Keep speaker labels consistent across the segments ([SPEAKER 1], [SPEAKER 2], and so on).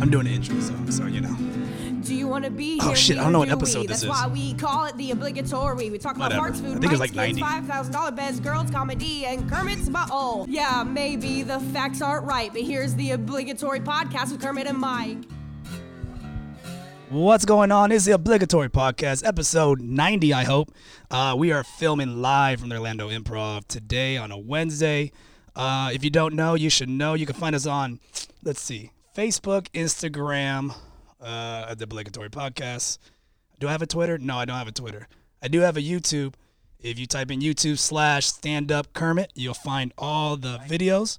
[SPEAKER 1] I'm doing an intro song, so you know.
[SPEAKER 2] Do you want to be
[SPEAKER 1] Oh,
[SPEAKER 2] here?
[SPEAKER 1] shit, I don't
[SPEAKER 2] or
[SPEAKER 1] know what
[SPEAKER 2] do
[SPEAKER 1] episode
[SPEAKER 2] we?
[SPEAKER 1] this
[SPEAKER 2] That's
[SPEAKER 1] is.
[SPEAKER 2] why we call it the obligatory. We talk about
[SPEAKER 1] Whatever.
[SPEAKER 2] Mark's food,
[SPEAKER 1] I think it's
[SPEAKER 2] Mike's
[SPEAKER 1] like 90.
[SPEAKER 2] five thousand dollar beds, girls, comedy, and Kermit's butthole. Yeah, maybe the facts aren't right, but here's the obligatory podcast with Kermit and Mike.
[SPEAKER 1] What's going on? It's the obligatory podcast, episode 90, I hope. Uh, we are filming live from the Orlando Improv today on a Wednesday. Uh, if you don't know, you should know. You can find us on, let's see, Facebook, Instagram, uh, at the obligatory podcast. Do I have a Twitter? No, I don't have a Twitter. I do have a YouTube. If you type in YouTube slash stand up Kermit, you'll find all the videos,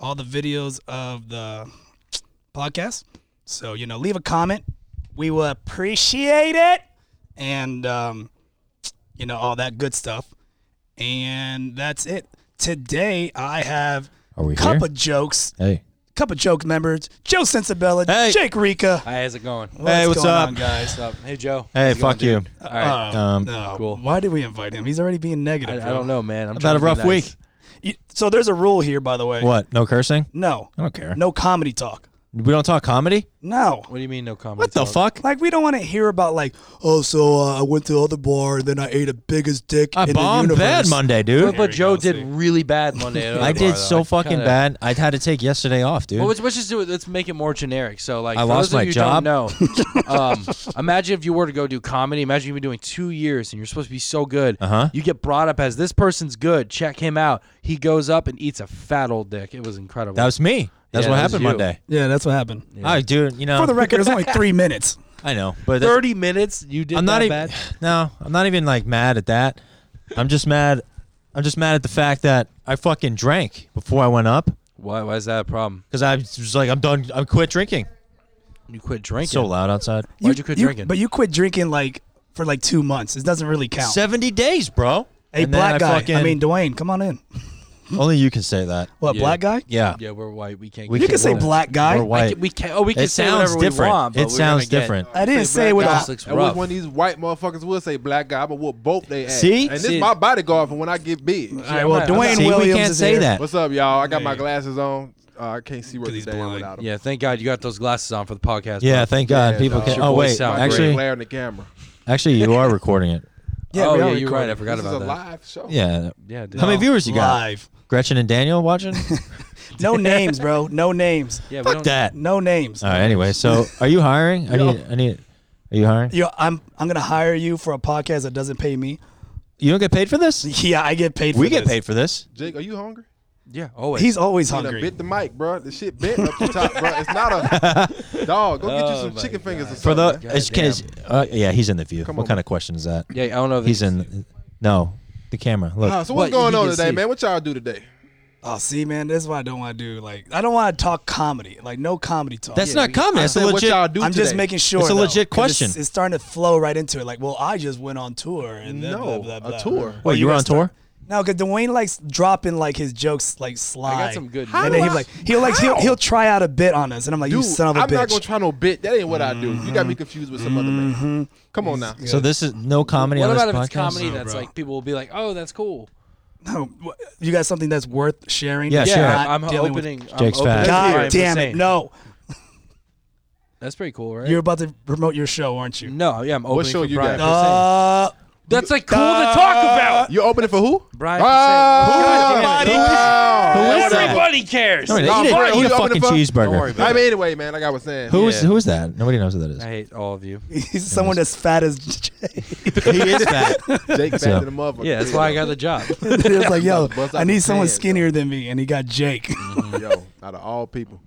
[SPEAKER 1] all the videos of the podcast. So, you know, leave a comment. We will appreciate it. And, um, you know, all that good stuff. And that's it. Today, I have
[SPEAKER 3] Are we
[SPEAKER 1] cup
[SPEAKER 3] here?
[SPEAKER 1] of jokes,
[SPEAKER 3] Hey.
[SPEAKER 1] cup of joke members, Joe Sensabella,
[SPEAKER 4] Hey.
[SPEAKER 1] Jake Rika.
[SPEAKER 4] Hi, how's it going?
[SPEAKER 3] Hey, what's
[SPEAKER 1] going
[SPEAKER 3] up?
[SPEAKER 1] on, guys?
[SPEAKER 4] What's up? Hey, Joe.
[SPEAKER 3] Hey,
[SPEAKER 4] How's it
[SPEAKER 3] fuck
[SPEAKER 4] going,
[SPEAKER 3] you.
[SPEAKER 4] dude? All right.
[SPEAKER 1] Oh,
[SPEAKER 3] Um,
[SPEAKER 1] no.
[SPEAKER 4] cool.
[SPEAKER 1] Why did we invite him? He's already being
[SPEAKER 4] I,
[SPEAKER 1] negative.
[SPEAKER 4] Uh, I don't know, man. I'm
[SPEAKER 3] I've
[SPEAKER 4] trying
[SPEAKER 3] had a
[SPEAKER 4] to be
[SPEAKER 3] rough
[SPEAKER 4] nice.
[SPEAKER 3] week.
[SPEAKER 1] know. So there's a rule here, by the way.
[SPEAKER 3] What? No cursing?
[SPEAKER 1] No,
[SPEAKER 3] I don't care.
[SPEAKER 1] no comedy talk.
[SPEAKER 3] We don't talk comedy?
[SPEAKER 1] No.
[SPEAKER 4] What do you mean, no comment?
[SPEAKER 3] What the fuck?
[SPEAKER 1] Like we don't want to hear about like, oh, so uh, I went to the other bar and then I ate a biggest dick
[SPEAKER 3] I
[SPEAKER 1] in
[SPEAKER 3] bombed
[SPEAKER 1] the universe.
[SPEAKER 3] bad Monday, dude.
[SPEAKER 4] But, but
[SPEAKER 1] we
[SPEAKER 4] Joe
[SPEAKER 1] go,
[SPEAKER 4] did
[SPEAKER 1] see.
[SPEAKER 4] really bad Monday.
[SPEAKER 3] I
[SPEAKER 4] at Ottawa,
[SPEAKER 3] did
[SPEAKER 4] though.
[SPEAKER 3] so
[SPEAKER 4] I
[SPEAKER 3] fucking
[SPEAKER 4] kinda-
[SPEAKER 3] bad. I had to take yesterday off, dude.
[SPEAKER 4] Well, let's, let's just do it. Let's make it more generic. So, like,
[SPEAKER 3] I
[SPEAKER 4] for
[SPEAKER 3] lost
[SPEAKER 4] those
[SPEAKER 3] my
[SPEAKER 4] of you
[SPEAKER 3] job.
[SPEAKER 4] who don't know, um, imagine if you were to go do comedy. Imagine you've been doing two years and you're supposed to be so good.
[SPEAKER 3] Uh-huh.
[SPEAKER 4] You get brought up as this person's good. Check him out. He goes up and eats a fat old dick. It was incredible.
[SPEAKER 3] that was me. That's
[SPEAKER 4] Yeah,
[SPEAKER 3] what
[SPEAKER 4] that was
[SPEAKER 3] happened
[SPEAKER 4] you.
[SPEAKER 3] Monday.
[SPEAKER 1] Yeah, that's what happened. Uh,
[SPEAKER 3] I dude, you know,
[SPEAKER 1] For the record, it was only three minutes.
[SPEAKER 3] I know, but that's-
[SPEAKER 4] thirty minutes. You did
[SPEAKER 3] I'm not
[SPEAKER 4] that
[SPEAKER 3] even.
[SPEAKER 4] bad.
[SPEAKER 3] No, I'm not even like mad at that. I'm just mad. I'm just mad at the fact that I fucking drank before I went up
[SPEAKER 4] Why? Why is that a problem?
[SPEAKER 3] because I was just like, I'm done. I quit drinking.
[SPEAKER 4] You quit drinking.
[SPEAKER 3] It's so loud outside.
[SPEAKER 4] Why'd you quit drinking?
[SPEAKER 1] But you quit drinking like for like two months. It doesn't really count.
[SPEAKER 3] Seventy days, bro.
[SPEAKER 1] hey,
[SPEAKER 3] And then
[SPEAKER 1] black guy.
[SPEAKER 3] fucking-
[SPEAKER 1] I mean, Dwayne, come on in.
[SPEAKER 3] only you can say that.
[SPEAKER 1] What,
[SPEAKER 4] Yeah.
[SPEAKER 1] black guy?
[SPEAKER 3] Yeah.
[SPEAKER 4] yeah, we're white. We can't.
[SPEAKER 3] We
[SPEAKER 4] get
[SPEAKER 1] You can say
[SPEAKER 3] we're-
[SPEAKER 1] black guy.
[SPEAKER 3] We're
[SPEAKER 4] I
[SPEAKER 3] white.
[SPEAKER 4] can, we can Oh, we can
[SPEAKER 3] it
[SPEAKER 4] say
[SPEAKER 3] sounds
[SPEAKER 4] whatever
[SPEAKER 3] different.
[SPEAKER 4] we want. But
[SPEAKER 3] it
[SPEAKER 4] we're
[SPEAKER 3] sounds
[SPEAKER 4] gonna
[SPEAKER 3] different.
[SPEAKER 1] I didn't say it with
[SPEAKER 4] Get,
[SPEAKER 1] a.
[SPEAKER 4] This looks
[SPEAKER 5] I wish
[SPEAKER 4] rough.
[SPEAKER 5] one of these white motherfuckers would say black guy. I'ma whoop both they ass.
[SPEAKER 3] See?
[SPEAKER 5] and this
[SPEAKER 4] See-
[SPEAKER 5] is my bodyguard for when I get big.
[SPEAKER 1] All right, well,
[SPEAKER 4] I'm not-
[SPEAKER 1] Dwayne
[SPEAKER 3] See,
[SPEAKER 1] Williams
[SPEAKER 3] we can't
[SPEAKER 1] is
[SPEAKER 3] say
[SPEAKER 1] here.
[SPEAKER 3] that.
[SPEAKER 5] What's up, y'all? I got my
[SPEAKER 1] Hey.
[SPEAKER 5] glasses on. Uh, I can't see worth
[SPEAKER 1] he's
[SPEAKER 5] a damn
[SPEAKER 1] blind.
[SPEAKER 5] without them.
[SPEAKER 4] Yeah, thank God you got those glasses on for the podcast.
[SPEAKER 3] Yeah,
[SPEAKER 4] bro.
[SPEAKER 3] thank God. People
[SPEAKER 5] no.
[SPEAKER 3] can.
[SPEAKER 4] Your
[SPEAKER 3] Oh
[SPEAKER 4] voice
[SPEAKER 3] wait,
[SPEAKER 4] sound
[SPEAKER 5] my
[SPEAKER 3] actually,
[SPEAKER 5] glare in the camera.
[SPEAKER 3] actually, you are recording it.
[SPEAKER 1] Yeah,
[SPEAKER 4] oh,
[SPEAKER 1] we
[SPEAKER 4] yeah,
[SPEAKER 1] are
[SPEAKER 4] you're right. I
[SPEAKER 1] recording.
[SPEAKER 4] forgot
[SPEAKER 5] this
[SPEAKER 4] about
[SPEAKER 5] is a
[SPEAKER 4] that.
[SPEAKER 5] live show.
[SPEAKER 3] Yeah.
[SPEAKER 4] Yeah, dude.
[SPEAKER 3] How many
[SPEAKER 4] No.
[SPEAKER 3] viewers you got?
[SPEAKER 1] Live.
[SPEAKER 3] Gretchen and Daniel watching?
[SPEAKER 1] No names, bro. No names.
[SPEAKER 4] Yeah, we
[SPEAKER 3] Fuck
[SPEAKER 4] don't-
[SPEAKER 3] that.
[SPEAKER 1] No names.
[SPEAKER 3] All right. Anyway, so are you hiring? I
[SPEAKER 1] Yo.
[SPEAKER 3] need. I need. Are you hiring?
[SPEAKER 1] Yo, I'm I'm gonna hire you for a podcast that doesn't pay me.
[SPEAKER 3] You don't get paid for this?
[SPEAKER 1] Yeah, I get paid. For
[SPEAKER 3] We get
[SPEAKER 1] this.
[SPEAKER 3] paid for this.
[SPEAKER 5] Jake, are you hungry?
[SPEAKER 4] Yeah, always.
[SPEAKER 1] He's always
[SPEAKER 5] You done
[SPEAKER 1] hungry.
[SPEAKER 5] bit the mic, bro. The shit bent up the top, bro. It's not a dog. Go get you
[SPEAKER 4] Oh
[SPEAKER 5] some
[SPEAKER 4] my
[SPEAKER 5] chicken fingers or
[SPEAKER 4] God.
[SPEAKER 3] For
[SPEAKER 5] something.
[SPEAKER 3] the.
[SPEAKER 5] man.
[SPEAKER 3] It's cause, uh, yeah, he's in the view.
[SPEAKER 5] Come
[SPEAKER 3] what
[SPEAKER 5] on,
[SPEAKER 3] kind
[SPEAKER 5] man.
[SPEAKER 3] of question is that?
[SPEAKER 4] yeah, I don't know. If
[SPEAKER 3] He's
[SPEAKER 4] it's-
[SPEAKER 3] in. No, the camera. Look.
[SPEAKER 5] Ah, so what's
[SPEAKER 4] What,
[SPEAKER 5] going
[SPEAKER 4] you
[SPEAKER 5] on
[SPEAKER 4] can
[SPEAKER 5] today,
[SPEAKER 4] see.
[SPEAKER 5] man? What y'all do today?
[SPEAKER 1] Oh, see, man, this is what I don't want to do. Like, I don't want to talk comedy. Like, no comedy talk.
[SPEAKER 3] That's
[SPEAKER 4] yeah,
[SPEAKER 3] not
[SPEAKER 4] we-
[SPEAKER 3] comedy. That's
[SPEAKER 5] I
[SPEAKER 3] a
[SPEAKER 5] said, what
[SPEAKER 3] legit.
[SPEAKER 5] y'all do
[SPEAKER 1] I'm
[SPEAKER 5] today?
[SPEAKER 1] just making sure.
[SPEAKER 3] It's a
[SPEAKER 1] though,
[SPEAKER 3] legit
[SPEAKER 1] 'cause it's-
[SPEAKER 3] question.
[SPEAKER 1] It's, starting to flow right into it. Like, well, I just went on tour and blah, blah,
[SPEAKER 5] No,
[SPEAKER 1] blah, blah.
[SPEAKER 5] a tour.
[SPEAKER 1] Well,
[SPEAKER 3] Wait, you were
[SPEAKER 1] guys
[SPEAKER 3] on
[SPEAKER 1] start-
[SPEAKER 3] tour?
[SPEAKER 1] No, because Dwayne likes dropping like his jokes like sly.
[SPEAKER 4] some good
[SPEAKER 1] And then
[SPEAKER 5] news.
[SPEAKER 1] he like he'll like he'll,
[SPEAKER 5] How?
[SPEAKER 1] he'll try out a bit on us, and I'm like, you
[SPEAKER 5] Dude,
[SPEAKER 1] son of a
[SPEAKER 5] I'm not
[SPEAKER 1] bitch.
[SPEAKER 5] gonna try no bit. That ain't what I do. You got me confused with some other man. Come on now.
[SPEAKER 3] So this is no comedy
[SPEAKER 4] what
[SPEAKER 3] on
[SPEAKER 4] about
[SPEAKER 3] this
[SPEAKER 4] if it's
[SPEAKER 3] podcast.
[SPEAKER 4] comedy that's
[SPEAKER 1] bro.
[SPEAKER 4] like people will be like, oh, that's cool.
[SPEAKER 1] no, wh- you got something that's worth sharing?
[SPEAKER 3] Yeah,
[SPEAKER 1] You're
[SPEAKER 3] sure.
[SPEAKER 1] not
[SPEAKER 4] I'm, I'm
[SPEAKER 1] dealing with-
[SPEAKER 4] opening. I'm
[SPEAKER 3] Jake's
[SPEAKER 4] opening
[SPEAKER 3] fat.
[SPEAKER 4] Brian
[SPEAKER 1] God damn
[SPEAKER 4] Posehn.
[SPEAKER 1] it! No,
[SPEAKER 4] that's pretty cool, right?
[SPEAKER 1] you're about to promote your show, aren't you?
[SPEAKER 4] no, yeah, I'm opening.
[SPEAKER 5] show
[SPEAKER 4] for
[SPEAKER 5] you
[SPEAKER 4] Brian
[SPEAKER 5] got?
[SPEAKER 4] Posehn.
[SPEAKER 1] Uh,
[SPEAKER 4] that's like cool to talk about.
[SPEAKER 5] You opening for who?
[SPEAKER 4] Brian.
[SPEAKER 5] Ah!
[SPEAKER 4] Posehn. God damn it.
[SPEAKER 5] Wow.
[SPEAKER 3] Who is that?
[SPEAKER 4] Everybody cares.
[SPEAKER 3] No, eat
[SPEAKER 5] Nah,
[SPEAKER 3] a,
[SPEAKER 5] Brian, who
[SPEAKER 3] eat a
[SPEAKER 5] you opening
[SPEAKER 3] fucking
[SPEAKER 5] for?
[SPEAKER 3] cheeseburger.
[SPEAKER 4] Don't worry about
[SPEAKER 5] I mean, anyway, man, like I was saying,
[SPEAKER 3] Who is
[SPEAKER 4] Yeah.
[SPEAKER 3] who is that? Nobody knows who that is.
[SPEAKER 4] I hate all of you.
[SPEAKER 1] he's someone as fat as Jay.
[SPEAKER 3] he is fat.
[SPEAKER 5] Jake back
[SPEAKER 3] So-
[SPEAKER 5] to the motherfucker.
[SPEAKER 4] Yeah, that's why I got the job.
[SPEAKER 1] it was like, yo,
[SPEAKER 5] Bust out
[SPEAKER 1] I need
[SPEAKER 5] his
[SPEAKER 1] someone
[SPEAKER 5] pants,
[SPEAKER 1] skinnier than me, and he got Jake.
[SPEAKER 5] Yo, out of all people,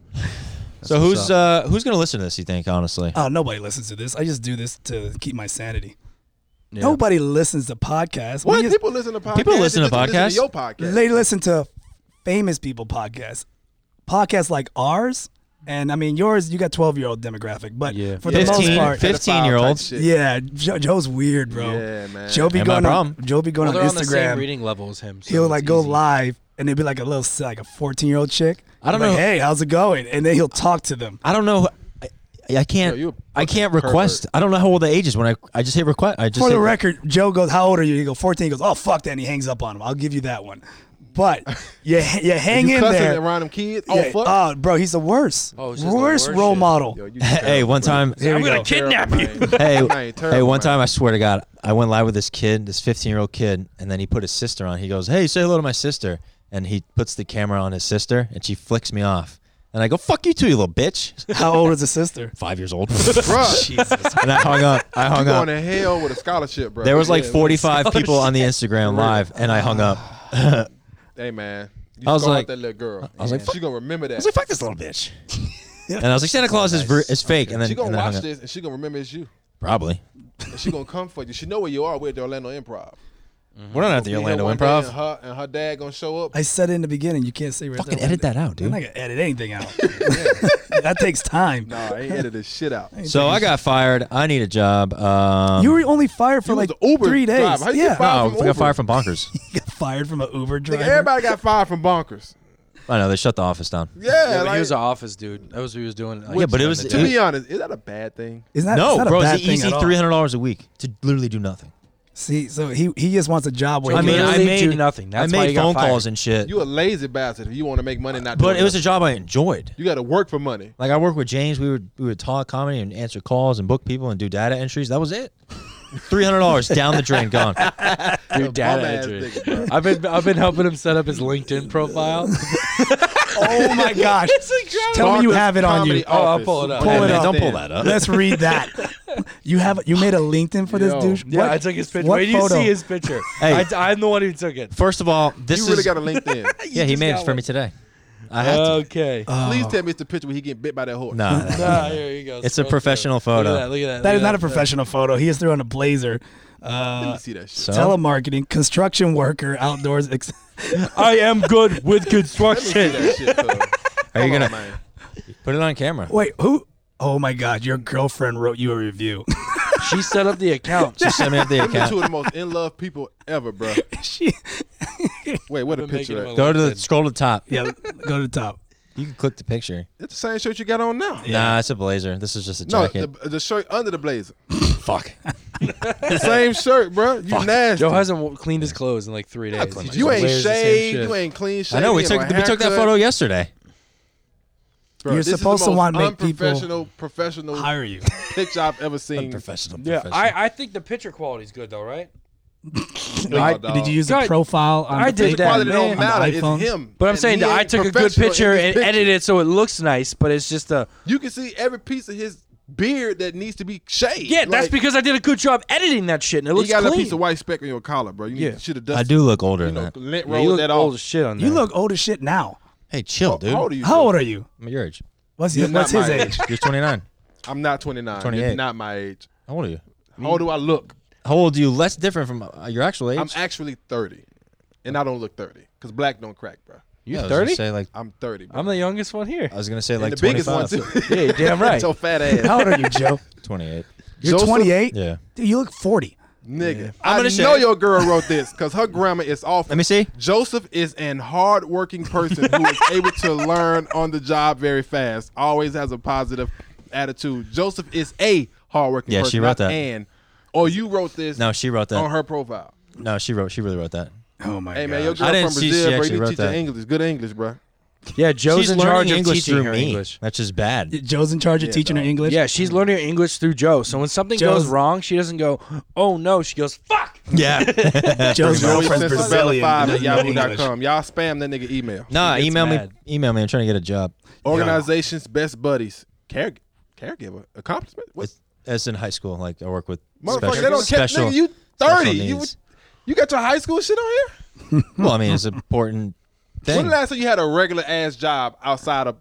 [SPEAKER 3] so who's uh, who's gonna listen to this? You think honestly?
[SPEAKER 1] oh, nobody listens to this. I just do this to keep my sanity.
[SPEAKER 4] Yeah.
[SPEAKER 1] Nobody listens to podcasts. We
[SPEAKER 5] what
[SPEAKER 1] just-
[SPEAKER 5] people listen to podcasts?
[SPEAKER 3] People listen
[SPEAKER 5] They
[SPEAKER 3] to
[SPEAKER 5] just
[SPEAKER 3] podcasts?
[SPEAKER 5] your podcast.
[SPEAKER 1] They listen to famous people podcasts, podcasts like ours, and I mean yours. You got twelve year old demographic, but
[SPEAKER 4] Yeah.
[SPEAKER 1] for the most
[SPEAKER 3] 15,
[SPEAKER 1] part,
[SPEAKER 5] fif-
[SPEAKER 3] 15 year olds.
[SPEAKER 5] Shit.
[SPEAKER 1] yeah, Joe, Joe's weird, bro.
[SPEAKER 5] Yeah, man.
[SPEAKER 1] Joe be
[SPEAKER 3] Ain't my
[SPEAKER 1] going on.
[SPEAKER 3] problem.
[SPEAKER 1] Joe be going
[SPEAKER 4] Well, they're
[SPEAKER 1] on
[SPEAKER 4] on the same
[SPEAKER 1] Instagram.
[SPEAKER 4] reading level as him. so
[SPEAKER 1] he'll
[SPEAKER 4] it's
[SPEAKER 1] like go
[SPEAKER 4] easy.
[SPEAKER 1] live, and it'd be like a little like a fourteen year old chick.
[SPEAKER 3] I don't
[SPEAKER 1] Like,
[SPEAKER 3] know-
[SPEAKER 1] Hey, how's it going? And then he'll talk to them.
[SPEAKER 3] I don't know. I, I can't.
[SPEAKER 5] Yo, you a
[SPEAKER 3] I can't
[SPEAKER 5] fucking
[SPEAKER 3] request. I don't know how old the age is when I. I just hit request. I just
[SPEAKER 1] For
[SPEAKER 3] hit,
[SPEAKER 1] the record, Joe goes, "How old are you?" He goes, "14." He goes, "Oh fuck that." And he hangs up on him. I'll give you that one. But you you hang
[SPEAKER 5] you
[SPEAKER 1] in
[SPEAKER 5] cussing
[SPEAKER 1] there.
[SPEAKER 5] around them kids. Oh
[SPEAKER 1] Yeah,
[SPEAKER 5] fuck.
[SPEAKER 1] oh, bro, he's the worst.
[SPEAKER 4] Oh, it's just the
[SPEAKER 1] worst
[SPEAKER 4] worst
[SPEAKER 1] role
[SPEAKER 4] shit.
[SPEAKER 1] model.
[SPEAKER 5] Yo, you
[SPEAKER 3] Hey, one time.
[SPEAKER 1] Here we go.
[SPEAKER 5] kidnap you.
[SPEAKER 3] hey,
[SPEAKER 5] Man,
[SPEAKER 3] hey,
[SPEAKER 5] terrible,
[SPEAKER 3] one
[SPEAKER 5] man.
[SPEAKER 3] time I swear to God, I went live with this kid, this 15 year old kid, and then he put his sister on. He goes, "Hey, say hello to my sister," and he puts the camera on his sister, and she flicks me off, and I go, "Fuck you too, you little bitch."
[SPEAKER 1] How old is his sister?
[SPEAKER 3] Five years old,
[SPEAKER 5] Bruh.
[SPEAKER 1] Jesus.
[SPEAKER 3] and I hung up. I hung
[SPEAKER 5] Going
[SPEAKER 3] up.
[SPEAKER 5] to hell with a scholarship, bro.
[SPEAKER 3] There was like
[SPEAKER 5] Yeah,
[SPEAKER 3] 45 people on the Instagram live, and I hung up.
[SPEAKER 5] Hey man, you
[SPEAKER 3] I was
[SPEAKER 5] scarred
[SPEAKER 3] like-
[SPEAKER 5] that little girl.
[SPEAKER 3] I was like,
[SPEAKER 5] she gonna remember that.
[SPEAKER 3] I was like, "Fuck this little bitch," and I was like, "Santa Claus is ver- is fake," and then,
[SPEAKER 5] she
[SPEAKER 3] and
[SPEAKER 5] gonna
[SPEAKER 3] then I hung
[SPEAKER 5] watch
[SPEAKER 3] up.
[SPEAKER 5] this and she gonna remember it's you.
[SPEAKER 3] Probably.
[SPEAKER 5] And she gonna come for you. She know where you are. We're at the Orlando Improv.
[SPEAKER 3] We're not at the
[SPEAKER 5] Be here
[SPEAKER 3] Orlando
[SPEAKER 5] one day And
[SPEAKER 3] Improv.
[SPEAKER 5] her, and her dad gonna show up.
[SPEAKER 1] I said it in the beginning. You can't say right
[SPEAKER 3] Fucking
[SPEAKER 1] there.
[SPEAKER 3] edit that out,
[SPEAKER 1] I'm
[SPEAKER 3] dude.
[SPEAKER 1] not gonna edit anything out. that takes time.
[SPEAKER 5] Nah, I ain't edited this shit out.
[SPEAKER 3] So I got fired. I need a job. Um,
[SPEAKER 1] you were only fired for
[SPEAKER 5] You was
[SPEAKER 1] like
[SPEAKER 5] the Uber
[SPEAKER 1] three days.
[SPEAKER 5] driver. How you
[SPEAKER 1] yeah,
[SPEAKER 5] get fired?
[SPEAKER 3] no,
[SPEAKER 5] from
[SPEAKER 3] I got
[SPEAKER 5] Uber.
[SPEAKER 3] fired from Bonkers.
[SPEAKER 1] You got fired from an Uber
[SPEAKER 5] Nigga,
[SPEAKER 1] driver.
[SPEAKER 5] everybody got fired from bonkers.
[SPEAKER 3] I know they shut the office down.
[SPEAKER 5] Yeah,
[SPEAKER 4] Yeah, but
[SPEAKER 5] like,
[SPEAKER 4] he was an office dude. That was what he was doing. like,
[SPEAKER 3] Yeah, but it
[SPEAKER 4] during
[SPEAKER 3] was-
[SPEAKER 4] the
[SPEAKER 3] it
[SPEAKER 5] to
[SPEAKER 4] day.
[SPEAKER 5] be honest, is that a bad thing?
[SPEAKER 1] Isn't that, it's
[SPEAKER 3] no,
[SPEAKER 1] not
[SPEAKER 3] bro,
[SPEAKER 1] a bad
[SPEAKER 3] it's
[SPEAKER 1] thing
[SPEAKER 3] easy
[SPEAKER 1] at all.
[SPEAKER 3] three hundred dollars a week to literally do nothing.
[SPEAKER 1] See, so he he just wants a job where
[SPEAKER 4] I
[SPEAKER 1] he
[SPEAKER 4] mean,
[SPEAKER 1] can-
[SPEAKER 4] literally do nothing. That's
[SPEAKER 3] I
[SPEAKER 4] why
[SPEAKER 3] made
[SPEAKER 4] you got
[SPEAKER 3] phone
[SPEAKER 4] fired.
[SPEAKER 3] calls and shit.
[SPEAKER 5] You a lazy bastard if you want to make money not.
[SPEAKER 3] but
[SPEAKER 5] doing
[SPEAKER 3] it was a
[SPEAKER 5] nothing.
[SPEAKER 3] job I enjoyed.
[SPEAKER 5] you got to work for money.
[SPEAKER 3] Like I worked with James, we would we would talk comedy and answer calls and book people and do data entries. That was it. Three hundred dollars down the drain, gone.
[SPEAKER 4] Dude, data
[SPEAKER 5] bum-ass
[SPEAKER 4] entry.
[SPEAKER 5] nigga,
[SPEAKER 4] I've been I've been helping him set up his LinkedIn profile.
[SPEAKER 1] oh my gosh! Tell me you
[SPEAKER 5] Bonkers
[SPEAKER 1] have it on you.
[SPEAKER 5] comedy
[SPEAKER 4] Oh, I'll
[SPEAKER 5] office.
[SPEAKER 4] pull it up.
[SPEAKER 1] Pull
[SPEAKER 3] Hey,
[SPEAKER 1] it
[SPEAKER 3] man,
[SPEAKER 1] up.
[SPEAKER 3] Don't pull that up.
[SPEAKER 1] Let's read that. you have you made a LinkedIn for
[SPEAKER 5] Yo.
[SPEAKER 1] this douche?
[SPEAKER 4] Yeah,
[SPEAKER 1] What-
[SPEAKER 4] I took his picture.
[SPEAKER 1] what
[SPEAKER 4] Wait, you
[SPEAKER 1] photo?
[SPEAKER 4] see his picture.
[SPEAKER 3] Hey.
[SPEAKER 4] I, am the one who took it.
[SPEAKER 3] First of all, this
[SPEAKER 5] You
[SPEAKER 3] is
[SPEAKER 5] really got a LinkedIn.
[SPEAKER 3] yeah. He
[SPEAKER 4] just
[SPEAKER 3] made
[SPEAKER 4] got
[SPEAKER 3] it for
[SPEAKER 4] one. Uh,
[SPEAKER 3] me today. I have to.
[SPEAKER 4] Okay.
[SPEAKER 5] Please tell me it's the picture where he getting bit by that horse.
[SPEAKER 3] Nah, nah,
[SPEAKER 4] Ah, here you go.
[SPEAKER 3] it's a
[SPEAKER 4] Scroll through.
[SPEAKER 3] professional photo.
[SPEAKER 4] Look at that. Look at that.
[SPEAKER 1] That
[SPEAKER 4] look
[SPEAKER 1] is
[SPEAKER 4] at
[SPEAKER 1] not a
[SPEAKER 4] that.
[SPEAKER 1] professional photo. He is throwing a blazer.
[SPEAKER 5] Let
[SPEAKER 1] Uh,
[SPEAKER 5] me see that shit.
[SPEAKER 3] So
[SPEAKER 1] telemarketing, construction worker, outdoors. Ex-
[SPEAKER 4] I am good with construction.
[SPEAKER 5] Let me see that shit. cuz.
[SPEAKER 3] Are you
[SPEAKER 5] Hold
[SPEAKER 3] gonna-
[SPEAKER 5] on, man.
[SPEAKER 3] put it on camera.
[SPEAKER 1] Wait, who? Oh my God! Your girlfriend wrote you a review.
[SPEAKER 4] she set up the account.
[SPEAKER 3] Just send me up the
[SPEAKER 5] You two
[SPEAKER 3] account.
[SPEAKER 5] of the most in love people ever, bro.
[SPEAKER 1] she,
[SPEAKER 5] Wait, what a
[SPEAKER 4] I've been making
[SPEAKER 5] picture.
[SPEAKER 4] him
[SPEAKER 5] That.
[SPEAKER 4] a-
[SPEAKER 3] Go to the scroll to the top.
[SPEAKER 1] yeah, go to the top.
[SPEAKER 3] You can click the picture.
[SPEAKER 5] It's the same shirt you got on now.
[SPEAKER 3] Nah, it's a blazer. This is just a
[SPEAKER 5] No,
[SPEAKER 3] jacket.
[SPEAKER 5] the, the shirt under the blazer.
[SPEAKER 3] Fuck.
[SPEAKER 5] The same shirt, bro. You nasty.
[SPEAKER 4] Joe hasn't w- cleaned his clothes in like three days. He
[SPEAKER 5] you
[SPEAKER 4] just
[SPEAKER 5] ain't
[SPEAKER 4] wears the same
[SPEAKER 5] shaved.
[SPEAKER 4] shit.
[SPEAKER 5] You ain't clean shaved.
[SPEAKER 3] I know we
[SPEAKER 5] you
[SPEAKER 3] took
[SPEAKER 5] ain't
[SPEAKER 3] we took that
[SPEAKER 5] haircut.
[SPEAKER 3] photo yesterday.
[SPEAKER 5] Bro,
[SPEAKER 1] You're
[SPEAKER 5] this is the
[SPEAKER 1] supposed to
[SPEAKER 5] most
[SPEAKER 1] want to make people
[SPEAKER 5] unprofessional, professional
[SPEAKER 1] Hire you?
[SPEAKER 5] picture I've ever seen.
[SPEAKER 3] Professional.
[SPEAKER 4] Yeah, I, I think the picture quality's good though, right?
[SPEAKER 5] No,
[SPEAKER 1] I-
[SPEAKER 5] dog.
[SPEAKER 1] did you use a
[SPEAKER 4] Sorry.
[SPEAKER 1] profile? On the
[SPEAKER 4] I did
[SPEAKER 1] thing?
[SPEAKER 5] Picture
[SPEAKER 4] that,
[SPEAKER 5] quality
[SPEAKER 4] man.
[SPEAKER 5] don't
[SPEAKER 1] On
[SPEAKER 5] matter.
[SPEAKER 1] the iPhone?
[SPEAKER 5] It's him.
[SPEAKER 4] But I'm
[SPEAKER 5] And
[SPEAKER 4] saying
[SPEAKER 5] he
[SPEAKER 4] that I
[SPEAKER 5] ain't
[SPEAKER 4] took a good
[SPEAKER 5] professional in
[SPEAKER 4] picture
[SPEAKER 5] his
[SPEAKER 4] and
[SPEAKER 5] picture.
[SPEAKER 4] edited it so it looks nice, but it's just a
[SPEAKER 5] You can see every piece of his beard that needs to be shaved.
[SPEAKER 4] yeah. that's
[SPEAKER 5] Like,
[SPEAKER 4] because I did a good job editing that shit, and it
[SPEAKER 5] you
[SPEAKER 4] looks
[SPEAKER 5] got a
[SPEAKER 4] clean.
[SPEAKER 5] piece of white speck on your collar, bro. You
[SPEAKER 4] Yeah.
[SPEAKER 5] should have done.
[SPEAKER 3] I do look older
[SPEAKER 5] You
[SPEAKER 3] than
[SPEAKER 5] know,
[SPEAKER 3] that.
[SPEAKER 5] lint
[SPEAKER 4] Yeah,
[SPEAKER 5] roll
[SPEAKER 4] you look
[SPEAKER 5] that
[SPEAKER 4] old
[SPEAKER 5] off.
[SPEAKER 4] as shit on there.
[SPEAKER 1] You look old as shit now.
[SPEAKER 3] Hey, chill, dude.
[SPEAKER 5] How old are you?
[SPEAKER 1] How
[SPEAKER 5] Joe?
[SPEAKER 1] old are you?
[SPEAKER 3] I'm your age.
[SPEAKER 1] What's
[SPEAKER 5] You're
[SPEAKER 1] his, what's
[SPEAKER 5] not
[SPEAKER 1] his
[SPEAKER 5] my
[SPEAKER 1] age?
[SPEAKER 3] You're 29.
[SPEAKER 5] I'm not 29.
[SPEAKER 3] 28.
[SPEAKER 5] You're not my age.
[SPEAKER 3] How old are you?
[SPEAKER 5] How old do I look?
[SPEAKER 3] How old are you? Less different from uh, your actual age.
[SPEAKER 5] I'm actually 30, and I don't look 30 because black don't crack, bro.
[SPEAKER 3] Yeah, I was gonna
[SPEAKER 4] 30?
[SPEAKER 3] Say like
[SPEAKER 5] I'm 30. Bro.
[SPEAKER 4] I'm the youngest one here.
[SPEAKER 3] I was gonna say
[SPEAKER 5] and
[SPEAKER 3] like
[SPEAKER 5] the biggest
[SPEAKER 3] 25.
[SPEAKER 5] one too.
[SPEAKER 4] Yeah, you're damn right.
[SPEAKER 5] Your fat ass,
[SPEAKER 1] How old are you, Joe?
[SPEAKER 3] 28.
[SPEAKER 1] You're
[SPEAKER 5] Joseph?
[SPEAKER 1] 28.
[SPEAKER 3] Yeah.
[SPEAKER 1] Dude, you look 40.
[SPEAKER 5] nigga.
[SPEAKER 3] I'm
[SPEAKER 5] I know
[SPEAKER 3] gonna shave.
[SPEAKER 5] your girl wrote this because her grammar is awful.
[SPEAKER 3] Let me see.
[SPEAKER 5] Joseph is an hardworking person who is able to learn on the job very fast. Always has a positive attitude. Joseph is a hardworking
[SPEAKER 3] Yeah,
[SPEAKER 5] person.
[SPEAKER 3] she wrote
[SPEAKER 5] not
[SPEAKER 3] that.
[SPEAKER 5] And or you wrote this?
[SPEAKER 3] No, she wrote that.
[SPEAKER 5] on her profile.
[SPEAKER 3] No, she wrote. She really wrote that.
[SPEAKER 1] Oh my
[SPEAKER 5] Hey
[SPEAKER 1] god.
[SPEAKER 5] man, your
[SPEAKER 3] I
[SPEAKER 5] girl
[SPEAKER 3] didn't
[SPEAKER 5] from
[SPEAKER 3] see she
[SPEAKER 5] Brazil, bro.
[SPEAKER 3] actually
[SPEAKER 5] You need
[SPEAKER 3] wrote
[SPEAKER 5] to teach her
[SPEAKER 3] that.
[SPEAKER 5] English. Good English, bro.
[SPEAKER 4] Yeah, Joe's
[SPEAKER 3] She's
[SPEAKER 4] in
[SPEAKER 3] learning
[SPEAKER 4] charge of
[SPEAKER 3] English
[SPEAKER 4] teaching
[SPEAKER 3] through
[SPEAKER 4] her
[SPEAKER 3] me.
[SPEAKER 4] English.
[SPEAKER 3] That's just bad.
[SPEAKER 1] Joe's in charge of
[SPEAKER 5] Yeah,
[SPEAKER 1] teaching her
[SPEAKER 5] dog.
[SPEAKER 1] English.
[SPEAKER 4] Yeah, she's learning English through Joe. So when something
[SPEAKER 1] Joe's-
[SPEAKER 4] goes wrong, she doesn't go, "Oh no," she goes, "Fuck."
[SPEAKER 3] Yeah.
[SPEAKER 1] Joe's
[SPEAKER 5] Joey
[SPEAKER 1] girlfriend's
[SPEAKER 5] Sensabella
[SPEAKER 1] Brazilian.
[SPEAKER 5] five at
[SPEAKER 1] doesn't know English.
[SPEAKER 5] yahoo.com. Y'all spam that nigga email.
[SPEAKER 3] nah,
[SPEAKER 4] gets
[SPEAKER 3] email
[SPEAKER 4] mad.
[SPEAKER 3] me. Email me. I'm trying to get a job.
[SPEAKER 5] Organization's best buddies. Care caregiver accomplishment. What?
[SPEAKER 3] It's, it's in high school. Like I work with
[SPEAKER 5] Motherfucker,
[SPEAKER 3] special.
[SPEAKER 5] they don't catch
[SPEAKER 3] special
[SPEAKER 5] nigga. You
[SPEAKER 3] special
[SPEAKER 5] thirty. You
[SPEAKER 3] needs.
[SPEAKER 5] you got your high school shit on here.
[SPEAKER 3] well, I mean, it's an important
[SPEAKER 5] When
[SPEAKER 3] thing.
[SPEAKER 5] the last time you had a regular ass job outside of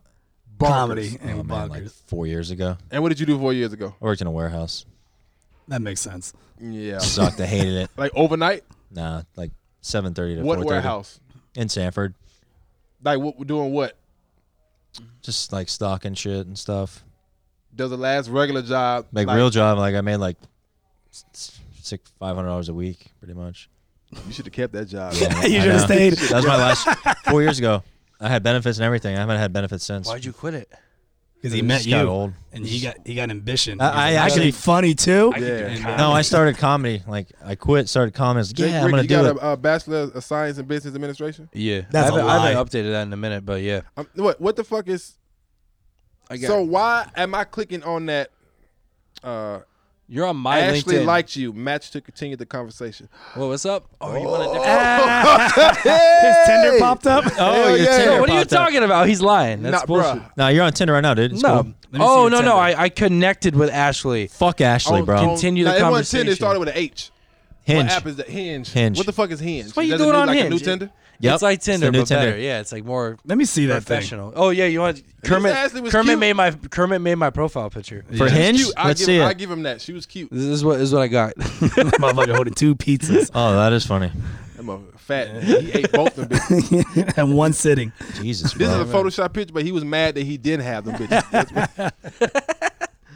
[SPEAKER 5] bonkers?
[SPEAKER 1] Comedy and
[SPEAKER 3] Oh, Man,
[SPEAKER 1] bonkers.
[SPEAKER 3] like four years ago,
[SPEAKER 5] And what did you do four years ago?
[SPEAKER 3] I worked in a warehouse.
[SPEAKER 1] That makes sense.
[SPEAKER 5] Yeah.
[SPEAKER 3] Sucked. I hated it.
[SPEAKER 5] like overnight?
[SPEAKER 3] Nah, like 7:30 to 4:30.
[SPEAKER 5] What warehouse?
[SPEAKER 3] in Sanford?
[SPEAKER 5] Like what doing what?
[SPEAKER 3] Just like stocking shit and stuff.
[SPEAKER 5] Does the last regular job
[SPEAKER 3] Like, real job. Like I made like s- s- six five hundred dollars a week, pretty much.
[SPEAKER 5] You should have kept that job.
[SPEAKER 1] you
[SPEAKER 3] I
[SPEAKER 1] should have
[SPEAKER 3] know.
[SPEAKER 1] stayed.
[SPEAKER 3] That was my last four years ago. I had benefits and everything. I haven't had benefits since.
[SPEAKER 4] Why'd you quit it?
[SPEAKER 1] because he
[SPEAKER 3] He
[SPEAKER 1] met
[SPEAKER 3] just
[SPEAKER 1] you
[SPEAKER 3] got old.
[SPEAKER 1] and he got he got ambition.
[SPEAKER 3] I-
[SPEAKER 1] He was
[SPEAKER 3] I
[SPEAKER 1] like,
[SPEAKER 3] actually-
[SPEAKER 1] be funny too. uh,
[SPEAKER 4] I could do
[SPEAKER 5] Yeah.
[SPEAKER 4] comedy.
[SPEAKER 3] No, I started comedy. Like I quit, started comedy. I was like,
[SPEAKER 5] Jake
[SPEAKER 3] yeah, I'm
[SPEAKER 5] Rick,
[SPEAKER 3] gonna
[SPEAKER 5] you
[SPEAKER 3] do
[SPEAKER 5] got
[SPEAKER 3] it.
[SPEAKER 5] a uh, bachelor of science in business administration.
[SPEAKER 4] Yeah,
[SPEAKER 1] That's a
[SPEAKER 4] I haven't, I haven't
[SPEAKER 1] lie.
[SPEAKER 4] updated that in a minute, but yeah.
[SPEAKER 5] Um, what what the fuck is?
[SPEAKER 4] I got
[SPEAKER 5] So why am I clicking on that? Uh,
[SPEAKER 4] you're on my
[SPEAKER 5] Ashley
[SPEAKER 4] LinkedIn.
[SPEAKER 5] liked you. Match to continue the conversation.
[SPEAKER 4] Whoa, what's up? Oh, you want a different?
[SPEAKER 1] His Tinder popped up.
[SPEAKER 3] Oh,
[SPEAKER 5] Hell
[SPEAKER 3] your
[SPEAKER 5] yeah.
[SPEAKER 3] Tinder
[SPEAKER 5] Yo,
[SPEAKER 4] what are you
[SPEAKER 3] popped up.
[SPEAKER 4] talking about? He's lying. That's
[SPEAKER 5] Nah,
[SPEAKER 4] bullshit.
[SPEAKER 5] bruh.
[SPEAKER 3] No, you're on Tinder right now, dude. It's
[SPEAKER 4] No.
[SPEAKER 3] cool.
[SPEAKER 1] Let me see
[SPEAKER 4] Oh
[SPEAKER 1] your
[SPEAKER 4] no
[SPEAKER 1] Tinder.
[SPEAKER 4] no, I, I connected with Ashley.
[SPEAKER 3] Fuck Ashley, bro.
[SPEAKER 5] On-
[SPEAKER 4] Continue the
[SPEAKER 5] Nah, it wasn't Tinder,
[SPEAKER 4] conversation.
[SPEAKER 5] It started with an H.
[SPEAKER 3] Hinge.
[SPEAKER 5] Oh, What app is that? Hinge.
[SPEAKER 3] Hinge.
[SPEAKER 5] What the fuck is Hinge?
[SPEAKER 4] What are you
[SPEAKER 5] Is that a
[SPEAKER 4] doing
[SPEAKER 5] new-
[SPEAKER 4] on
[SPEAKER 5] like a
[SPEAKER 4] Hinge?
[SPEAKER 5] new Tinder?
[SPEAKER 3] Yep.
[SPEAKER 4] It's like
[SPEAKER 3] It's the
[SPEAKER 4] Tinder,
[SPEAKER 3] new
[SPEAKER 4] but
[SPEAKER 3] Tinder.
[SPEAKER 4] better. Yeah, it's like more
[SPEAKER 1] Let me see that thing.
[SPEAKER 4] professional. Oh yeah, you want Kermit?
[SPEAKER 5] Ashley was
[SPEAKER 4] Kermit
[SPEAKER 5] cute.
[SPEAKER 4] made my Kermit made my profile picture.
[SPEAKER 3] For
[SPEAKER 1] Yeah.
[SPEAKER 3] Hinge?
[SPEAKER 5] Cute. I
[SPEAKER 3] Let's
[SPEAKER 5] give,
[SPEAKER 3] see
[SPEAKER 5] I
[SPEAKER 3] it.
[SPEAKER 5] give him that. She was cute.
[SPEAKER 4] This is what this is what I got.
[SPEAKER 1] Motherfucker holding two pizzas
[SPEAKER 3] Oh, that is funny.
[SPEAKER 5] I'm a fat. He ate both of them. Bitches.
[SPEAKER 1] in one sitting.
[SPEAKER 3] Jesus,
[SPEAKER 5] This
[SPEAKER 3] bro.
[SPEAKER 5] is a Photoshop picture, but he was mad that he didn't have them bitches. That's what-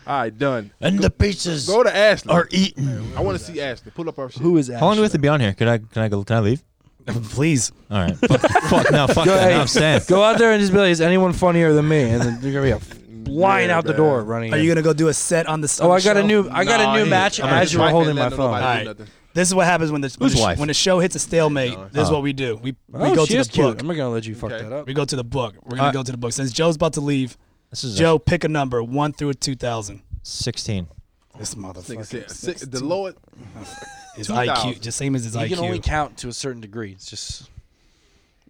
[SPEAKER 5] All right, done.
[SPEAKER 3] and the pizzas
[SPEAKER 5] Go to Ashley.
[SPEAKER 3] eaten.
[SPEAKER 5] I want to see Ashley. Pull up our shit.
[SPEAKER 4] Who is Ashley?
[SPEAKER 3] How long do we have to be on here? Could I? Can I go? Can I leave?
[SPEAKER 1] Please.
[SPEAKER 3] All right. fuck, fuck no. Fuck
[SPEAKER 4] Go,
[SPEAKER 3] that.
[SPEAKER 4] hey,
[SPEAKER 3] No, I'm staying.
[SPEAKER 4] go out there and just be like, is anyone funnier than me? And then you're gonna be a flying
[SPEAKER 5] Yeah,
[SPEAKER 4] out the
[SPEAKER 5] man.
[SPEAKER 4] door running.
[SPEAKER 1] Are
[SPEAKER 4] in.
[SPEAKER 1] you gonna go do a set on the?
[SPEAKER 4] oh,
[SPEAKER 1] on
[SPEAKER 4] I
[SPEAKER 1] the
[SPEAKER 4] got a
[SPEAKER 1] show?
[SPEAKER 4] new I got
[SPEAKER 3] Nah,
[SPEAKER 4] a
[SPEAKER 3] I
[SPEAKER 4] new
[SPEAKER 3] ain't-
[SPEAKER 4] match
[SPEAKER 3] I'm gonna
[SPEAKER 4] as you
[SPEAKER 5] Wife
[SPEAKER 4] were
[SPEAKER 5] ain't
[SPEAKER 4] holding my
[SPEAKER 5] letting
[SPEAKER 4] phone.
[SPEAKER 5] nobody do
[SPEAKER 1] All right.
[SPEAKER 5] nothing.
[SPEAKER 1] This is what happens when the when
[SPEAKER 3] Whose
[SPEAKER 1] the, sh-
[SPEAKER 3] wife?
[SPEAKER 1] when the show hits a stalemate. This is what we do. We we
[SPEAKER 4] oh,
[SPEAKER 1] go
[SPEAKER 4] she
[SPEAKER 1] to
[SPEAKER 4] is
[SPEAKER 1] the
[SPEAKER 4] cute.
[SPEAKER 1] book.
[SPEAKER 4] I'm not gonna let you fuck
[SPEAKER 5] Okay.
[SPEAKER 4] that up.
[SPEAKER 1] We go to the book. We're gonna
[SPEAKER 3] Uh,
[SPEAKER 1] go to the book. Since Joe's about to leave,
[SPEAKER 3] This is
[SPEAKER 1] Joe, pick a number one through two thousand.
[SPEAKER 3] a 16.
[SPEAKER 1] This
[SPEAKER 5] Nigga
[SPEAKER 1] motherfucker.
[SPEAKER 5] said, sick- The Lord.
[SPEAKER 1] His
[SPEAKER 5] 2,000.
[SPEAKER 1] IQ, just same as his
[SPEAKER 4] You
[SPEAKER 1] IQ.
[SPEAKER 4] can only count to a certain degree. It's just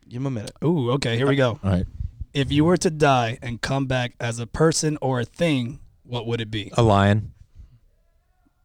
[SPEAKER 4] give him a minute.
[SPEAKER 1] Ooh, okay, here we go.
[SPEAKER 3] All right.
[SPEAKER 1] If you were to die and come back as a person or a thing, what would it be?
[SPEAKER 3] A lion.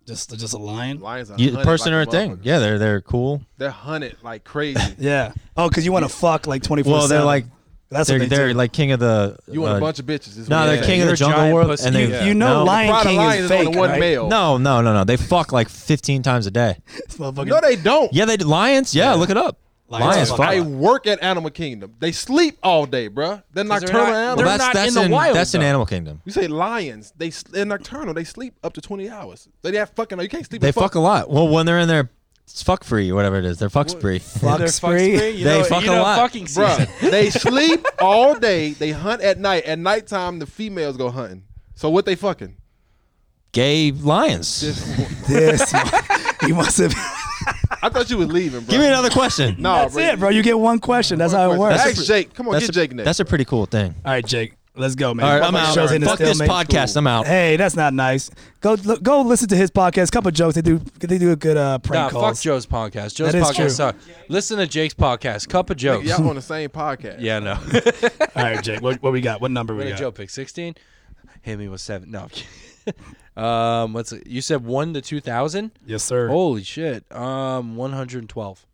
[SPEAKER 1] Just just a lion?
[SPEAKER 5] Lions are
[SPEAKER 3] You,
[SPEAKER 5] hunted
[SPEAKER 3] person
[SPEAKER 5] like
[SPEAKER 3] or a thing.
[SPEAKER 5] motherfucker.
[SPEAKER 3] Yeah, they're they're cool.
[SPEAKER 5] They're hunted like crazy.
[SPEAKER 1] Yeah. Oh, because you want to fuck like twenty four.
[SPEAKER 3] Well, they're like
[SPEAKER 1] that's
[SPEAKER 3] they're
[SPEAKER 1] what they
[SPEAKER 3] they're
[SPEAKER 1] do.
[SPEAKER 3] like king of the.
[SPEAKER 5] You want
[SPEAKER 3] uh,
[SPEAKER 5] a bunch of bitches. is
[SPEAKER 3] No,
[SPEAKER 5] what
[SPEAKER 3] they're
[SPEAKER 5] you're
[SPEAKER 3] king
[SPEAKER 5] saying.
[SPEAKER 3] of
[SPEAKER 4] You're
[SPEAKER 3] the
[SPEAKER 4] a
[SPEAKER 3] jungle
[SPEAKER 4] giant
[SPEAKER 3] world,
[SPEAKER 4] pussy.
[SPEAKER 3] and they
[SPEAKER 1] you know,
[SPEAKER 3] no,
[SPEAKER 1] Lion
[SPEAKER 5] Pride of
[SPEAKER 1] King
[SPEAKER 5] Lions
[SPEAKER 1] is
[SPEAKER 5] is only
[SPEAKER 1] fake.
[SPEAKER 5] one
[SPEAKER 1] right?
[SPEAKER 5] male.
[SPEAKER 3] No, no, no, no. They fuck like 15 times a day.
[SPEAKER 1] Motherfucking-
[SPEAKER 5] No, they don't.
[SPEAKER 3] Yeah, they lions. Yeah, look it up.
[SPEAKER 1] Lions
[SPEAKER 3] Lions,
[SPEAKER 1] fuck.
[SPEAKER 3] fuck.
[SPEAKER 5] I work at Animal Kingdom. They sleep all day, bruh. They're nocturnal
[SPEAKER 4] not-
[SPEAKER 5] animals.
[SPEAKER 4] they're
[SPEAKER 3] that's
[SPEAKER 4] not
[SPEAKER 3] that's
[SPEAKER 4] in the
[SPEAKER 3] in,
[SPEAKER 4] wild,
[SPEAKER 3] That's in
[SPEAKER 4] though.
[SPEAKER 3] Animal Kingdom.
[SPEAKER 5] You say lions? They s- they're nocturnal. They sleep up to twenty hours. They have fucking. You can't sleep.
[SPEAKER 3] They
[SPEAKER 5] and
[SPEAKER 3] fuck a lot. Well, when they're in their it's fuck free, whatever it is, they're fuck spree.
[SPEAKER 1] Fuck
[SPEAKER 4] They're fuck
[SPEAKER 1] spree.
[SPEAKER 4] spree. You
[SPEAKER 3] They
[SPEAKER 4] know-
[SPEAKER 3] fuck
[SPEAKER 4] you
[SPEAKER 3] a
[SPEAKER 4] know
[SPEAKER 3] lot.
[SPEAKER 4] Fucking season.
[SPEAKER 5] Bruh, they sleep all day. They hunt at night. At nighttime, the females go hunting. So what they fucking?
[SPEAKER 3] Gay lions.
[SPEAKER 1] This he must have.
[SPEAKER 5] I thought you was leaving, bro.
[SPEAKER 3] Give me another question.
[SPEAKER 5] no,
[SPEAKER 1] That's
[SPEAKER 5] bro.
[SPEAKER 1] it, bro. You get one question. That's how it works.
[SPEAKER 5] Ask Jake. Come on,
[SPEAKER 3] That's
[SPEAKER 5] get
[SPEAKER 3] a,
[SPEAKER 5] Jake next.
[SPEAKER 3] That's a pretty cool thing.
[SPEAKER 1] All right, Jake. Let's go, man.
[SPEAKER 3] All right, I'm
[SPEAKER 1] Fuck
[SPEAKER 3] out.
[SPEAKER 1] show's hitting a
[SPEAKER 3] Fuck this
[SPEAKER 1] stalemate.
[SPEAKER 3] podcast. I'm out.
[SPEAKER 1] Hey, that's not nice. Go look, go listen to his podcast. Couple jokes. They do they do a good uh, prank
[SPEAKER 4] Nah,
[SPEAKER 1] calls.
[SPEAKER 4] fuck Joe's podcast. Joe's
[SPEAKER 1] That is true.
[SPEAKER 4] podcast sucks. Listen to Jake's podcast. Cup of jokes.
[SPEAKER 5] Y'all on the same podcast.
[SPEAKER 4] Yeah, no.
[SPEAKER 1] All right, Jake. What, what we got? What number we
[SPEAKER 4] What did
[SPEAKER 1] got?
[SPEAKER 4] Joe pick? Sixteen. Hit me with seven. No. I'm kidding. um, what's it? you said? One to two thousand.
[SPEAKER 1] Yes, sir.
[SPEAKER 3] Oh.
[SPEAKER 4] Holy shit. Um, one hundred and twelve.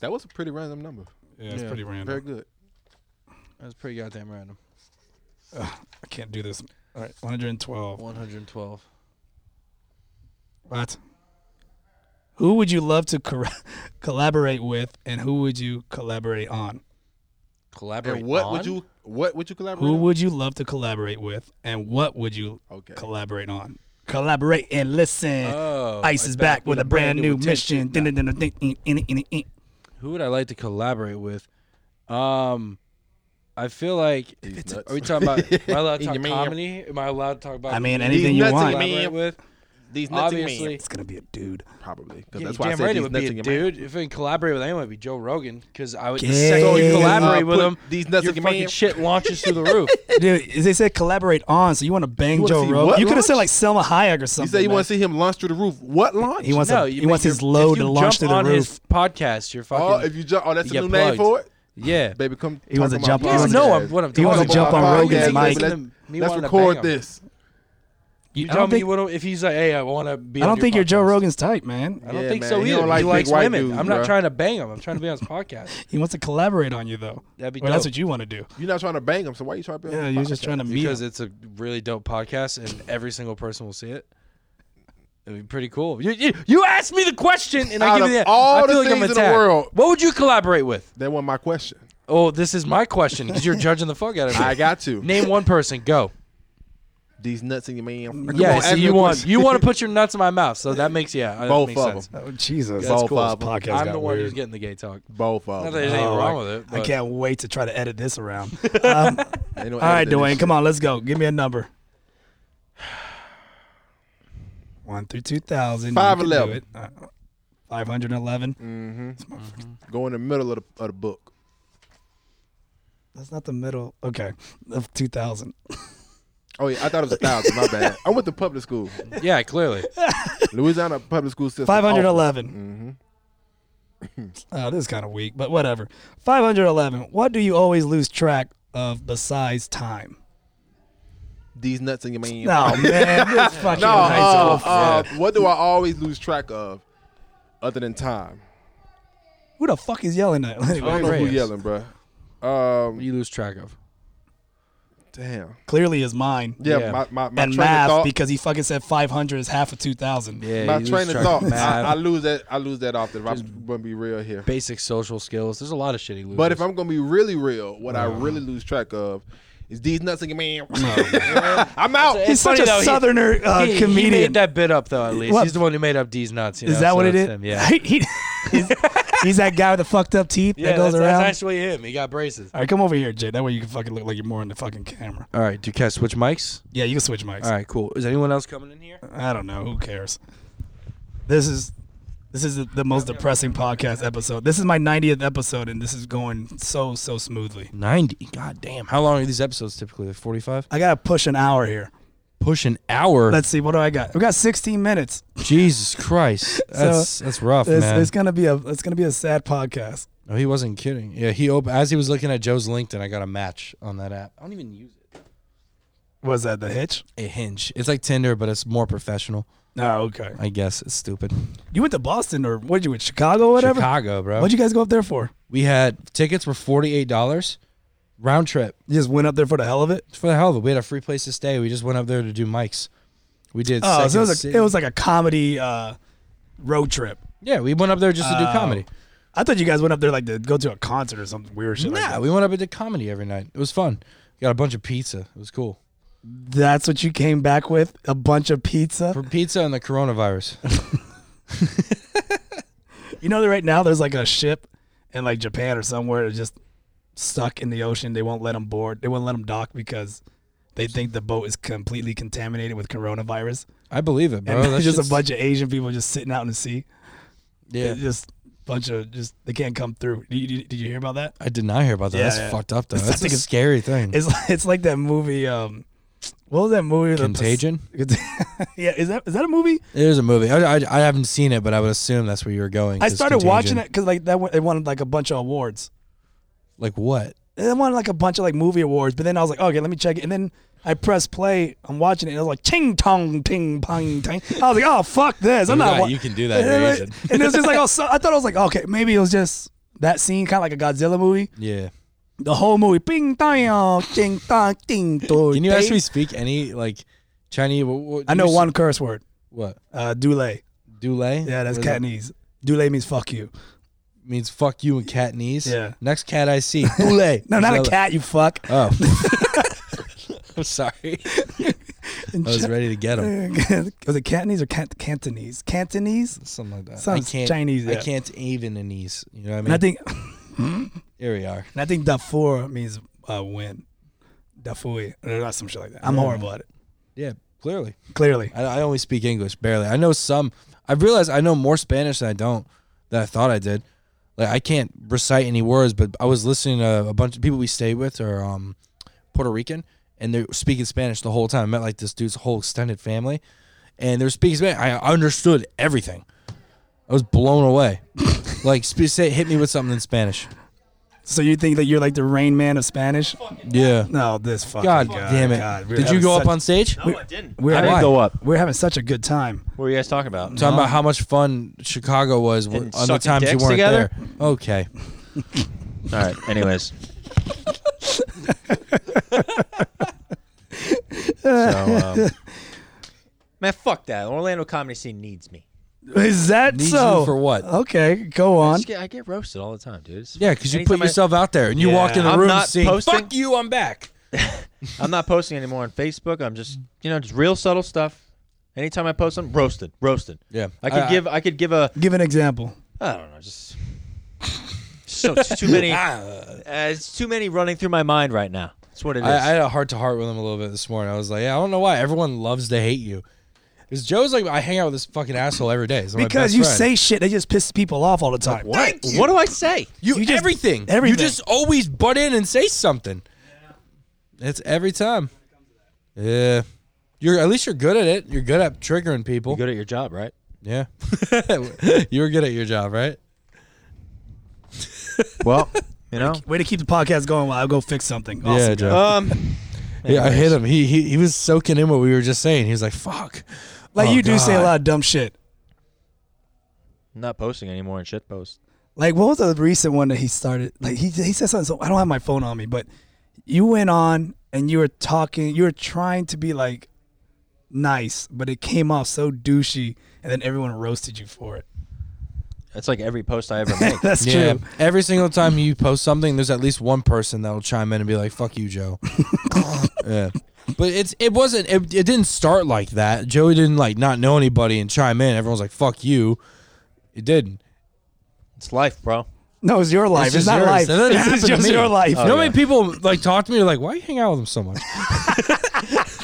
[SPEAKER 5] That was a pretty random number.
[SPEAKER 1] yeah, it's pretty random.
[SPEAKER 5] Very good.
[SPEAKER 4] That's pretty goddamn random.
[SPEAKER 1] I can't do this. All right, 112.
[SPEAKER 4] One hundred and twelve.
[SPEAKER 1] What? Who would you love to cor- collaborate with, and who would you collaborate on?
[SPEAKER 4] Collaborate.
[SPEAKER 5] And what
[SPEAKER 4] on?
[SPEAKER 5] would you? What would you collaborate?
[SPEAKER 1] Who
[SPEAKER 5] on?
[SPEAKER 1] would you love to collaborate with, and what would you
[SPEAKER 5] Okay.
[SPEAKER 1] collaborate on? Collaborate and listen.
[SPEAKER 4] Oh,
[SPEAKER 1] Ice is back, with a brand new mission. Dun, dun, dun, dun, dun, dun, dun, dun.
[SPEAKER 4] Who would I like to collaborate with? Um, I feel like.
[SPEAKER 5] These nuts.
[SPEAKER 4] Are we talking about? Am I allowed to
[SPEAKER 5] Your
[SPEAKER 4] talk
[SPEAKER 5] man.
[SPEAKER 4] comedy? Am I allowed to talk about?
[SPEAKER 1] I mean,
[SPEAKER 4] comedy?
[SPEAKER 1] anything you
[SPEAKER 5] nuts in
[SPEAKER 1] want.
[SPEAKER 5] me.
[SPEAKER 4] Collaborate with?
[SPEAKER 5] These nutty
[SPEAKER 4] Obviously.
[SPEAKER 5] men.
[SPEAKER 1] It's gonna be a dude.
[SPEAKER 5] Probably. 'cause
[SPEAKER 4] Yeah,
[SPEAKER 5] that's
[SPEAKER 4] you
[SPEAKER 5] why I
[SPEAKER 4] damn
[SPEAKER 5] said
[SPEAKER 4] right it
[SPEAKER 5] these
[SPEAKER 4] would
[SPEAKER 5] nuts
[SPEAKER 4] be
[SPEAKER 5] in
[SPEAKER 4] a
[SPEAKER 5] your mouth.
[SPEAKER 4] dude. If I can collaborate with anyone, it'd be Joe Rogan because I would. The
[SPEAKER 1] Yeah.
[SPEAKER 4] second
[SPEAKER 1] So
[SPEAKER 4] you
[SPEAKER 1] you can,
[SPEAKER 4] collaborate
[SPEAKER 5] uh,
[SPEAKER 4] with
[SPEAKER 5] put
[SPEAKER 4] him,
[SPEAKER 5] these nuts
[SPEAKER 4] your
[SPEAKER 5] in your
[SPEAKER 4] fucking
[SPEAKER 5] mouth.
[SPEAKER 4] shit launches through the roof.
[SPEAKER 1] Dude, they said collaborate on, so you want to bang
[SPEAKER 5] wanna
[SPEAKER 1] Joe
[SPEAKER 5] see
[SPEAKER 1] Rogan?
[SPEAKER 5] what
[SPEAKER 1] You could have said
[SPEAKER 5] launch?
[SPEAKER 1] like Selma Hayek or
[SPEAKER 5] You
[SPEAKER 1] something.
[SPEAKER 5] say you
[SPEAKER 1] man.
[SPEAKER 5] want to see him launch through the roof? What launch?
[SPEAKER 1] He wants
[SPEAKER 4] no,
[SPEAKER 1] a,
[SPEAKER 4] you
[SPEAKER 1] he wants
[SPEAKER 4] make
[SPEAKER 1] his
[SPEAKER 4] your-
[SPEAKER 1] load
[SPEAKER 4] if you
[SPEAKER 1] to launch through
[SPEAKER 4] jump
[SPEAKER 1] the
[SPEAKER 4] on
[SPEAKER 1] roof.
[SPEAKER 4] His podcast, you're fucking.
[SPEAKER 5] Oh, if you jump. Oh, that's
[SPEAKER 4] you
[SPEAKER 5] a new
[SPEAKER 4] get
[SPEAKER 5] name for
[SPEAKER 4] plugged.
[SPEAKER 5] it.
[SPEAKER 4] yeah,
[SPEAKER 5] Baby, come.
[SPEAKER 1] He wants
[SPEAKER 5] talk
[SPEAKER 1] to
[SPEAKER 5] on
[SPEAKER 1] jump
[SPEAKER 5] my
[SPEAKER 1] on-
[SPEAKER 4] you guys
[SPEAKER 5] podcast.
[SPEAKER 4] know I'm, what I'm
[SPEAKER 1] He
[SPEAKER 4] talking
[SPEAKER 1] wants to
[SPEAKER 4] about.
[SPEAKER 1] jump on
[SPEAKER 4] Podcast,
[SPEAKER 1] Rogan's
[SPEAKER 4] listen
[SPEAKER 1] mic.
[SPEAKER 4] to
[SPEAKER 5] Let's-
[SPEAKER 4] me
[SPEAKER 5] Let's
[SPEAKER 4] wanting to
[SPEAKER 5] record
[SPEAKER 4] bang him.
[SPEAKER 5] this.
[SPEAKER 4] You
[SPEAKER 1] I
[SPEAKER 4] tell
[SPEAKER 1] don't
[SPEAKER 4] me
[SPEAKER 1] think-
[SPEAKER 4] what if he's like, hey, I want to be.
[SPEAKER 1] I
[SPEAKER 4] on
[SPEAKER 1] don't
[SPEAKER 4] your
[SPEAKER 1] think you're Joe
[SPEAKER 4] podcast.
[SPEAKER 1] Rogan's type, man.
[SPEAKER 4] I don't
[SPEAKER 5] Yeah,
[SPEAKER 4] think
[SPEAKER 5] man.
[SPEAKER 4] so
[SPEAKER 5] He
[SPEAKER 4] either.
[SPEAKER 5] don't like
[SPEAKER 4] he
[SPEAKER 5] big
[SPEAKER 4] likes
[SPEAKER 5] white
[SPEAKER 4] women.
[SPEAKER 5] dudes,
[SPEAKER 4] I'm not
[SPEAKER 5] bruh.
[SPEAKER 4] trying to bang him. I'm trying to be on his podcast.
[SPEAKER 1] He wants to collaborate on you though.
[SPEAKER 4] That'd be
[SPEAKER 1] Well, that's
[SPEAKER 4] dope.
[SPEAKER 1] what you want to do.
[SPEAKER 5] You're not trying to bang him, so why you trying to?
[SPEAKER 1] Yeah, you're just trying to meet.
[SPEAKER 4] because
[SPEAKER 1] him.
[SPEAKER 4] it's a really dope podcast and every single person will see it. It'd be pretty cool. You, you, you asked me the question and
[SPEAKER 5] Out
[SPEAKER 4] I give
[SPEAKER 5] of
[SPEAKER 4] you the
[SPEAKER 5] all
[SPEAKER 4] I
[SPEAKER 5] the
[SPEAKER 4] feel like I'm
[SPEAKER 5] things in the
[SPEAKER 4] attacked.
[SPEAKER 5] world.
[SPEAKER 4] What would you collaborate with?
[SPEAKER 5] That wasn't my question.
[SPEAKER 4] Oh, this is my question because you're judging the fuck out of me.
[SPEAKER 5] I got to
[SPEAKER 4] Name one person. Go.
[SPEAKER 5] these nuts in your man.
[SPEAKER 4] Yeah, so
[SPEAKER 5] ask me
[SPEAKER 4] you
[SPEAKER 5] a
[SPEAKER 4] want
[SPEAKER 5] question.
[SPEAKER 4] you want to put your nuts in my mouth, so that makes yeah, that
[SPEAKER 5] Both
[SPEAKER 4] makes
[SPEAKER 5] of 'em.
[SPEAKER 4] sense.
[SPEAKER 1] oh Jesus,
[SPEAKER 5] That's
[SPEAKER 1] This
[SPEAKER 5] cool.
[SPEAKER 1] podcast
[SPEAKER 4] I'm
[SPEAKER 1] got
[SPEAKER 4] the one
[SPEAKER 1] weird.
[SPEAKER 4] who's getting the gay talk.
[SPEAKER 5] both
[SPEAKER 4] Not
[SPEAKER 5] of
[SPEAKER 4] that
[SPEAKER 5] them.
[SPEAKER 4] there's anything
[SPEAKER 1] Oh,
[SPEAKER 4] wrong
[SPEAKER 1] I-
[SPEAKER 4] with it.
[SPEAKER 1] I
[SPEAKER 4] but-
[SPEAKER 1] can't wait to try to edit this around. Um,
[SPEAKER 5] All
[SPEAKER 1] All right, Dwayne, come on, let's go. Give me a number. One through two thousand. You can do
[SPEAKER 5] 511.
[SPEAKER 1] it. Uh, 511.
[SPEAKER 5] Mm. Go in the middle of the, of the book.
[SPEAKER 1] That's not the middle. Okay, of two thousand.
[SPEAKER 5] Oh yeah, I thought it was a thousand. My bad. I went to public school,
[SPEAKER 4] Yeah, clearly.
[SPEAKER 5] Louisiana public school system.
[SPEAKER 1] Five hundred eleven.
[SPEAKER 5] Mm-hmm.
[SPEAKER 1] Oh, this is kind of weak, but whatever. Five hundred eleven. What do you always lose track of besides time?
[SPEAKER 5] Awful. These nuts in your man.
[SPEAKER 1] No man, this fucking
[SPEAKER 5] No,
[SPEAKER 1] high
[SPEAKER 5] uh,
[SPEAKER 1] school.
[SPEAKER 5] uh, what do I always lose track of, other than time?
[SPEAKER 1] Who the fuck is yelling at?
[SPEAKER 5] I don't know who
[SPEAKER 4] Reyes.
[SPEAKER 5] yelling, bro. Um,
[SPEAKER 4] What you lose track of?
[SPEAKER 5] damn.
[SPEAKER 1] Clearly, is mine.
[SPEAKER 5] Yeah,
[SPEAKER 4] Yeah.
[SPEAKER 5] my my, my
[SPEAKER 1] and
[SPEAKER 5] train
[SPEAKER 1] math
[SPEAKER 5] of thought.
[SPEAKER 1] because he fucking said 500 is half of 2000
[SPEAKER 5] my train of thought. I, I
[SPEAKER 4] math,
[SPEAKER 5] lose that. I lose that often. If I'm gonna be real here.
[SPEAKER 4] basic social skills. There's a lot of shit he loses.
[SPEAKER 5] But if I'm gonna be really real, what I really lose track of is these nuts in your man. I'm out.
[SPEAKER 1] he's such
[SPEAKER 4] funny,
[SPEAKER 1] a
[SPEAKER 4] though, he-
[SPEAKER 1] southerner uh,
[SPEAKER 4] he,
[SPEAKER 1] comedian
[SPEAKER 4] he made that bit up though. At least
[SPEAKER 1] What?
[SPEAKER 4] he's the one who made up D's nuts. you
[SPEAKER 1] is
[SPEAKER 4] know,
[SPEAKER 1] that
[SPEAKER 4] so
[SPEAKER 1] what it
[SPEAKER 4] that's
[SPEAKER 1] is
[SPEAKER 4] him, Yeah.
[SPEAKER 1] He- he- he's, he's that guy with the fucked up teeth
[SPEAKER 4] Yeah,
[SPEAKER 1] that goes
[SPEAKER 4] that's,
[SPEAKER 1] around
[SPEAKER 4] that's actually him. He got braces.
[SPEAKER 1] all right come over here jay that way you can fucking look like you're more in the fucking camera
[SPEAKER 4] All right, do you guys switch mics?
[SPEAKER 1] yeah you can switch mics
[SPEAKER 4] All right, cool. Is anyone else coming in here?
[SPEAKER 1] i don't know who cares this is this is the- the most depressing podcast episode this is my 90th episode and this is going so so smoothly
[SPEAKER 4] 90. God damn. How long are these episodes typically? Like 45?
[SPEAKER 1] i gotta push an hour here
[SPEAKER 4] Push an hour.
[SPEAKER 1] let's see what do i got we got 16 minutes
[SPEAKER 4] Jesus Christ. That's that's rough,
[SPEAKER 1] it's,
[SPEAKER 4] man.
[SPEAKER 1] it's gonna be a it's gonna be a sad podcast
[SPEAKER 4] No, he wasn't kidding. Yeah, he op- as he was looking at Joe's LinkedIn, I got a match on that app. I don't even use it.
[SPEAKER 1] Was that the hitch?
[SPEAKER 4] A hinge. It's like Tinder, but it's more professional.
[SPEAKER 1] Oh, okay.
[SPEAKER 4] I guess it's stupid.
[SPEAKER 1] You went to Boston or what? You went Chicago, or whatever.
[SPEAKER 4] Chicago, bro.
[SPEAKER 1] What'd you guys go up there for?
[SPEAKER 4] we had tickets were forty eight dollars, round trip.
[SPEAKER 1] You just went up there for the hell of it.
[SPEAKER 4] Just for the hell of it, we had a free place to stay. We just went up there to do mics. We did.
[SPEAKER 1] Oh, so it
[SPEAKER 4] Second
[SPEAKER 1] was
[SPEAKER 4] City.
[SPEAKER 1] a, it was like a comedy uh, road trip.
[SPEAKER 4] yeah. We went up there just to do
[SPEAKER 1] Oh.
[SPEAKER 4] comedy.
[SPEAKER 1] I thought you guys went up there like to go to a concert or something weird shit. like
[SPEAKER 4] Nah,
[SPEAKER 1] that.
[SPEAKER 4] we went up and did comedy every night. It was fun. Got a bunch of pizza. It was cool.
[SPEAKER 1] That's what you came back with? A bunch of pizza.
[SPEAKER 4] For pizza and the coronavirus.
[SPEAKER 1] You know that right now there's like a ship in like Japan or somewhere that's just stuck in the ocean. They won't let them board. They won't let them dock because they think the boat is completely contaminated with coronavirus.
[SPEAKER 4] I believe it, bro.
[SPEAKER 1] And
[SPEAKER 4] Oh, That
[SPEAKER 1] it's just
[SPEAKER 4] shit's-
[SPEAKER 1] a bunch of Asian people just sitting out in the sea.
[SPEAKER 4] Yeah.
[SPEAKER 1] It's just bunch of just they can't come through. Did you, did you hear about that?
[SPEAKER 4] I did not hear about that.
[SPEAKER 1] Yeah,
[SPEAKER 4] That's
[SPEAKER 1] yeah.
[SPEAKER 4] fucked up though.
[SPEAKER 1] I
[SPEAKER 4] That's a
[SPEAKER 1] think it's-
[SPEAKER 4] scary thing.
[SPEAKER 1] It's like, it's like that movie. Um, what was that movie? The-
[SPEAKER 4] Contagion?
[SPEAKER 1] yeah, is that is that a movie?
[SPEAKER 4] It is a movie. I, I, I haven't seen it, but I would assume that's where you were going.
[SPEAKER 1] I
[SPEAKER 4] 'cause
[SPEAKER 1] started
[SPEAKER 4] Contagion-
[SPEAKER 1] watching it because like that one, it won like a bunch of awards.
[SPEAKER 4] Like what?
[SPEAKER 1] It won like a bunch of like movie awards, but then I was like, okay, let me check it. And then I pressed play. I'm watching it. and I was like, ching tong ting pong ting. I was like, oh fuck this. I'm
[SPEAKER 4] You're
[SPEAKER 1] not.
[SPEAKER 4] right,
[SPEAKER 1] wa-
[SPEAKER 4] you can do that,
[SPEAKER 1] And, then,
[SPEAKER 4] you're
[SPEAKER 1] like-
[SPEAKER 4] Asian.
[SPEAKER 1] and it was just like, oh, so, I thought I was like, okay, maybe it was just that scene, kind of like a Godzilla movie.
[SPEAKER 4] Yeah.
[SPEAKER 1] The whole movie, ping dong, ching dong, ding dong.
[SPEAKER 4] Can you
[SPEAKER 1] ding.
[SPEAKER 4] actually speak any like Chinese? What,
[SPEAKER 1] I know one curse word.
[SPEAKER 4] What?
[SPEAKER 1] Uh, Dule.
[SPEAKER 4] Dule.
[SPEAKER 1] Yeah, that's
[SPEAKER 4] What is that?
[SPEAKER 1] Cantonese. Dule means fuck you.
[SPEAKER 4] Means fuck you and Catanese.
[SPEAKER 1] Yeah.
[SPEAKER 4] Next cat I see. Dule.
[SPEAKER 1] No, not a
[SPEAKER 4] Dule.
[SPEAKER 1] cat, you fuck.
[SPEAKER 4] Oh. I'm sorry.
[SPEAKER 1] In
[SPEAKER 4] I was
[SPEAKER 1] Chi-
[SPEAKER 4] ready to get him.
[SPEAKER 1] was it Cantonese or Cant- Cantonese? Cantonese?
[SPEAKER 4] Something like that.
[SPEAKER 1] Sounds
[SPEAKER 4] I can't,
[SPEAKER 1] Chinese,
[SPEAKER 4] I
[SPEAKER 1] yeah.
[SPEAKER 4] can't even in these. You know what I mean?
[SPEAKER 1] And I think
[SPEAKER 4] Here we are.
[SPEAKER 1] and I think Darfur means uh, win. Dafui. Or not some shit like that. I'm horrible at it.
[SPEAKER 4] Yeah. Clearly.
[SPEAKER 1] Clearly.
[SPEAKER 4] I, I only speak English barely. I know some. I realized I know more Spanish than I don't than I thought I did. Like I can't recite any words, but I was listening to a bunch of people we stayed with are um, Puerto Rican, and they're speaking Spanish the whole time. I met like this dude's whole extended family, and they're speaking Spanish. I understood everything. I was blown away. like sp- say, hit me with something in Spanish.
[SPEAKER 1] So you think that you're like the rain man of Spanish?
[SPEAKER 4] Yeah.
[SPEAKER 1] No, this fucking
[SPEAKER 4] God, damn it!
[SPEAKER 1] God, we're
[SPEAKER 4] Did you
[SPEAKER 1] having
[SPEAKER 4] go up
[SPEAKER 1] such-
[SPEAKER 4] on stage?
[SPEAKER 3] No, I didn't.
[SPEAKER 1] We're
[SPEAKER 3] I didn't
[SPEAKER 1] having,
[SPEAKER 3] go up.
[SPEAKER 1] We're having such a good time.
[SPEAKER 3] What were you guys talking about?
[SPEAKER 4] Talking about how much fun Chicago was w-
[SPEAKER 3] And
[SPEAKER 4] on the
[SPEAKER 3] sucking
[SPEAKER 4] times you
[SPEAKER 3] dicks
[SPEAKER 4] weren't
[SPEAKER 3] together?
[SPEAKER 4] there. Okay.
[SPEAKER 3] All right. Anyways. so, um, man, fuck that. Orlando comedy scene needs me.
[SPEAKER 1] Is that
[SPEAKER 4] Needs
[SPEAKER 1] so?
[SPEAKER 4] you for what?
[SPEAKER 1] Okay, go
[SPEAKER 3] I
[SPEAKER 1] on.
[SPEAKER 3] just get, I get roasted all the time, dude.
[SPEAKER 4] Yeah, because you put
[SPEAKER 3] Anytime I-
[SPEAKER 4] yourself out there and you walk in the
[SPEAKER 3] I'm
[SPEAKER 4] room
[SPEAKER 3] not
[SPEAKER 4] saying,
[SPEAKER 3] posting-
[SPEAKER 4] "Fuck you, I'm back."
[SPEAKER 3] I'm not posting anymore on Facebook. I'm just, you know, just real subtle stuff. Anytime I post something, roasted, roasted.
[SPEAKER 4] Yeah.
[SPEAKER 3] I could
[SPEAKER 4] I-
[SPEAKER 3] give, I could give a,
[SPEAKER 1] Give an example.
[SPEAKER 3] I don't know, just
[SPEAKER 4] Ah.
[SPEAKER 3] so it's too many. uh, it's too many running through my mind right now. That's what it is.
[SPEAKER 4] I, I had a heart to heart with him a little bit this morning. I was like, yeah, I don't know why everyone loves to hate you. Because Joe's like, I hang out with this fucking asshole every day. He's my
[SPEAKER 1] Because
[SPEAKER 4] best
[SPEAKER 1] you
[SPEAKER 4] friend.
[SPEAKER 1] say shit that just pisses people off all the time.
[SPEAKER 4] what?
[SPEAKER 3] what do I say?
[SPEAKER 4] You,
[SPEAKER 1] You just-
[SPEAKER 4] everything.
[SPEAKER 1] everything.
[SPEAKER 4] You just always butt in and say something. It's every time. Yeah. You're at least you're good at it. You're good at triggering people.
[SPEAKER 3] You're good at your job, right?
[SPEAKER 4] yeah. you were good at your job, right?
[SPEAKER 3] Well, you know.
[SPEAKER 1] Way to keep the podcast going while I go fix something. Awesome.
[SPEAKER 4] Yeah, Joe.
[SPEAKER 3] Um,
[SPEAKER 4] yeah, I hit him. He, he he was soaking in what we were just saying. He was like, "Fuck."
[SPEAKER 1] Like
[SPEAKER 4] Oh,
[SPEAKER 1] you do say a
[SPEAKER 4] God.
[SPEAKER 1] lot of dumb shit.
[SPEAKER 3] I'm not posting anymore in shit post.
[SPEAKER 1] Like what was the recent one that he started? Like he he said something. So I don't have my phone on me, but you went on and you were talking. You were trying to be like nice, but it came off so douchey, and then everyone roasted you for it.
[SPEAKER 3] That's like every post I ever make.
[SPEAKER 1] That's
[SPEAKER 4] yeah.
[SPEAKER 1] true.
[SPEAKER 4] Every single time you post something, there's at least one person that'll chime in and be like, "Fuck you, Joe." yeah. But it's it wasn't it, it didn't start like that. Joey didn't like not know anybody and chime in. Everyone's like, "Fuck you." It didn't.
[SPEAKER 3] it's life, bro.
[SPEAKER 1] No, it's your life. It's,
[SPEAKER 4] just
[SPEAKER 1] not
[SPEAKER 4] yours.
[SPEAKER 1] life.
[SPEAKER 4] And then it happened
[SPEAKER 1] It's
[SPEAKER 4] to
[SPEAKER 1] just
[SPEAKER 4] me. Oh,
[SPEAKER 1] your life. Oh,
[SPEAKER 4] you know how many people like talk to me? They're like, "Why you hang out with him so much?"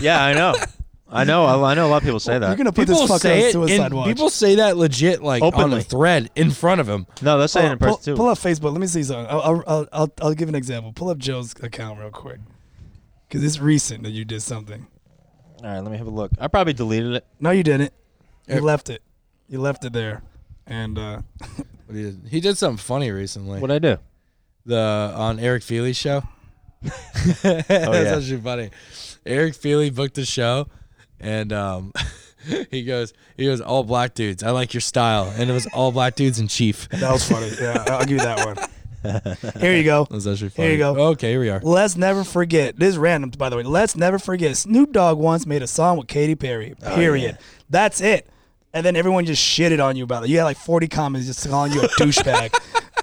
[SPEAKER 3] Yeah, I know. I know. I, I know a lot of people say that.
[SPEAKER 1] You're gonna put
[SPEAKER 4] people
[SPEAKER 1] this fucker
[SPEAKER 4] say
[SPEAKER 1] on
[SPEAKER 4] it. in-
[SPEAKER 1] suicide watch.
[SPEAKER 4] people say that legit like on
[SPEAKER 3] Openly.
[SPEAKER 4] a thread in front of him.
[SPEAKER 3] no, that's saying
[SPEAKER 1] pull,
[SPEAKER 3] in person
[SPEAKER 1] pull-
[SPEAKER 3] too.
[SPEAKER 1] pull up Facebook. Let me see something. I'll, I'll, I'll, I'll, I'll give an example. Pull up Joe's account real quick. Because it's recent that you did something.
[SPEAKER 3] All right, let me have a look. I probably deleted it.
[SPEAKER 1] No, you didn't. You
[SPEAKER 4] Yeah.
[SPEAKER 1] left it. You left it there. And uh,
[SPEAKER 4] What he did- He did something funny recently.
[SPEAKER 3] What I do?
[SPEAKER 4] the on Eric Feely's show. That's
[SPEAKER 3] Oh, yeah.
[SPEAKER 4] actually funny. Eric Feely booked a show, and um, he goes, he goes, all black dudes. I like your style, and it was all black dudes in chief. That
[SPEAKER 1] that was funny. yeah, I'll give you that one. Here you go.
[SPEAKER 4] was actually funny.
[SPEAKER 1] Here you go.
[SPEAKER 4] Okay, here we are.
[SPEAKER 1] Let's never forget. This is random, by the way. Let's never forget. Snoop Dogg once made a song with Katy Perry.
[SPEAKER 4] Oh,
[SPEAKER 1] Period. That's it. And then everyone just shitted on you about it. You had like 40 comments just calling you a douchebag.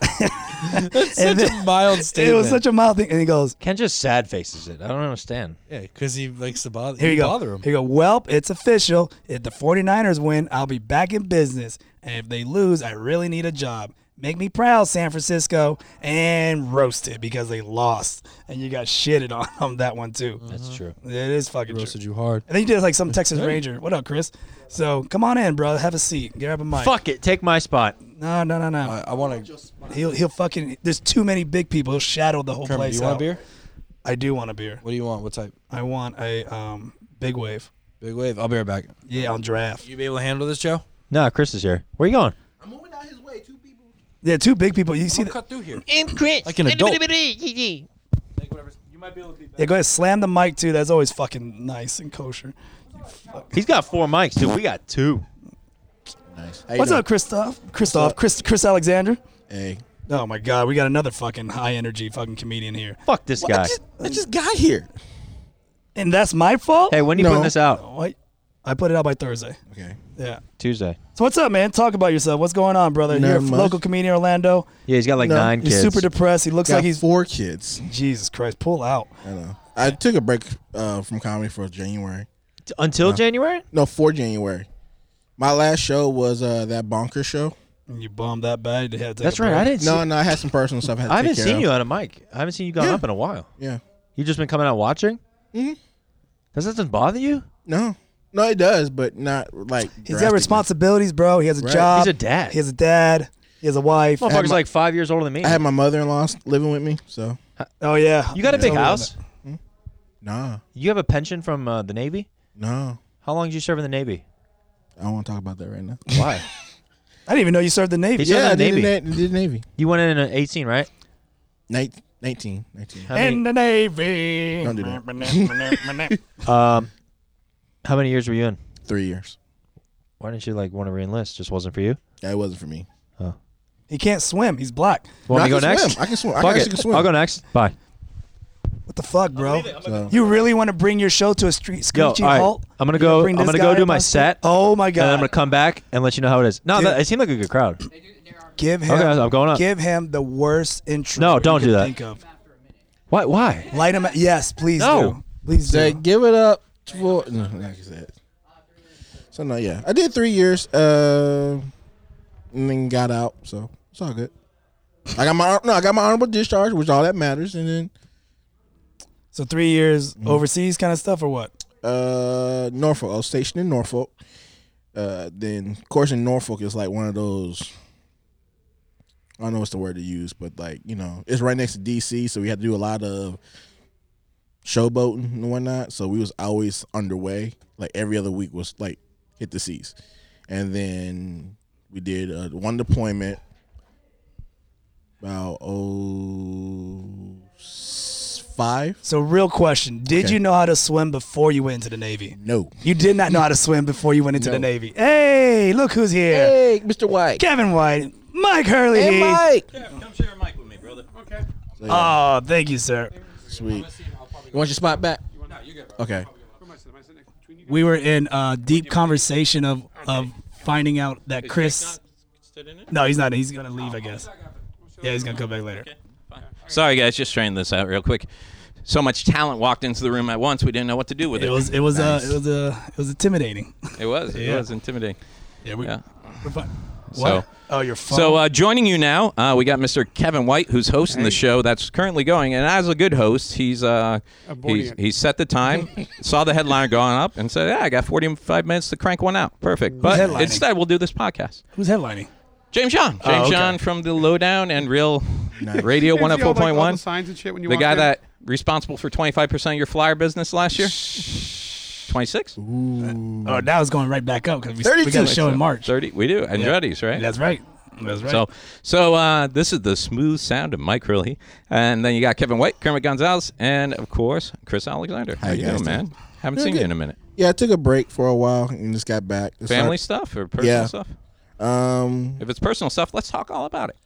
[SPEAKER 4] Such a mild statement.
[SPEAKER 1] It was such a mild thing. And he goes,
[SPEAKER 3] Ken just sad faces it. I don't understand.
[SPEAKER 4] yeah, because he likes to bother.
[SPEAKER 1] Here you
[SPEAKER 4] he
[SPEAKER 1] go.
[SPEAKER 4] Bother him.
[SPEAKER 1] Here you go. Welp, it's official. If the 49ers win, I'll be back in business. And if they lose, I really need a job. Make me proud, San Francisco. And roasted because they lost. And you got shitted on on that one, too.
[SPEAKER 3] That's true.
[SPEAKER 1] It is fucking true.
[SPEAKER 4] Mm-hmm. Roasted you hard.
[SPEAKER 1] And then you did like some Texas Ranger. What up, Chris? So come on in, bro. Have a seat. Grab a mic.
[SPEAKER 3] Fuck it. Take my spot.
[SPEAKER 1] No, no, no, no.
[SPEAKER 4] I, I want to.
[SPEAKER 1] he'll he'll fucking. There's too many big people. He'll shadow the whole
[SPEAKER 4] Kermit,
[SPEAKER 1] place.
[SPEAKER 4] you want
[SPEAKER 1] out.
[SPEAKER 4] a beer?
[SPEAKER 1] I do want a beer.
[SPEAKER 4] What do you want? What type?
[SPEAKER 1] I want a um big wave.
[SPEAKER 4] Big wave. I'll be right back.
[SPEAKER 1] Yeah, on draft.
[SPEAKER 4] You be able to handle this, Joe?
[SPEAKER 3] Nah, Chris is here. Where you going?
[SPEAKER 5] I'm moving out his way. Two people.
[SPEAKER 1] Yeah, two big people. You see
[SPEAKER 4] Don't
[SPEAKER 1] the
[SPEAKER 4] cut through here.
[SPEAKER 6] I'm Chris.
[SPEAKER 4] Like an adult. Like whatever. You might be able to be better.
[SPEAKER 1] Yeah, go ahead. Slam the mic too. That's always fucking nice and kosher.
[SPEAKER 3] He's got four mics, dude. We got two.
[SPEAKER 1] What's up, Christoph? Christoph, Chris, Chris Alexander.
[SPEAKER 6] Hey,
[SPEAKER 1] Oh my God, we got another fucking high energy fucking comedian here,
[SPEAKER 3] Fuck this
[SPEAKER 6] I
[SPEAKER 3] guy.
[SPEAKER 6] just, I just got here.
[SPEAKER 1] and that's my fault.
[SPEAKER 3] Hey, when are you
[SPEAKER 6] No.
[SPEAKER 3] putting this out?
[SPEAKER 1] What? I put it out by Thursday.
[SPEAKER 6] Okay.
[SPEAKER 1] Yeah.
[SPEAKER 3] Tuesday.
[SPEAKER 1] So what's up, man? Talk about yourself. What's going on, brother?
[SPEAKER 6] Not
[SPEAKER 1] You're a
[SPEAKER 6] much.
[SPEAKER 1] local comedian, Orlando.
[SPEAKER 3] Yeah, he's got like
[SPEAKER 6] No.
[SPEAKER 3] nine
[SPEAKER 1] He's
[SPEAKER 3] kids.
[SPEAKER 1] super depressed. He looks
[SPEAKER 6] Got
[SPEAKER 1] like he's
[SPEAKER 6] four kids.
[SPEAKER 1] Jesus Christ. Pull out.
[SPEAKER 6] I know. I took a break uh, from comedy for January.
[SPEAKER 3] Until January?
[SPEAKER 6] No, for January. My last show was uh, that bonker show.
[SPEAKER 1] And you bummed that bad. You had to take
[SPEAKER 3] That's
[SPEAKER 1] a
[SPEAKER 3] right. I
[SPEAKER 1] break.
[SPEAKER 3] didn't.
[SPEAKER 6] No,
[SPEAKER 3] see,
[SPEAKER 6] no, I had some personal stuff. I, had to
[SPEAKER 3] I haven't
[SPEAKER 6] take care
[SPEAKER 3] seen
[SPEAKER 6] of.
[SPEAKER 3] you on a mic. I haven't seen you gone up in a while.
[SPEAKER 6] Yeah.
[SPEAKER 3] You just been coming out watching. Mm-hmm. Does that doesn't bother you?
[SPEAKER 6] No. No, it does, but not like.
[SPEAKER 1] He's got
[SPEAKER 6] drastically.
[SPEAKER 1] responsibilities, bro. He has a
[SPEAKER 6] Right.
[SPEAKER 1] job.
[SPEAKER 3] He's a dad.
[SPEAKER 1] He has a dad. He has a wife.
[SPEAKER 3] Motherfucker's
[SPEAKER 6] my-
[SPEAKER 3] like five years older than me.
[SPEAKER 6] I had my mother in law living with me, so
[SPEAKER 1] Oh yeah.
[SPEAKER 3] you got a big
[SPEAKER 1] Totally on
[SPEAKER 3] house.
[SPEAKER 6] nah,
[SPEAKER 3] You have a pension from uh, the Navy.
[SPEAKER 6] no.
[SPEAKER 3] How long did you serve in the Navy?
[SPEAKER 6] I don't want to talk about that right now.
[SPEAKER 3] Why?
[SPEAKER 1] that. I didn't even know you served the Navy.
[SPEAKER 3] He's- Yeah,
[SPEAKER 6] I
[SPEAKER 3] the
[SPEAKER 6] did
[SPEAKER 3] Navy.
[SPEAKER 6] na- did Navy.
[SPEAKER 3] you went in at 18, right?
[SPEAKER 6] Nin- 19, 19.
[SPEAKER 3] How
[SPEAKER 1] In
[SPEAKER 3] many,
[SPEAKER 1] the Navy.
[SPEAKER 6] Don't do
[SPEAKER 1] that.
[SPEAKER 3] um, how many years were you in?
[SPEAKER 6] Three years.
[SPEAKER 3] Why didn't you like want to reenlist? Just wasn't for you.
[SPEAKER 6] That wasn't for me.
[SPEAKER 1] he can't swim. He's black.
[SPEAKER 3] Want me
[SPEAKER 6] No,
[SPEAKER 3] to
[SPEAKER 6] I
[SPEAKER 3] go
[SPEAKER 6] can
[SPEAKER 3] next?
[SPEAKER 6] swim. I can swim. I
[SPEAKER 3] Fuck
[SPEAKER 6] can
[SPEAKER 3] it.
[SPEAKER 6] actually can swim.
[SPEAKER 3] I'll go next. Bye.
[SPEAKER 1] What the fuck, bro?
[SPEAKER 6] So,
[SPEAKER 1] You really want to bring your show to a street
[SPEAKER 3] Yo,
[SPEAKER 1] screeching
[SPEAKER 3] all right.
[SPEAKER 1] halt?
[SPEAKER 3] I'm gonna
[SPEAKER 1] You gonna
[SPEAKER 3] go. I'm
[SPEAKER 1] bring this
[SPEAKER 3] gonna go
[SPEAKER 1] guy
[SPEAKER 3] do
[SPEAKER 1] up
[SPEAKER 3] my
[SPEAKER 1] on stage?
[SPEAKER 3] set.
[SPEAKER 1] Oh my
[SPEAKER 3] And then I'm
[SPEAKER 1] god!
[SPEAKER 3] gonna come back and let you know how it is. No,
[SPEAKER 1] Dude.
[SPEAKER 3] that, it seemed like a good crowd.
[SPEAKER 1] give him.
[SPEAKER 3] Okay, I'm going up.
[SPEAKER 1] Give him the worst intro.
[SPEAKER 3] No,
[SPEAKER 1] you
[SPEAKER 3] don't
[SPEAKER 1] could
[SPEAKER 3] do that.
[SPEAKER 1] Think of.
[SPEAKER 3] Why? Why?
[SPEAKER 1] Light him. Yes, please
[SPEAKER 3] No.
[SPEAKER 1] do. Please
[SPEAKER 6] Zach,
[SPEAKER 1] do.
[SPEAKER 6] give it up for. No, like I said. So, no, yeah. I did three years uh, and then got out, so it's all good. I got my no, I got my honorable discharge, which all that matters, and then
[SPEAKER 1] So three years
[SPEAKER 6] Mm-hmm.
[SPEAKER 1] overseas kind of stuff or what?
[SPEAKER 6] Uh, Norfolk. I was stationed in Norfolk. Uh, then of course in Norfolk is like one of those. I don't know what's the word to use, but like you know, it's right next to DC, so we had to do a lot of showboating and whatnot. So we was always underway. Like every other week was like hit the seas, and then we did uh, one deployment about oh five.
[SPEAKER 1] So real question: Did you know how to swim before you went into the Navy?
[SPEAKER 6] No.
[SPEAKER 1] You did not know how to swim before you went into the
[SPEAKER 6] No.
[SPEAKER 1] Navy. Hey, look who's here!
[SPEAKER 6] Hey, Mr. White.
[SPEAKER 1] Kevin White, Mike Hurley.
[SPEAKER 7] Come share a mic with me, brother. Okay.
[SPEAKER 1] Oh, thank you, sir.
[SPEAKER 6] Sweet. You want your spot back?
[SPEAKER 7] No, you get
[SPEAKER 6] Okay.
[SPEAKER 1] We were in a deep conversation of of finding out that Chris. No, he's not. He's gonna leave, I guess. Yeah, he's gonna come back later.
[SPEAKER 7] Sorry, guys. Just straighten this out real quick. So much talent walked into the room at once. We didn't know what to do with it.
[SPEAKER 1] It was it was uh it was uh it was intimidating.
[SPEAKER 7] It was. It
[SPEAKER 1] Yeah.
[SPEAKER 7] was intimidating.
[SPEAKER 1] Yeah, we,
[SPEAKER 7] Yeah.
[SPEAKER 1] we're fine.
[SPEAKER 7] So-
[SPEAKER 1] What? oh, you're fine.
[SPEAKER 7] So uh, joining you now, uh, we got Mr. Kevin White, who's hosting the show that's currently going, and as a good host, he's uh, he's, he's set the time, saw the headline going up, and said, "Yeah, I got 45 minutes to crank one out, perfect." But
[SPEAKER 1] headlining?
[SPEAKER 7] instead, we'll do this podcast.
[SPEAKER 1] who's headlining?
[SPEAKER 7] James John, James
[SPEAKER 1] okay.
[SPEAKER 7] John from the Lowdown and Real Radio 104.1,
[SPEAKER 8] signs and shit when you
[SPEAKER 7] the
[SPEAKER 8] walk
[SPEAKER 7] guy
[SPEAKER 8] in?
[SPEAKER 7] that responsible for 25% of your flyer business last year. 26,
[SPEAKER 1] Oh, now it's going right back up because we, we got a show in March.
[SPEAKER 7] 30, we do, and Juddy's, right?
[SPEAKER 1] That's right. That's right.
[SPEAKER 7] So, so uh, this is the smooth sound of Mike Hurley, and then you got Kevin White, Kermit Gonzalez, and of course Chris Alexander. How you
[SPEAKER 6] guys
[SPEAKER 7] doing, man? Haven't seen you
[SPEAKER 6] good.
[SPEAKER 7] in a minute.
[SPEAKER 6] Yeah, I took a break for a while and just got back. It's
[SPEAKER 7] Family stuff or personal
[SPEAKER 6] Yeah.
[SPEAKER 7] stuff?
[SPEAKER 6] not- Um.
[SPEAKER 7] If it's personal stuff, let's talk all about it.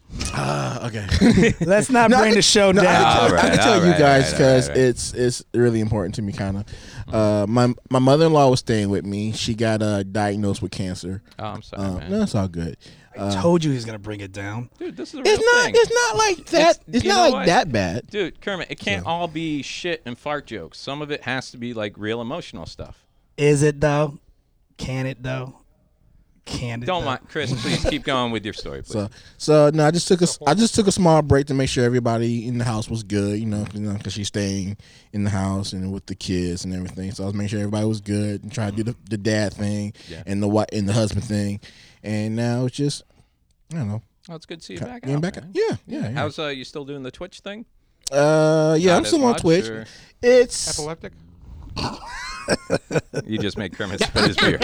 [SPEAKER 6] Okay.
[SPEAKER 1] let's not
[SPEAKER 6] No, I
[SPEAKER 1] bring
[SPEAKER 6] can-
[SPEAKER 1] the show
[SPEAKER 6] no, I can
[SPEAKER 1] down.
[SPEAKER 6] tell,
[SPEAKER 7] All
[SPEAKER 6] I
[SPEAKER 7] right,
[SPEAKER 6] can tell
[SPEAKER 7] all
[SPEAKER 6] you
[SPEAKER 7] right,
[SPEAKER 6] guys
[SPEAKER 7] all right, all
[SPEAKER 6] because
[SPEAKER 7] right, Hmm. all right.
[SPEAKER 6] it's it's really important to me, kind of. Uh, my my mother in law was staying with me. She got uh, diagnosed with cancer.
[SPEAKER 7] Oh, I'm sorry,
[SPEAKER 6] Um,
[SPEAKER 7] man.
[SPEAKER 6] no, it's all good.
[SPEAKER 1] I told you he's gonna bring it down.
[SPEAKER 7] Dude, this is a real
[SPEAKER 6] It's not.
[SPEAKER 7] thing.
[SPEAKER 6] It's not like that.
[SPEAKER 7] It's-
[SPEAKER 6] It's,
[SPEAKER 7] you know
[SPEAKER 6] not like
[SPEAKER 7] what?
[SPEAKER 6] that bad.
[SPEAKER 7] Dude, Kermit, it can't all be shit and fart jokes. Some of it has to be like real emotional stuff.
[SPEAKER 1] Is it though? Can it though? Can it?
[SPEAKER 7] Don't
[SPEAKER 1] though?
[SPEAKER 7] mind, Chris. Please keep going with your story, please.
[SPEAKER 6] So, so no, I just took a s- I just took a small break to make sure everybody in the house was good, you know, you know, because she's staying in the house and with the kids and everything. So I was making sure everybody was good and trying to do the, the dad thing and the what and the husband thing, and now it's just I don't know,
[SPEAKER 7] oh, it's good to see you back.
[SPEAKER 6] getting
[SPEAKER 7] out,
[SPEAKER 6] back.
[SPEAKER 7] man.
[SPEAKER 6] Yeah, yeah, yeah.
[SPEAKER 7] How's uh, you still doing the Twitch thing?
[SPEAKER 6] Uh, yeah,
[SPEAKER 7] Not
[SPEAKER 6] I'm
[SPEAKER 7] as
[SPEAKER 6] still on
[SPEAKER 7] much,
[SPEAKER 6] Twitch.
[SPEAKER 7] or-
[SPEAKER 6] It's
[SPEAKER 8] Epileptic?
[SPEAKER 7] You just made Kermit spit his beer.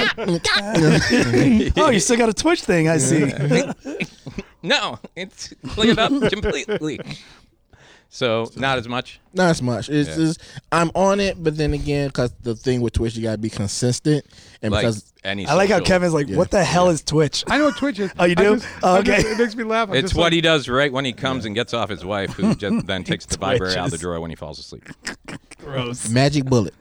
[SPEAKER 1] Oh, you still got a Twitch thing. I see.
[SPEAKER 7] No, it's cleared up completely. So not as much.
[SPEAKER 6] not as much. It's just I'm on it, but then again, because the thing with Twitch, you gotta be consistent, and
[SPEAKER 7] Like
[SPEAKER 6] because
[SPEAKER 7] any.
[SPEAKER 1] I like how
[SPEAKER 7] social-
[SPEAKER 1] Kevin's like, "What the hell is Twitch?"
[SPEAKER 8] I know what Twitch is.
[SPEAKER 1] Oh, you
[SPEAKER 8] I
[SPEAKER 1] do?
[SPEAKER 8] just-
[SPEAKER 1] Oh,
[SPEAKER 8] I just-
[SPEAKER 1] okay.
[SPEAKER 8] it makes me laugh. I'm
[SPEAKER 7] It's
[SPEAKER 8] just
[SPEAKER 7] what
[SPEAKER 8] like,
[SPEAKER 7] he does right when he comes and gets off his wife, who just then takes the vibrator out of the
[SPEAKER 1] Twitches.
[SPEAKER 7] drawer when he falls asleep.
[SPEAKER 1] Gross.
[SPEAKER 6] Magic Bullet.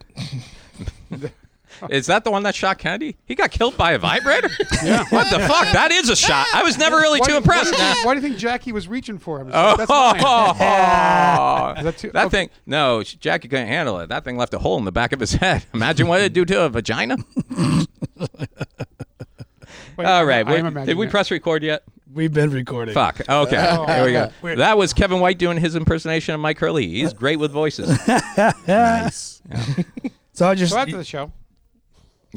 [SPEAKER 7] Is that the one that shot Kennedy? He got killed by a vibrator. What the fuck? That is a shot. I was never really too impressed.
[SPEAKER 8] Why do, you think, why do you think Jackie was reaching for him? Oh, that's mine. Is that too-
[SPEAKER 7] Uh, Oh. that
[SPEAKER 8] okay.
[SPEAKER 7] thing, no, sh- Jackie couldn't handle it. That thing left a hole in the back of his head. Imagine what it'd do to a vagina.
[SPEAKER 8] Wait, I'm-
[SPEAKER 7] All right,
[SPEAKER 8] I am
[SPEAKER 7] wait, did
[SPEAKER 8] imagining
[SPEAKER 7] we
[SPEAKER 8] it. Oh,
[SPEAKER 7] press record yet?
[SPEAKER 1] We've been recording.
[SPEAKER 7] Fuck. Okay. Here we go.
[SPEAKER 1] Weird.
[SPEAKER 7] That was Kevin White doing his impersonation of Mike Hurley. He's great with voices.
[SPEAKER 6] nice.
[SPEAKER 1] So I just
[SPEAKER 8] So after the show,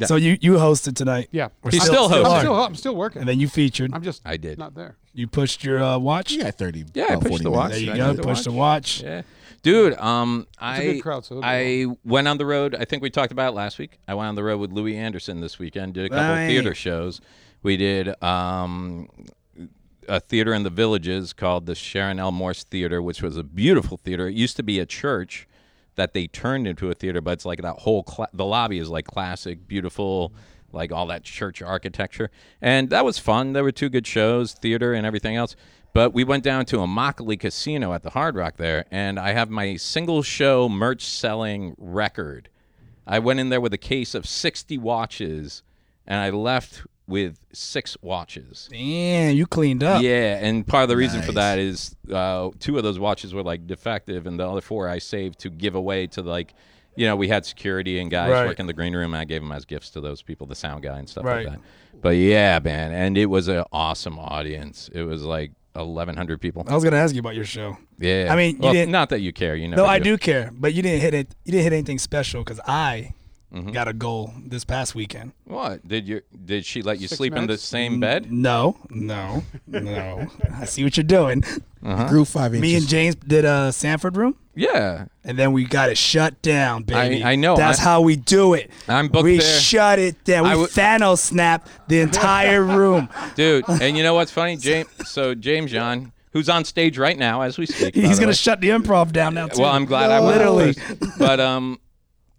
[SPEAKER 1] so you you hosted tonight.
[SPEAKER 8] yeah.
[SPEAKER 7] He's
[SPEAKER 8] I'm
[SPEAKER 7] still
[SPEAKER 8] I'm
[SPEAKER 7] hosting.
[SPEAKER 8] still, I'm still
[SPEAKER 1] and
[SPEAKER 8] working.
[SPEAKER 1] then you featured.
[SPEAKER 8] I'm just
[SPEAKER 7] I did.
[SPEAKER 8] not there.
[SPEAKER 1] You pushed your uh, watch.
[SPEAKER 6] You got thirty.
[SPEAKER 7] Yeah, I
[SPEAKER 6] about 40
[SPEAKER 7] pushed the
[SPEAKER 6] minutes.
[SPEAKER 7] watch.
[SPEAKER 1] There
[SPEAKER 7] I
[SPEAKER 1] you
[SPEAKER 7] did
[SPEAKER 1] go.
[SPEAKER 7] the
[SPEAKER 1] Push the
[SPEAKER 7] watch.
[SPEAKER 1] watch.
[SPEAKER 7] Yeah. Dude, um, I
[SPEAKER 8] a good crowd, so it'll be
[SPEAKER 7] I went on the road. I think we talked about it last week. I went on the road with Louis Anderson this weekend. Did a couple
[SPEAKER 1] Right.
[SPEAKER 7] of theater shows. We did um, a theater in the villages called the Sharon L. Morse Theater, which was a beautiful theater. It used to be a church that they turned into a theater, but it's like that whole cla- the lobby is like classic, beautiful, like all that church architecture, and that was fun. There were two good shows, theater and everything else. But we went down to a Immokalee Casino at the Hard Rock there, and I have my single show merch selling record. I went in there with a case of 60 watches, and I left with six watches.
[SPEAKER 1] Damn, you cleaned up.
[SPEAKER 7] Yeah, and part of the reason for that is uh, two of those watches were like defective, and the other four I saved to give away to like, you know, we had security and guys
[SPEAKER 1] Right.
[SPEAKER 7] working the green room. And I gave them as gifts to those people, the sound guy and stuff
[SPEAKER 1] Right.
[SPEAKER 7] like that. But yeah, man, and it was an awesome audience. It was like 1,100 people.
[SPEAKER 1] I was gonna ask you about your show.
[SPEAKER 7] Yeah.
[SPEAKER 1] Oh, I mean, you
[SPEAKER 7] Well,
[SPEAKER 1] didn't-
[SPEAKER 7] Not that you care, you know.
[SPEAKER 1] No, I do care, but you didn't hit it. You didn't hit anything special because I
[SPEAKER 7] Mm-hmm.
[SPEAKER 1] got a goal this past weekend.
[SPEAKER 7] What did you? Did she let you
[SPEAKER 8] Six
[SPEAKER 7] sleep in the
[SPEAKER 8] minutes?
[SPEAKER 1] Mm.
[SPEAKER 7] same bed?
[SPEAKER 1] No, no, no. I see what you're doing.
[SPEAKER 6] Grew five inches.
[SPEAKER 1] Me and James did a Sanford room,
[SPEAKER 7] Yeah.
[SPEAKER 1] and then we got it shut down, baby.
[SPEAKER 7] I know,
[SPEAKER 1] That's
[SPEAKER 7] I-
[SPEAKER 1] how we do it.
[SPEAKER 7] I'm booked
[SPEAKER 1] we
[SPEAKER 7] there.
[SPEAKER 1] shut it down. We
[SPEAKER 7] I would-
[SPEAKER 1] Thanos snapped the entire room.
[SPEAKER 7] dude. And you know what's funny, James? So James John, who's on stage right now as we speak, by
[SPEAKER 1] He's
[SPEAKER 7] the
[SPEAKER 1] gonna
[SPEAKER 7] way.
[SPEAKER 1] shut the improv down now too.
[SPEAKER 7] Well, I'm glad I went
[SPEAKER 1] Literally.
[SPEAKER 7] first. But um,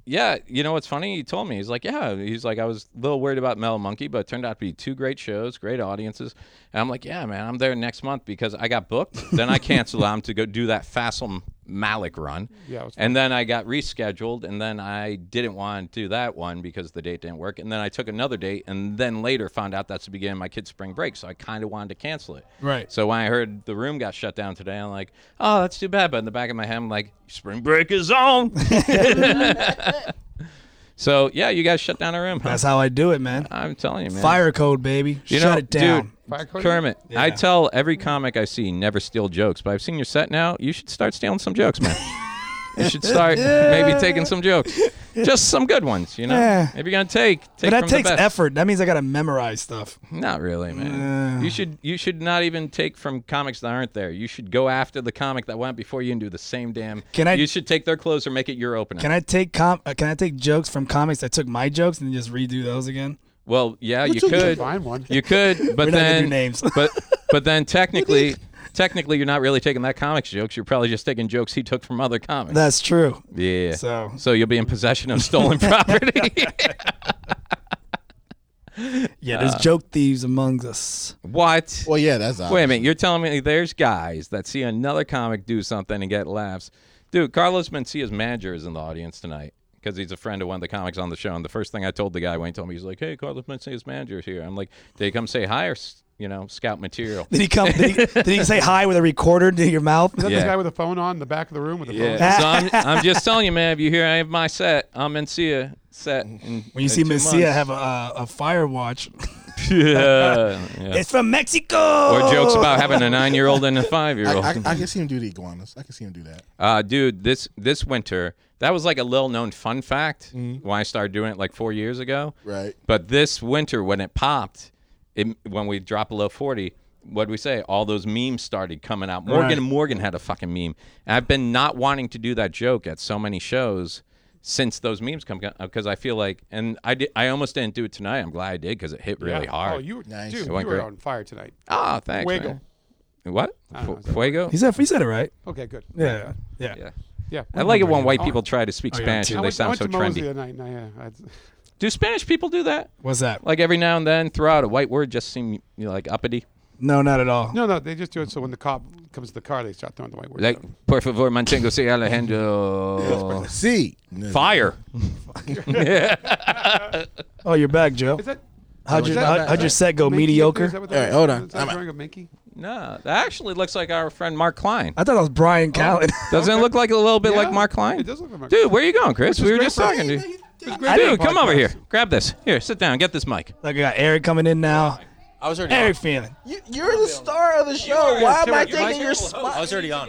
[SPEAKER 7] yeah, you know what's funny? He told me he's like, yeah, he's like, I was a little worried about Metal Monkey, but it turned out to be two great shows, great audiences, and I'm like, yeah, man, I'm there next month because I got booked. then I canceled on to go do that Fassel Malik run.
[SPEAKER 8] Yeah, it was-
[SPEAKER 7] And then I got rescheduled, and then I didn't want to do that one because the date didn't work. And then I took another date, and then later found out that's the beginning of my kid's spring break, so I kind of wanted to cancel it.
[SPEAKER 1] Right.
[SPEAKER 7] So when I heard the room got shut down today, I'm like, oh, that's too bad. But in the back of my head, I'm like, spring break is on. so yeah, you guys shut down a room. huh?
[SPEAKER 1] That's how I do it, man.
[SPEAKER 7] I'm telling you, Ah, man.
[SPEAKER 1] Fire code, baby.
[SPEAKER 7] You
[SPEAKER 1] shut
[SPEAKER 7] know,
[SPEAKER 1] it down.
[SPEAKER 7] Dude,
[SPEAKER 8] Fire code?
[SPEAKER 7] Kermit, I tell every comic I see never steal jokes, but I've seen your set now. You should start stealing some jokes, man. you should start maybe taking some jokes, just some good ones. You know,
[SPEAKER 1] Yeah.
[SPEAKER 7] if you're gonna take,
[SPEAKER 1] but
[SPEAKER 7] take
[SPEAKER 1] that
[SPEAKER 7] from
[SPEAKER 1] takes
[SPEAKER 7] the best.
[SPEAKER 1] effort. That means I gotta memorize stuff.
[SPEAKER 7] Not really, man. You should you should not even take from comics that aren't there. You should go after the comic that went before you and do the same damn.
[SPEAKER 1] Can I-
[SPEAKER 7] You should take their clothes or make it your opener.
[SPEAKER 1] Can I take com- uh, Can I take jokes from comics that took my jokes and just redo those again?
[SPEAKER 7] Well, yeah, you
[SPEAKER 8] took you to
[SPEAKER 7] could.
[SPEAKER 8] find one?
[SPEAKER 7] You could, but
[SPEAKER 1] We're not gonna
[SPEAKER 7] then
[SPEAKER 1] do names.
[SPEAKER 7] but but then technically, technically, you're not really taking that comic's jokes. You're probably just taking jokes he took from other comics.
[SPEAKER 1] That's true.
[SPEAKER 7] yeah.
[SPEAKER 1] So
[SPEAKER 7] So you'll be in possession of stolen property.
[SPEAKER 1] yeah,
[SPEAKER 7] Ah.
[SPEAKER 1] there's joke thieves among us.
[SPEAKER 7] what?
[SPEAKER 6] Well, yeah, that's obvious.
[SPEAKER 7] Wait a minute. You're telling me there's guys that see another comic do something and get laughs. Dude, Carlos Mencia's manager is in the audience tonight because he's a friend of one of the comics on the show. And the first thing I told the guy when he told me, he's like, hey, Carlos Mencia's manager's here. I'm like, did he come say hi or, s- you know, scout material?
[SPEAKER 1] Did he come? Did he, did he say hi with a recorder to your mouth?
[SPEAKER 8] Is that
[SPEAKER 7] Yeah.
[SPEAKER 8] the guy with the phone on in the back of the room with the phone?
[SPEAKER 7] Yeah. so I'm, I'm just telling you, man. If you hear I have my set, I'm Mencia set. In,
[SPEAKER 1] When you see Messia have a, a, a fire watch,
[SPEAKER 7] yeah, yeah.
[SPEAKER 1] it's from Mexico.
[SPEAKER 7] or
[SPEAKER 1] Oh.
[SPEAKER 7] jokes about having a nine-year-old and a
[SPEAKER 6] I,
[SPEAKER 7] five-year-old.
[SPEAKER 6] I, I can see him do the iguanas. I can see him do that.
[SPEAKER 7] Uh, dude, this this winter, that was like a little known fun fact
[SPEAKER 8] Mm-hmm.
[SPEAKER 7] when I started doing it like four years ago.
[SPEAKER 6] Right.
[SPEAKER 7] But this winter, when it popped, it, when we dropped below 40, what do we say? All those memes started coming out. Morgan
[SPEAKER 1] Right.
[SPEAKER 7] and Morgan had a fucking meme. And I've been not wanting to do that joke at so many shows since those memes come because I feel like, and I did, I almost didn't do it tonight. I'm glad I did because it hit really
[SPEAKER 8] Oh,
[SPEAKER 7] hard.
[SPEAKER 8] you were,
[SPEAKER 6] Nice.
[SPEAKER 8] dude,
[SPEAKER 6] It
[SPEAKER 8] you
[SPEAKER 7] went
[SPEAKER 8] were
[SPEAKER 7] great.
[SPEAKER 8] on fire tonight.
[SPEAKER 7] Ah, thanks.
[SPEAKER 8] Fuego.
[SPEAKER 7] Man. What?
[SPEAKER 8] know,
[SPEAKER 7] Fu-
[SPEAKER 8] is that
[SPEAKER 7] Fuego?
[SPEAKER 1] He said he said it right.
[SPEAKER 8] Okay, good.
[SPEAKER 1] Yeah, yeah.
[SPEAKER 7] Yeah.
[SPEAKER 8] Yeah.
[SPEAKER 7] I like it when white
[SPEAKER 8] Oh,
[SPEAKER 7] people try to speak
[SPEAKER 1] oh, yeah,
[SPEAKER 7] Spanish
[SPEAKER 1] too.
[SPEAKER 7] and
[SPEAKER 8] I
[SPEAKER 7] they
[SPEAKER 8] went, I
[SPEAKER 7] sound
[SPEAKER 8] went
[SPEAKER 7] so
[SPEAKER 8] to Moe's
[SPEAKER 7] trendy.
[SPEAKER 8] the other night, and I, uh, I,
[SPEAKER 7] Do Spanish people do that?
[SPEAKER 1] What's that?
[SPEAKER 7] Like every now and then, throw out a white word, just seem you know, like uppity.
[SPEAKER 1] No, not at all.
[SPEAKER 8] no, no, they just do it so when the cop comes to the car, they start throwing the white words.
[SPEAKER 7] Like,
[SPEAKER 8] at 'em.
[SPEAKER 7] por favor, mantengo se Alejandro.
[SPEAKER 6] See,
[SPEAKER 7] Fire.
[SPEAKER 1] Oh, you're back, Joe.
[SPEAKER 8] is that
[SPEAKER 1] How'd your
[SPEAKER 8] is that-
[SPEAKER 1] how'd, how'd your set go?
[SPEAKER 8] Minky?
[SPEAKER 1] Mediocre.
[SPEAKER 8] Is that what that
[SPEAKER 6] All right,
[SPEAKER 8] is?
[SPEAKER 6] hold on.
[SPEAKER 8] Is that
[SPEAKER 6] I'm-
[SPEAKER 8] drawing of Minky?
[SPEAKER 7] No, that actually looks like our friend Mark Klein.
[SPEAKER 1] I thought that was Brian Callen.
[SPEAKER 7] Doesn't it look like a little bit like
[SPEAKER 8] Yeah,
[SPEAKER 7] Mark Klein?
[SPEAKER 8] it does look like Mark
[SPEAKER 7] Dude, where are you going, Chris? We were just talking to you. Dude,
[SPEAKER 8] for
[SPEAKER 7] come over
[SPEAKER 8] podcasts.
[SPEAKER 7] here. Grab this. Here, sit down. Get this mic.
[SPEAKER 1] like I got Eric coming in now.
[SPEAKER 3] I was already.
[SPEAKER 1] Eric feeling.
[SPEAKER 6] You, are the star of the show. Why am I taking your
[SPEAKER 3] I was Oh, already on.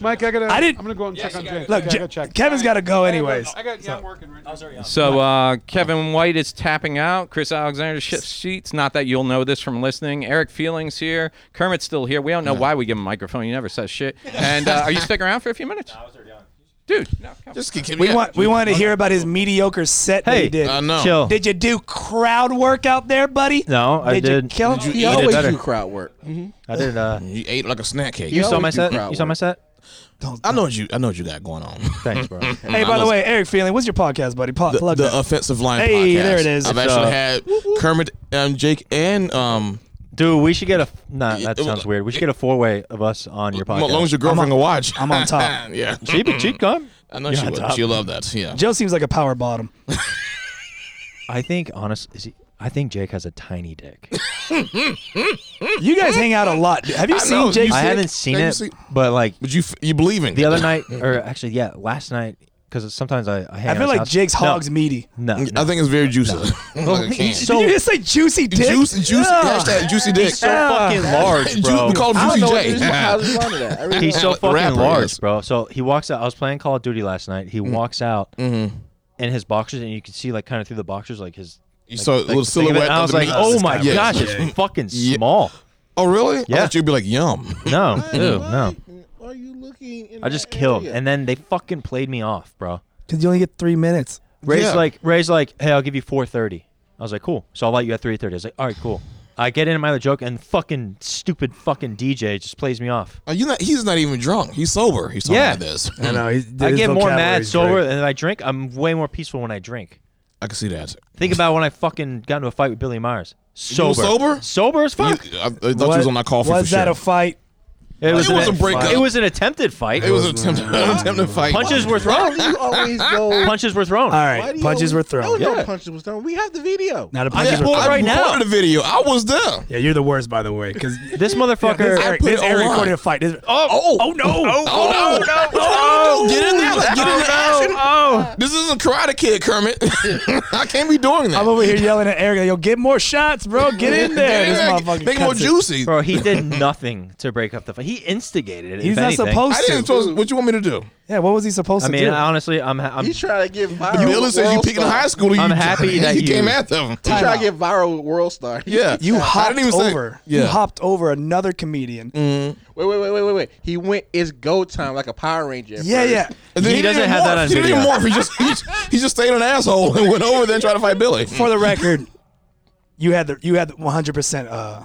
[SPEAKER 8] Mike, I gotta.
[SPEAKER 1] I didn't-
[SPEAKER 8] I'm gonna go and check on James.
[SPEAKER 1] Look,
[SPEAKER 8] Okay, I
[SPEAKER 1] Je-
[SPEAKER 8] gotta check.
[SPEAKER 1] Kevin's got to go anyways.
[SPEAKER 8] I got. Yeah, I'm working. Right now.
[SPEAKER 7] So uh, Kevin White is tapping out. Chris Alexander shifts seats. Not that you'll know this from listening. Eric Feelings here. Kermit's still here. We don't know why we give him a microphone. He never says shit. And uh, are you sticking around for a few minutes? No, I was already on. Dude, no, come
[SPEAKER 6] Just kidding.
[SPEAKER 1] We want we wanted to hear about his mediocre set that he
[SPEAKER 3] Hey,
[SPEAKER 1] did.
[SPEAKER 6] I know.
[SPEAKER 3] Chill.
[SPEAKER 1] Did you do crowd work out there, buddy?
[SPEAKER 3] No, I
[SPEAKER 1] You
[SPEAKER 3] did.
[SPEAKER 1] kill him?
[SPEAKER 3] Did
[SPEAKER 6] You
[SPEAKER 3] I did
[SPEAKER 6] always
[SPEAKER 3] better.
[SPEAKER 6] do crowd work.
[SPEAKER 3] I did. Uh,
[SPEAKER 6] You ate like a snack cake.
[SPEAKER 3] you saw
[SPEAKER 6] always
[SPEAKER 3] my
[SPEAKER 6] do
[SPEAKER 3] set.
[SPEAKER 6] crowd
[SPEAKER 3] You saw
[SPEAKER 6] work.
[SPEAKER 3] my set.
[SPEAKER 6] I know what you. I know what you got going on.
[SPEAKER 3] Thanks, bro.
[SPEAKER 1] Hey, by
[SPEAKER 6] I
[SPEAKER 1] the
[SPEAKER 6] was-
[SPEAKER 1] way, Eric Feeling, what's your podcast, buddy? Pa-
[SPEAKER 9] the,
[SPEAKER 1] plug
[SPEAKER 9] the
[SPEAKER 1] that.
[SPEAKER 9] offensive line
[SPEAKER 1] Hey,
[SPEAKER 9] podcast.
[SPEAKER 1] there it is.
[SPEAKER 9] I've
[SPEAKER 1] It's,
[SPEAKER 9] actually
[SPEAKER 1] uh,
[SPEAKER 9] had Kermit, um, Jake, and um,
[SPEAKER 3] Dude, we should get a. Nah, that
[SPEAKER 9] it-
[SPEAKER 3] sounds weird. We should get a four way of us on your
[SPEAKER 9] as long as
[SPEAKER 3] podcast.
[SPEAKER 9] your girlfriend can watch.
[SPEAKER 1] I'm on top.
[SPEAKER 9] yeah,
[SPEAKER 3] She she'd come.
[SPEAKER 9] I know
[SPEAKER 3] You're
[SPEAKER 9] she
[SPEAKER 3] on
[SPEAKER 9] would.
[SPEAKER 3] top.
[SPEAKER 9] She'll love that. Yeah.
[SPEAKER 1] Joe seems like a power bottom.
[SPEAKER 3] I think honest. Is he, I think Jake has a tiny dick.
[SPEAKER 1] You guys hang out a lot. Have you seen
[SPEAKER 9] know,
[SPEAKER 1] Jake?
[SPEAKER 9] you
[SPEAKER 3] I
[SPEAKER 9] sick?
[SPEAKER 3] haven't seen
[SPEAKER 9] Have you
[SPEAKER 3] it,
[SPEAKER 9] seen-
[SPEAKER 3] but like
[SPEAKER 9] But you f- you believe in
[SPEAKER 3] the
[SPEAKER 9] it.
[SPEAKER 3] other night, or actually, yeah, last night, because sometimes I, I hang
[SPEAKER 1] I
[SPEAKER 3] out
[SPEAKER 1] feel
[SPEAKER 3] his
[SPEAKER 1] like
[SPEAKER 3] house.
[SPEAKER 1] Jake's
[SPEAKER 3] No,
[SPEAKER 1] hog's meaty.
[SPEAKER 3] No,
[SPEAKER 9] I think it's very juicy. like a can.
[SPEAKER 3] he's so
[SPEAKER 1] Did you just say juicy dick?
[SPEAKER 9] Juice, juice,
[SPEAKER 1] Yeah.
[SPEAKER 9] hashtag juicy dick.
[SPEAKER 3] so fucking large,
[SPEAKER 9] Ju-
[SPEAKER 3] bro.
[SPEAKER 9] we call
[SPEAKER 6] I
[SPEAKER 9] him
[SPEAKER 6] don't know what
[SPEAKER 9] Juicy
[SPEAKER 6] this-
[SPEAKER 9] J.
[SPEAKER 6] how's this run to that. I really
[SPEAKER 3] He's so
[SPEAKER 9] a
[SPEAKER 3] fucking
[SPEAKER 9] rapper,
[SPEAKER 3] large,
[SPEAKER 9] yes.
[SPEAKER 3] bro. So he walks out. I was playing Call of Duty last night.
[SPEAKER 9] Mm-hmm.
[SPEAKER 3] He walks out in his boxers, and you can see like kind of through the boxers, like his.
[SPEAKER 9] You saw a
[SPEAKER 3] Like,
[SPEAKER 9] little
[SPEAKER 3] the thing of it,
[SPEAKER 9] silhouette.
[SPEAKER 3] and I was like,
[SPEAKER 9] underneath.
[SPEAKER 3] "Oh my
[SPEAKER 9] Yes.
[SPEAKER 3] gosh, it's fucking
[SPEAKER 9] Yeah.
[SPEAKER 3] small."
[SPEAKER 9] Oh really? I
[SPEAKER 3] Yeah.
[SPEAKER 9] thought you'd be like, yum.
[SPEAKER 3] No, ew, no.
[SPEAKER 6] Why are you looking? In
[SPEAKER 3] I just
[SPEAKER 6] that
[SPEAKER 3] killed,
[SPEAKER 6] area?
[SPEAKER 3] and then they fucking played me off, bro.
[SPEAKER 1] Because you only get three minutes.
[SPEAKER 3] Ray's
[SPEAKER 9] Yeah.
[SPEAKER 3] like, Ray's like, hey, I'll give you four thirty. I was like, cool. So I'll let you at three thirty. I was like, all right, cool. I get into my other joke, and fucking stupid fucking DJ just plays me off.
[SPEAKER 9] Are Oh, you not? He's not even drunk. He's sober. He's talking
[SPEAKER 3] Yeah.
[SPEAKER 9] like this. Mm.
[SPEAKER 1] I know. He's,
[SPEAKER 3] I
[SPEAKER 1] his
[SPEAKER 3] get more
[SPEAKER 1] vocabulary
[SPEAKER 3] mad
[SPEAKER 1] is
[SPEAKER 3] sober
[SPEAKER 1] great.
[SPEAKER 3] than I drink. I'm way more peaceful when I drink.
[SPEAKER 9] I can see that.
[SPEAKER 3] Think about when I fucking got into a fight with Billy Myers.
[SPEAKER 9] were
[SPEAKER 3] Sober.
[SPEAKER 9] sober?
[SPEAKER 3] Sober as
[SPEAKER 9] You- I,
[SPEAKER 3] fuck.
[SPEAKER 9] I thought you was on my coffee
[SPEAKER 1] was
[SPEAKER 9] for
[SPEAKER 1] that
[SPEAKER 9] sure.
[SPEAKER 1] a fight?
[SPEAKER 3] it
[SPEAKER 9] it was
[SPEAKER 3] an-
[SPEAKER 9] a breakup.
[SPEAKER 3] It was an attempted fight.
[SPEAKER 9] it was an attempt, an attempt to fight.
[SPEAKER 3] punches were
[SPEAKER 6] Why
[SPEAKER 3] thrown.
[SPEAKER 6] do you always go?
[SPEAKER 3] Punches were
[SPEAKER 1] All
[SPEAKER 3] thrown.
[SPEAKER 6] why do
[SPEAKER 1] right.
[SPEAKER 6] you
[SPEAKER 1] Punches
[SPEAKER 6] always-
[SPEAKER 1] were thrown.
[SPEAKER 6] No, no punches was thrown. We have the video.
[SPEAKER 1] Now the
[SPEAKER 9] I
[SPEAKER 1] punches
[SPEAKER 9] pulled-
[SPEAKER 1] were
[SPEAKER 9] I
[SPEAKER 1] thrown.
[SPEAKER 3] right now.
[SPEAKER 9] recorded the video. I was there.
[SPEAKER 1] Yeah, you're the worst, by the way. Because
[SPEAKER 3] This motherfucker.
[SPEAKER 1] this Eric,
[SPEAKER 9] put
[SPEAKER 1] this
[SPEAKER 9] it
[SPEAKER 1] Eric
[SPEAKER 9] online.
[SPEAKER 1] recorded a fight. This- oh,
[SPEAKER 9] Oh.
[SPEAKER 1] oh no! Oh,
[SPEAKER 9] Oh, no.
[SPEAKER 1] no!
[SPEAKER 9] Oh, get in there. Let's get in the action.
[SPEAKER 1] Oh,
[SPEAKER 9] This isn't Karate Kid, Kermit. I can't be doing that.
[SPEAKER 1] I'm over here yelling at Eric. Yo, get more shots, bro. Get in there. This
[SPEAKER 9] Yeah,
[SPEAKER 1] motherfucker.
[SPEAKER 9] Make it more
[SPEAKER 1] cuts it.
[SPEAKER 9] juicy.
[SPEAKER 3] Bro, he did nothing to break up the fight. He instigated it.
[SPEAKER 1] He's
[SPEAKER 3] if
[SPEAKER 1] not
[SPEAKER 3] anything.
[SPEAKER 1] supposed
[SPEAKER 9] I didn't.
[SPEAKER 1] to.
[SPEAKER 9] Supposed, what you want me to do?
[SPEAKER 1] Yeah, what was he supposed
[SPEAKER 3] I
[SPEAKER 1] to
[SPEAKER 3] mean,
[SPEAKER 1] do?
[SPEAKER 3] honestly, I'm. ha- I'm
[SPEAKER 6] You trying to get viral?
[SPEAKER 9] Billy
[SPEAKER 6] with
[SPEAKER 9] says you
[SPEAKER 6] World
[SPEAKER 9] picking in
[SPEAKER 6] Star.
[SPEAKER 9] high school. And
[SPEAKER 3] I'm
[SPEAKER 9] you,
[SPEAKER 3] happy
[SPEAKER 9] you
[SPEAKER 3] that you-
[SPEAKER 9] came after him.
[SPEAKER 6] You trying to get viral with World Star?
[SPEAKER 9] Yeah,
[SPEAKER 1] you
[SPEAKER 9] I
[SPEAKER 1] hopped
[SPEAKER 9] didn't even say-
[SPEAKER 1] over. You
[SPEAKER 9] yeah.
[SPEAKER 1] hopped over another comedian.
[SPEAKER 6] Wait, wait, wait, wait, wait, wait. He went. It's go time, like a Power Ranger. at
[SPEAKER 1] Yeah,
[SPEAKER 6] first.
[SPEAKER 1] yeah.
[SPEAKER 9] And then
[SPEAKER 3] He doesn't
[SPEAKER 9] didn't
[SPEAKER 3] have that
[SPEAKER 9] morph.
[SPEAKER 3] on
[SPEAKER 9] he
[SPEAKER 3] video.
[SPEAKER 9] didn't morph. He just, he just he just stayed an asshole and Oh, went over there and tried to fight Billy.
[SPEAKER 1] For the record, you had the you had 100 percent uh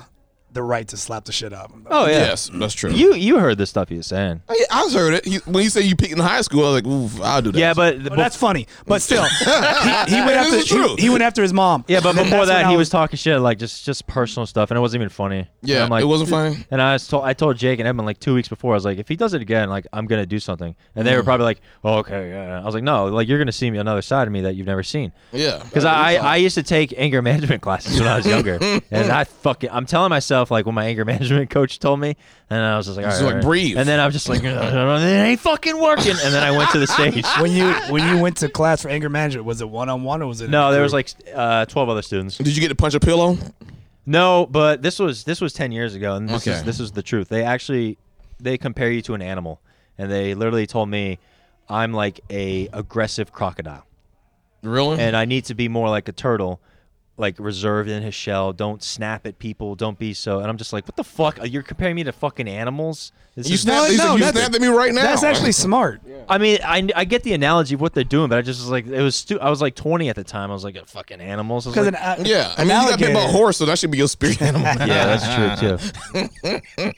[SPEAKER 1] the right to slap the shit out of him.
[SPEAKER 3] oh yeah.
[SPEAKER 9] Yes, that's true.
[SPEAKER 3] You you heard the stuff he was saying.
[SPEAKER 9] I, I heard it. He, when he said you picked in high school, I was like, oof, I'll do that.
[SPEAKER 3] Yeah, but, but
[SPEAKER 1] Well, that's funny, but still, he, he went
[SPEAKER 9] This
[SPEAKER 1] after
[SPEAKER 9] is true.
[SPEAKER 1] He, he went after his mom.
[SPEAKER 3] yeah, but
[SPEAKER 1] And then
[SPEAKER 3] before
[SPEAKER 1] that's when
[SPEAKER 3] that
[SPEAKER 1] I
[SPEAKER 3] he was talking shit like just just personal stuff, and it wasn't even funny. And
[SPEAKER 9] yeah,
[SPEAKER 3] I'm like,
[SPEAKER 9] it wasn't funny.
[SPEAKER 3] And I was told I told Jake and Edmund like two weeks before I was like, if he does it again, like I'm gonna do something. And
[SPEAKER 1] Mm.
[SPEAKER 3] they were probably like, oh, okay, yeah. yeah. I was like, no, like you're gonna see me another side of me that you've never seen.
[SPEAKER 9] Yeah,
[SPEAKER 3] Because I, I used to take anger management classes when I was younger, and I fucking I'm telling myself like when my anger management coach told me, and I was just like, all right,
[SPEAKER 9] Just,
[SPEAKER 3] all
[SPEAKER 9] like,
[SPEAKER 3] right.
[SPEAKER 9] breathe.
[SPEAKER 3] and then I was just like, "Uh, uh, it ain't fucking working, and then I went to the stage.
[SPEAKER 1] when you when you went to class for anger management, was it one on one or was it? in
[SPEAKER 3] No,
[SPEAKER 1] a
[SPEAKER 3] there was
[SPEAKER 1] group?
[SPEAKER 3] like uh, twelve other students.
[SPEAKER 9] Did you get to punch a pillow?
[SPEAKER 3] No, but this was this was ten years ago, and this is
[SPEAKER 9] Okay.
[SPEAKER 3] this is the truth. They actually they compare you to an animal, and they literally told me I'm like a aggressive crocodile,
[SPEAKER 9] Really?
[SPEAKER 3] and I need to be more like a turtle, like reserved in his shell. Don't snap at people. Don't be so. And I'm just like, what the fuck? You're comparing me to fucking animals? This
[SPEAKER 9] you
[SPEAKER 3] is-
[SPEAKER 9] snapped,
[SPEAKER 1] No,
[SPEAKER 9] he said,
[SPEAKER 1] no,
[SPEAKER 9] you
[SPEAKER 1] that's-
[SPEAKER 9] snapped at me right now.
[SPEAKER 1] that's actually smart.
[SPEAKER 3] I mean, I, I get the analogy of what they're doing, but I just was like, it was. Stu- I was like 20 at the time. I was like, fucking animals. I was
[SPEAKER 1] Because
[SPEAKER 3] like,
[SPEAKER 1] an, uh,
[SPEAKER 9] Yeah, I mean, you got bit by a
[SPEAKER 1] alligator-
[SPEAKER 9] horse, so that should be your spirit animal.
[SPEAKER 3] yeah, that's true too.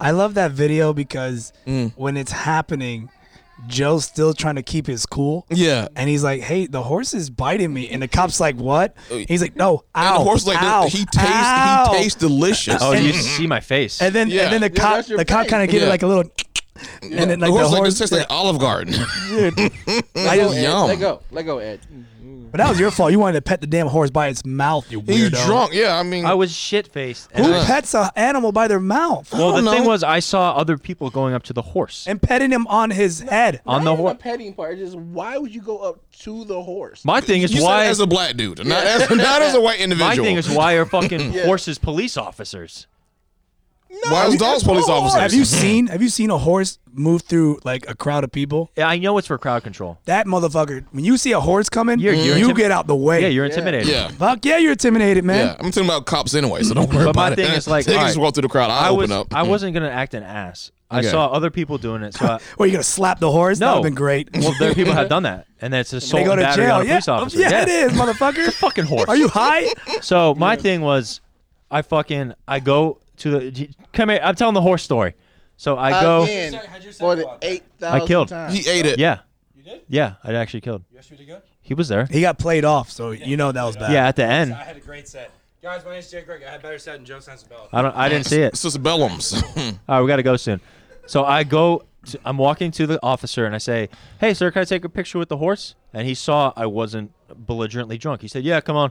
[SPEAKER 1] I love that video because
[SPEAKER 9] Mm.
[SPEAKER 1] when it's happening, Joe's still trying to keep his cool.
[SPEAKER 9] Yeah.
[SPEAKER 1] And he's like, "Hey, the horse is biting me," and the cop's like, "What?" He's like, "No, ow."
[SPEAKER 9] Uh, And the horse like
[SPEAKER 1] ow,
[SPEAKER 9] this, he tastes
[SPEAKER 1] ow."
[SPEAKER 9] he tastes delicious.
[SPEAKER 3] Oh, you see my face.
[SPEAKER 1] And then
[SPEAKER 9] Yeah.
[SPEAKER 1] and then the
[SPEAKER 9] Yeah,
[SPEAKER 1] cop
[SPEAKER 6] that's your
[SPEAKER 1] the cop
[SPEAKER 6] face.
[SPEAKER 1] kind of gave it
[SPEAKER 9] Yeah.
[SPEAKER 1] like a little, and then
[SPEAKER 9] the
[SPEAKER 1] like
[SPEAKER 9] horse like
[SPEAKER 1] horse.
[SPEAKER 9] this tastes like Olive Garden.
[SPEAKER 6] Let go, Ed.
[SPEAKER 9] Yum.
[SPEAKER 6] Let go. Let go, Ed.
[SPEAKER 1] but that was your fault. You wanted to pet the damn horse by its mouth. You
[SPEAKER 9] He's
[SPEAKER 1] weirdo.
[SPEAKER 9] drunk. Yeah, I mean,
[SPEAKER 3] I was shit faced.
[SPEAKER 1] Who pets an animal by their mouth?
[SPEAKER 3] Well, the
[SPEAKER 9] don't
[SPEAKER 3] thing
[SPEAKER 9] know.
[SPEAKER 3] was, I saw other people going up to the horse
[SPEAKER 1] And petting him on his head.
[SPEAKER 3] on the
[SPEAKER 6] Not
[SPEAKER 3] horse.
[SPEAKER 6] the petting part. Just why would you go up to the horse?
[SPEAKER 3] My thing is
[SPEAKER 9] you
[SPEAKER 3] why.
[SPEAKER 9] said as a black dude, not as, not as a white individual.
[SPEAKER 3] my thing is why are fucking horses police officers?
[SPEAKER 9] why is dogs police officers?
[SPEAKER 1] Have you seen Have you seen a horse move through like a crowd of people?
[SPEAKER 3] Yeah, I know it's for crowd control.
[SPEAKER 1] That motherfucker. When you see a horse coming,
[SPEAKER 3] You're- you're
[SPEAKER 1] you
[SPEAKER 3] intim-
[SPEAKER 1] get out the way.
[SPEAKER 3] Yeah, you're intimidated.
[SPEAKER 9] Yeah.
[SPEAKER 1] Fuck yeah, you're intimidated, man.
[SPEAKER 9] Yeah, I'm talking about cops anyway, so don't worry
[SPEAKER 3] But my
[SPEAKER 9] about it.
[SPEAKER 3] thing is, like,
[SPEAKER 9] they can
[SPEAKER 3] all
[SPEAKER 9] just
[SPEAKER 3] right,
[SPEAKER 9] walk through the crowd. I,
[SPEAKER 3] I was
[SPEAKER 9] open up.
[SPEAKER 3] I wasn't gonna act an ass. I
[SPEAKER 9] Okay.
[SPEAKER 3] saw other people doing it, so I,
[SPEAKER 1] Or you gonna slap the horse? That
[SPEAKER 3] no,
[SPEAKER 1] would've been great.
[SPEAKER 3] Well, there are people have done that, and that's assault
[SPEAKER 1] they go
[SPEAKER 3] and
[SPEAKER 1] to
[SPEAKER 3] battery
[SPEAKER 1] jail.
[SPEAKER 3] on a
[SPEAKER 1] Yeah.
[SPEAKER 3] police officer.
[SPEAKER 1] yeah, it is, motherfucker.
[SPEAKER 3] It's a fucking horse.
[SPEAKER 1] Are you high?
[SPEAKER 3] So my thing was, I fucking I go to the d- come here. I'm telling the horse story. So I go.
[SPEAKER 6] Again, for the eight thousand
[SPEAKER 3] I killed.
[SPEAKER 6] times.
[SPEAKER 9] he ate it.
[SPEAKER 3] Yeah. You did? Yeah, I actually killed. You actually did good. He was there.
[SPEAKER 1] He got played off, so you know that was bad.
[SPEAKER 3] Yeah, at the end.
[SPEAKER 10] I had a great set. Guys, my name's Jay Greg. I had better set than Joe Sensabella.
[SPEAKER 3] I don't. I didn't see it.
[SPEAKER 9] It's just bellums.
[SPEAKER 3] All right, we got to go soon. So I go. To, I'm walking to the officer and I say, "Hey, sir, can I take a picture with the horse?" And he saw I wasn't belligerently drunk. He said, "Yeah, come on."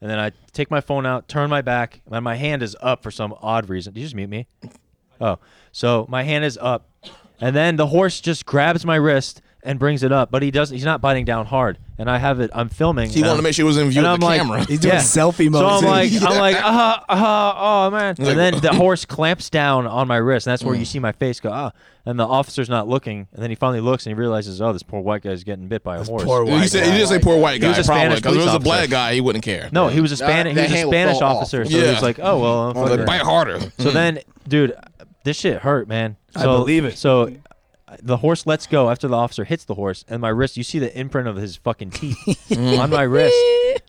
[SPEAKER 3] And then I take my phone out, turn my back, and my hand is up for some odd reason. Did you just mute me? Oh, so my hand is up, and then the horse just grabs my wrist and brings it up, but he does. He's not biting down hard. And I have it. I'm filming.
[SPEAKER 6] He
[SPEAKER 3] and
[SPEAKER 6] wanted to
[SPEAKER 3] I'm-
[SPEAKER 6] make sure it was in view
[SPEAKER 3] and
[SPEAKER 6] of
[SPEAKER 3] I'm
[SPEAKER 6] the
[SPEAKER 3] like-
[SPEAKER 6] camera.
[SPEAKER 1] He's doing
[SPEAKER 3] yeah.
[SPEAKER 1] selfie
[SPEAKER 3] So
[SPEAKER 1] mode.
[SPEAKER 3] I'm like, I'm
[SPEAKER 6] Yeah.
[SPEAKER 3] like, uh, uh, oh man.
[SPEAKER 6] like,
[SPEAKER 3] And then the horse clamps down on my wrist, and that's where you see my face go, ah. And the officer's not looking, and then he finally looks and he realizes, oh, this poor white guy's getting bit by a horse.
[SPEAKER 1] poor white
[SPEAKER 6] He said he didn't say poor white
[SPEAKER 3] He
[SPEAKER 6] guy.
[SPEAKER 3] was a
[SPEAKER 6] probably,
[SPEAKER 3] Spanish
[SPEAKER 6] 'cause if it was
[SPEAKER 3] police
[SPEAKER 6] a black
[SPEAKER 3] officer.
[SPEAKER 6] guy, he wouldn't care.
[SPEAKER 3] No, he was a Spanish.
[SPEAKER 11] that
[SPEAKER 3] he was a
[SPEAKER 11] hand will
[SPEAKER 3] Spanish
[SPEAKER 11] fall off.
[SPEAKER 3] officer, so he
[SPEAKER 6] Yeah.
[SPEAKER 3] was like, oh well. I'm
[SPEAKER 6] Like,
[SPEAKER 3] fucking-
[SPEAKER 6] bite harder.
[SPEAKER 3] so then, dude, this shit hurt, man. So,
[SPEAKER 1] Mm-hmm. believe it.
[SPEAKER 3] So the horse lets go after the officer hits the horse, and my wrist, you see the imprint of his fucking teeth
[SPEAKER 1] Mm.
[SPEAKER 3] on my wrist.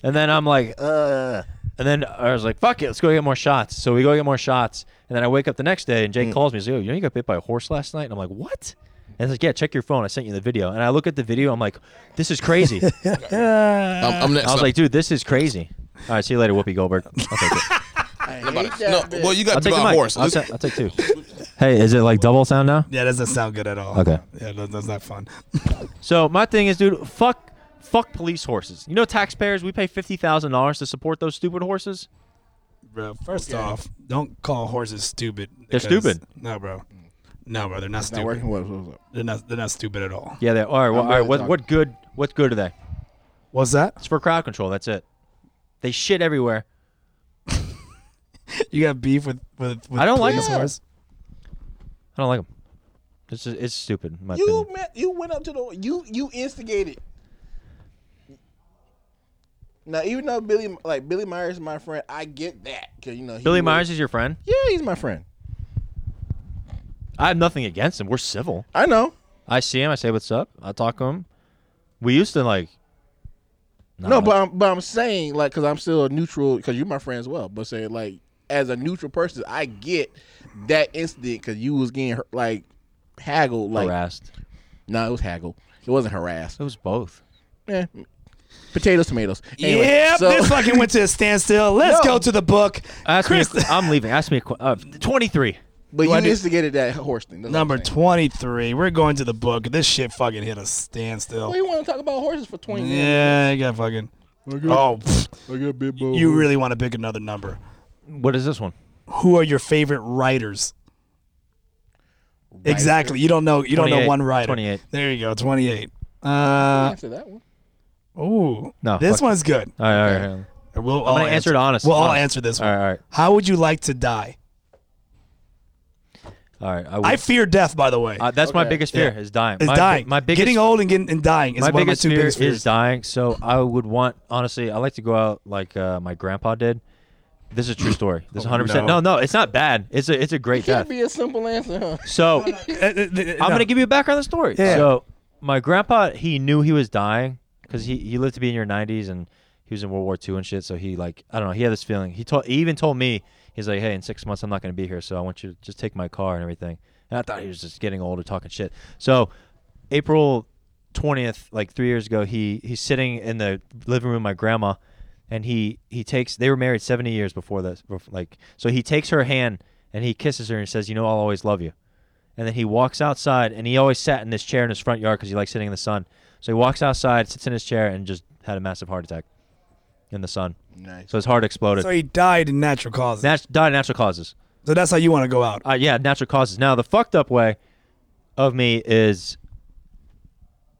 [SPEAKER 3] And then I'm like, uh. And then I was like, fuck it, let's go get more shots. So we go get more shots. And then I wake up the next day, and
[SPEAKER 1] Mm.
[SPEAKER 3] Jake calls me. He's like, oh, you know, you got bit by a horse last night? And I'm like, what? And he's like, yeah, check your phone. I sent you the video. And I look at the video, I'm like, this is crazy. I
[SPEAKER 6] I'm, I'm next.
[SPEAKER 3] was
[SPEAKER 6] up.
[SPEAKER 3] like, dude, this is crazy. All right, see you later, Whoopi Goldberg. I'll take it.
[SPEAKER 6] no, well, you
[SPEAKER 3] I'll
[SPEAKER 6] got to
[SPEAKER 3] take
[SPEAKER 6] buy
[SPEAKER 3] the
[SPEAKER 6] a
[SPEAKER 3] mic.
[SPEAKER 6] horse.
[SPEAKER 3] I'll,
[SPEAKER 6] Let's-
[SPEAKER 3] ta- I'll take two. hey, is it like double sound now?
[SPEAKER 1] Yeah, that doesn't sound good at all.
[SPEAKER 3] Okay.
[SPEAKER 1] Yeah, that, that's not fun.
[SPEAKER 3] So my thing is, dude, fuck, fuck police horses. You know, taxpayers, we pay fifty thousand dollars to support those stupid horses.
[SPEAKER 1] Bro, first off, don't call horses stupid.
[SPEAKER 3] They're
[SPEAKER 1] because-
[SPEAKER 3] stupid.
[SPEAKER 1] No, bro. No, bro, they're not
[SPEAKER 5] Not
[SPEAKER 1] stupid.
[SPEAKER 5] working. What, what, what,
[SPEAKER 1] They're not they're not stupid at all.
[SPEAKER 3] Yeah, they are. All right, well, all
[SPEAKER 5] glad
[SPEAKER 3] right.
[SPEAKER 5] you
[SPEAKER 3] What,
[SPEAKER 5] talked.
[SPEAKER 3] what good? What good are they?
[SPEAKER 1] What's that?
[SPEAKER 3] It's for crowd control. That's it. They shit everywhere.
[SPEAKER 1] You got beef with with, with
[SPEAKER 3] I don't like
[SPEAKER 1] police
[SPEAKER 3] them.
[SPEAKER 1] horse?
[SPEAKER 3] I don't like them. It's just, it's stupid. In my
[SPEAKER 6] You
[SPEAKER 3] opinion.
[SPEAKER 6] met, you went up to the you you instigated. Now even though Billy like Billy Myers is my friend, I get that because you know he
[SPEAKER 3] Billy
[SPEAKER 6] was-
[SPEAKER 3] Myers is your friend.
[SPEAKER 6] Yeah, he's my friend.
[SPEAKER 3] I have nothing against him. We're civil.
[SPEAKER 6] I know.
[SPEAKER 3] I see him. I say what's up. I talk to him. We used to like. Nah,
[SPEAKER 6] No, but I'm but I'm saying like because I'm still a neutral because you're my friend as well. But saying like as a neutral person, I get that incident because you was getting hurt, like haggled. Like
[SPEAKER 3] harassed.
[SPEAKER 6] no, it was haggled. It wasn't harassed.
[SPEAKER 3] It was both.
[SPEAKER 6] Eh, potatoes, tomatoes. Anyway,
[SPEAKER 1] yep,
[SPEAKER 6] so-
[SPEAKER 1] this fucking went to a standstill. Let's
[SPEAKER 6] No.
[SPEAKER 1] go to the book.
[SPEAKER 3] Ask me. a
[SPEAKER 1] Chris-
[SPEAKER 3] qu- I'm leaving. Ask me. A, qu- uh, Twenty-three.
[SPEAKER 6] but you
[SPEAKER 1] Why did-
[SPEAKER 6] instigated that horse thing. That's all I'm
[SPEAKER 1] Number
[SPEAKER 6] saying.
[SPEAKER 1] 23. We're going to the book. This shit fucking hit a standstill.
[SPEAKER 6] We want to talk about horses for 20 minutes.
[SPEAKER 1] Yeah, you got fucking.
[SPEAKER 5] what?
[SPEAKER 1] Oh, pfft,
[SPEAKER 5] I got big boy.
[SPEAKER 1] you really want to pick another number.
[SPEAKER 3] What is this one?
[SPEAKER 1] Who are your favorite writers? Exactly. You don't know. You don't know
[SPEAKER 3] 28.
[SPEAKER 1] one writer.
[SPEAKER 3] 28.
[SPEAKER 1] There you go. Twenty-eight. Uh,
[SPEAKER 6] Answer that one.
[SPEAKER 1] ooh.
[SPEAKER 3] No,
[SPEAKER 1] This
[SPEAKER 3] fuck it.
[SPEAKER 1] one's good.
[SPEAKER 3] All right, all right, all right.
[SPEAKER 1] We'll
[SPEAKER 3] I'm
[SPEAKER 1] all
[SPEAKER 3] gonna answer it honest.
[SPEAKER 1] We'll all
[SPEAKER 3] honest.
[SPEAKER 1] answer this
[SPEAKER 3] All
[SPEAKER 1] one.
[SPEAKER 3] right, all right,
[SPEAKER 1] How would you like to die?
[SPEAKER 3] all right. I
[SPEAKER 1] I
[SPEAKER 3] will.
[SPEAKER 1] fear death. By the way,
[SPEAKER 3] uh, that's my
[SPEAKER 6] Okay.
[SPEAKER 3] biggest fear is dying.
[SPEAKER 1] is
[SPEAKER 3] my,
[SPEAKER 1] dying.
[SPEAKER 3] My biggest
[SPEAKER 1] getting old and getting and dying is
[SPEAKER 3] my
[SPEAKER 1] one of my
[SPEAKER 3] biggest
[SPEAKER 1] two
[SPEAKER 3] fear
[SPEAKER 1] biggest fears.
[SPEAKER 3] is dying. So I would want honestly. I like to go out like uh, my grandpa did. This is a true story. This is 100. percent
[SPEAKER 1] no.
[SPEAKER 3] No, no, it's not bad. It's a it's a great
[SPEAKER 6] Oh, Can't
[SPEAKER 3] death.
[SPEAKER 6] be a simple answer, huh?
[SPEAKER 3] So
[SPEAKER 1] Uh, I'm
[SPEAKER 3] I'm gonna give you a background of the story.
[SPEAKER 1] Yeah.
[SPEAKER 3] So my grandpa, he knew he was dying because he, he lived to be in your 90s and he was in World War II and shit. So he like I don't know. He had this feeling. He told he even told me he's like, hey, in six months I'm not gonna be here, so I want you to just take my car and everything. And I thought he was just getting older, talking shit. So April 20th, like three years ago, he he's sitting in the living room with my grandma, and he he takes they were married 70 years before this, bef- like so he takes her hand and he kisses her and says, you know, I'll always love you and then he walks outside and he always sat in this chair in his front yard because he likes sitting in the sun so he walks outside sits in his chair and just had a massive heart attack in the sun
[SPEAKER 6] Nice.
[SPEAKER 3] so his heart exploded
[SPEAKER 1] So he died in natural causes.
[SPEAKER 3] Nat- died of natural causes
[SPEAKER 1] so that's how you want to go out.
[SPEAKER 3] uh, yeah natural causes now the fucked up way of me is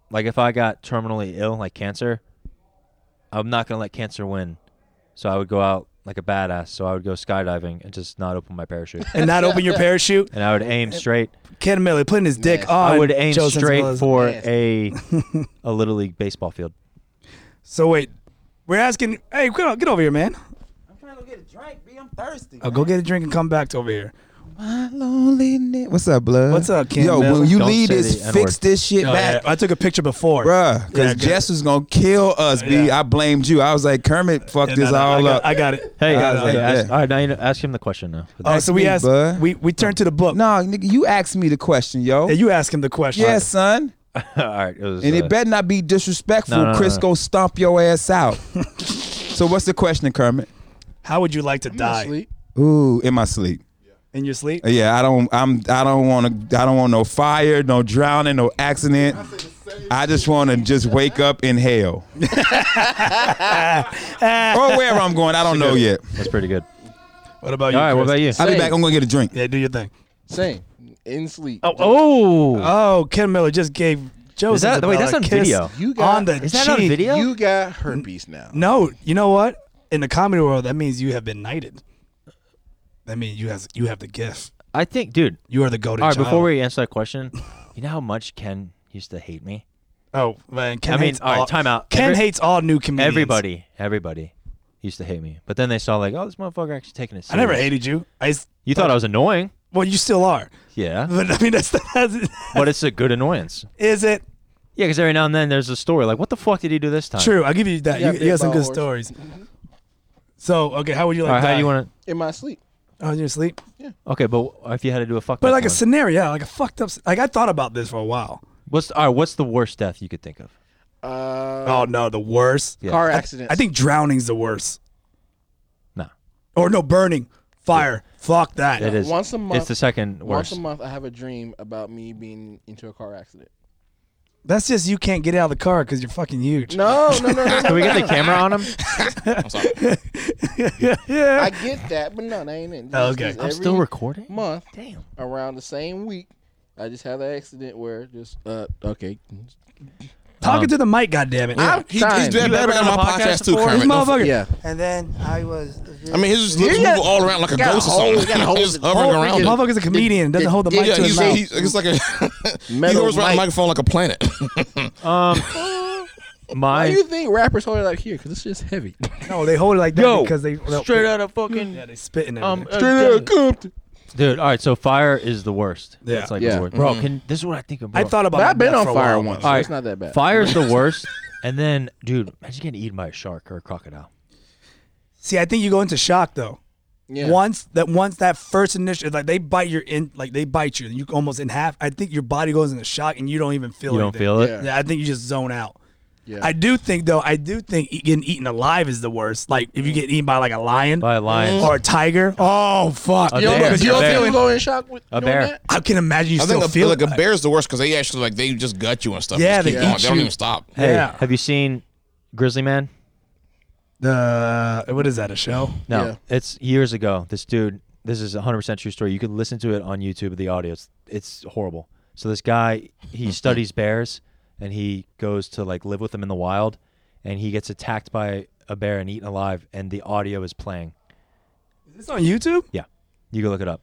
[SPEAKER 3] like if i got terminally ill like cancer i'm not going to let cancer win so i would go out like a badass so i would go skydiving and just not open my parachute
[SPEAKER 1] and not open your parachute.
[SPEAKER 3] and i would aim straight
[SPEAKER 1] Ken Miller putting his dick on.
[SPEAKER 3] I would aim
[SPEAKER 1] Joe
[SPEAKER 3] straight
[SPEAKER 1] Sensibila's-
[SPEAKER 3] for a a little league baseball field.
[SPEAKER 1] So wait, we're asking. Hey, get, o- get over here, man.
[SPEAKER 12] I'm trying to go get a drink, B. I'm thirsty.
[SPEAKER 1] Uh, go get a drink and come back to over here.
[SPEAKER 4] Loneliness. What's up, blood?
[SPEAKER 1] What's up, Ken
[SPEAKER 4] Yo,
[SPEAKER 1] Miller?
[SPEAKER 4] when you
[SPEAKER 3] Don't
[SPEAKER 4] leave
[SPEAKER 3] say
[SPEAKER 4] this,
[SPEAKER 3] the N-word.
[SPEAKER 4] fix this shit
[SPEAKER 1] Oh, yeah.
[SPEAKER 4] back.
[SPEAKER 1] I took a picture before,
[SPEAKER 4] Bruh, because
[SPEAKER 1] Yeah, good.
[SPEAKER 4] Jess was gonna kill us, B.
[SPEAKER 1] Yeah.
[SPEAKER 4] I blamed you. I was like, Kermit, fuck
[SPEAKER 1] And
[SPEAKER 4] this
[SPEAKER 1] I- I-
[SPEAKER 4] all
[SPEAKER 1] I got,
[SPEAKER 4] up.
[SPEAKER 1] I got it.
[SPEAKER 3] Hey,
[SPEAKER 1] I
[SPEAKER 4] uh,
[SPEAKER 1] got it.
[SPEAKER 4] yeah.
[SPEAKER 3] ask- all right, now you know, ask him the question now.
[SPEAKER 1] Oh, so we
[SPEAKER 4] me,
[SPEAKER 1] asked.
[SPEAKER 4] bud.
[SPEAKER 1] We we turned to the book.
[SPEAKER 4] no, nigga, you asked me the question, yo.
[SPEAKER 1] Yeah, you ask him the question.
[SPEAKER 4] yeah, son.
[SPEAKER 3] all right, it was.
[SPEAKER 4] And
[SPEAKER 3] uh,
[SPEAKER 4] it better not be disrespectful.
[SPEAKER 3] No, no, no,
[SPEAKER 4] Chris
[SPEAKER 3] no.
[SPEAKER 4] go stomp your ass out. so what's the question, Kermit?
[SPEAKER 1] How would you like to die
[SPEAKER 6] Sleep.
[SPEAKER 4] Ooh, in my sleep.
[SPEAKER 1] in your sleep?
[SPEAKER 4] Yeah, I don't. I'm. I don't want to. I don't want no fire, no drowning, no accident. I just want to just wake up in hell. or wherever I'm going, I don't know yet.
[SPEAKER 3] That's pretty good.
[SPEAKER 1] What about you?
[SPEAKER 3] All right, what
[SPEAKER 1] Chris?
[SPEAKER 3] about you?
[SPEAKER 4] I'll be back. I'm gonna get a drink.
[SPEAKER 1] Yeah, do your thing.
[SPEAKER 6] Same. In sleep.
[SPEAKER 3] Oh,
[SPEAKER 1] Oh, Ken Miller just gave Joe
[SPEAKER 3] Is that-
[SPEAKER 1] Isabella
[SPEAKER 3] wait, that's on
[SPEAKER 1] kissed
[SPEAKER 3] video.
[SPEAKER 9] You got-
[SPEAKER 1] on the
[SPEAKER 3] Is that on
[SPEAKER 1] cheek.
[SPEAKER 3] video?
[SPEAKER 9] You got herpes now.
[SPEAKER 1] No, you know what? In the comedy world, that means you have been knighted. That means you has you have the gift.
[SPEAKER 3] I think, dude.
[SPEAKER 1] You are the golden
[SPEAKER 3] All right,
[SPEAKER 1] child.
[SPEAKER 3] before we answer that question, you know how much Ken used to hate me.
[SPEAKER 1] Oh man, Ken
[SPEAKER 3] I mean,
[SPEAKER 1] hates
[SPEAKER 3] all
[SPEAKER 1] all-
[SPEAKER 3] right, time out.
[SPEAKER 1] Ken hates all new comedians.
[SPEAKER 3] Everybody, everybody used to hate me, but then they saw like, oh, this motherfucker actually taking it.
[SPEAKER 1] I never
[SPEAKER 3] serious.
[SPEAKER 1] hated you. I s-
[SPEAKER 3] You thought I was annoying.
[SPEAKER 1] well, you still are.
[SPEAKER 3] Yeah,
[SPEAKER 1] But I mean, that's, that's
[SPEAKER 3] but it's a good annoyance.
[SPEAKER 1] is it
[SPEAKER 3] Yeah, because every now and then there's a story like, what the fuck did he do this time?
[SPEAKER 1] true? I'll give you that.
[SPEAKER 9] You got
[SPEAKER 1] You, you
[SPEAKER 9] bit
[SPEAKER 1] got some
[SPEAKER 9] by a
[SPEAKER 1] good
[SPEAKER 9] horse.
[SPEAKER 1] stories. So okay, how would you
[SPEAKER 3] All
[SPEAKER 1] like?
[SPEAKER 3] right, how
[SPEAKER 1] die?
[SPEAKER 3] do you want
[SPEAKER 9] In my sleep.
[SPEAKER 1] Oh, you're asleep.
[SPEAKER 3] to? Okay, but if you had to do a fuck,
[SPEAKER 1] But
[SPEAKER 3] up
[SPEAKER 1] like a
[SPEAKER 3] one,
[SPEAKER 1] scenario, like a fucked up. s- Like I thought about this for a while.
[SPEAKER 3] what's all right? What's the worst death you could think of?
[SPEAKER 9] Uh,
[SPEAKER 1] Oh no, the worst.
[SPEAKER 3] Yeah.
[SPEAKER 9] Car accidents.
[SPEAKER 1] I think drowning's the worst.
[SPEAKER 3] No,
[SPEAKER 1] Or no, burning, fire. Fuck that.
[SPEAKER 3] it is.
[SPEAKER 9] once a
[SPEAKER 3] It's
[SPEAKER 9] month-
[SPEAKER 3] the second
[SPEAKER 9] once
[SPEAKER 3] worst.
[SPEAKER 9] a month I have a dream about me being into a car accident.
[SPEAKER 1] That's just you can't get out of the car because you're fucking huge.
[SPEAKER 9] No, no, no, no.
[SPEAKER 3] Can we get the camera on him?
[SPEAKER 9] I get that, but no, that ain't it.
[SPEAKER 1] Oh,
[SPEAKER 9] Just-
[SPEAKER 1] okay.
[SPEAKER 9] just
[SPEAKER 3] I'm
[SPEAKER 9] every
[SPEAKER 3] still recording.
[SPEAKER 9] month
[SPEAKER 3] Damn.
[SPEAKER 9] around the same week. I just had an accident where just uh okay.
[SPEAKER 3] Um,
[SPEAKER 1] Talking to the mic, goddammit.
[SPEAKER 9] I'm
[SPEAKER 1] it!
[SPEAKER 6] He, he's
[SPEAKER 9] You
[SPEAKER 6] doing better
[SPEAKER 3] ever
[SPEAKER 6] than
[SPEAKER 3] done
[SPEAKER 6] my
[SPEAKER 3] a podcast
[SPEAKER 6] podcast too,
[SPEAKER 3] before?
[SPEAKER 6] Kermit. Don't
[SPEAKER 1] motherfucker.
[SPEAKER 9] Yeah.
[SPEAKER 13] And then I was.
[SPEAKER 6] I mean, his lips
[SPEAKER 9] got-
[SPEAKER 6] move all around like a
[SPEAKER 9] you got
[SPEAKER 6] ghost or
[SPEAKER 9] holes, you
[SPEAKER 6] something.
[SPEAKER 9] got holes
[SPEAKER 6] He's
[SPEAKER 9] in-
[SPEAKER 6] hovering
[SPEAKER 9] holes in
[SPEAKER 6] around.
[SPEAKER 9] your-
[SPEAKER 1] Motherfucker's a comedian. Doesn't hold the mic
[SPEAKER 6] Yeah,
[SPEAKER 1] to his
[SPEAKER 6] he's,
[SPEAKER 1] mouth.
[SPEAKER 6] he's, it's like a he
[SPEAKER 9] Metal
[SPEAKER 6] goes around the
[SPEAKER 9] mic.
[SPEAKER 6] microphone like a planet.
[SPEAKER 3] Um,
[SPEAKER 9] Why
[SPEAKER 3] my
[SPEAKER 9] do you think rappers hold it like here? Because it's just heavy.
[SPEAKER 1] No, they hold it like that
[SPEAKER 3] Yo,
[SPEAKER 1] because they
[SPEAKER 9] Straight out of fucking.
[SPEAKER 1] Yeah, they spitting it.
[SPEAKER 3] uh,
[SPEAKER 9] Um, straight out of Compton.
[SPEAKER 3] dude. All right, so fire is the worst.
[SPEAKER 1] Yeah.
[SPEAKER 3] It's like
[SPEAKER 9] Yeah.
[SPEAKER 3] the worst. bro. Can this is what I think of? Bro.
[SPEAKER 1] I thought about.
[SPEAKER 9] But
[SPEAKER 1] my
[SPEAKER 9] I've been
[SPEAKER 1] death
[SPEAKER 9] on
[SPEAKER 1] for a
[SPEAKER 9] fire
[SPEAKER 1] while.
[SPEAKER 9] once.
[SPEAKER 3] All
[SPEAKER 9] so
[SPEAKER 3] right.
[SPEAKER 9] It's not that bad.
[SPEAKER 3] Fire's the worst. And then, dude, imagine getting eaten by a shark or a crocodile.
[SPEAKER 1] See, I think you go into shock though.
[SPEAKER 9] Yeah.
[SPEAKER 1] Once that once that first initial like they bite your in like they bite you and you almost in half. I think your body goes into shock and you don't even feel.
[SPEAKER 3] You don't
[SPEAKER 1] anything.
[SPEAKER 3] feel it?
[SPEAKER 9] Yeah.
[SPEAKER 1] Yeah, I think you just zone out.
[SPEAKER 9] Yeah.
[SPEAKER 1] I do think though. I do think e- getting eaten alive is the worst. Like if you
[SPEAKER 13] Mm.
[SPEAKER 1] get eaten by like a lion,
[SPEAKER 3] By a lion.
[SPEAKER 1] or a tiger. Oh fuck!
[SPEAKER 3] A
[SPEAKER 9] You don't,
[SPEAKER 3] bear.
[SPEAKER 9] you
[SPEAKER 3] A
[SPEAKER 9] don't
[SPEAKER 3] bear.
[SPEAKER 9] feel low in shock with
[SPEAKER 3] A
[SPEAKER 9] doing
[SPEAKER 3] bear.
[SPEAKER 9] that?
[SPEAKER 1] I can imagine you
[SPEAKER 6] I
[SPEAKER 1] still
[SPEAKER 6] think a,
[SPEAKER 1] feel
[SPEAKER 6] like a
[SPEAKER 1] I-
[SPEAKER 6] bear's the worst because they actually like they just gut you and stuff.
[SPEAKER 1] Yeah,
[SPEAKER 6] Just
[SPEAKER 1] they
[SPEAKER 6] keep going.
[SPEAKER 1] eat
[SPEAKER 6] They don't
[SPEAKER 1] you.
[SPEAKER 6] even stop.
[SPEAKER 3] Hey,
[SPEAKER 1] Yeah.
[SPEAKER 3] have you seen Grizzly Man?
[SPEAKER 1] The what is that? A show?
[SPEAKER 3] No,
[SPEAKER 9] Yeah.
[SPEAKER 3] it's years ago. This dude, this is 100% true story. You can listen to it on YouTube, the audio. It's, it's horrible. So this guy, he studies bears and he goes to like live with them in the wild and he gets attacked by a bear and eaten alive and the audio is playing.
[SPEAKER 1] It's on YouTube.
[SPEAKER 3] Yeah. You go look it up.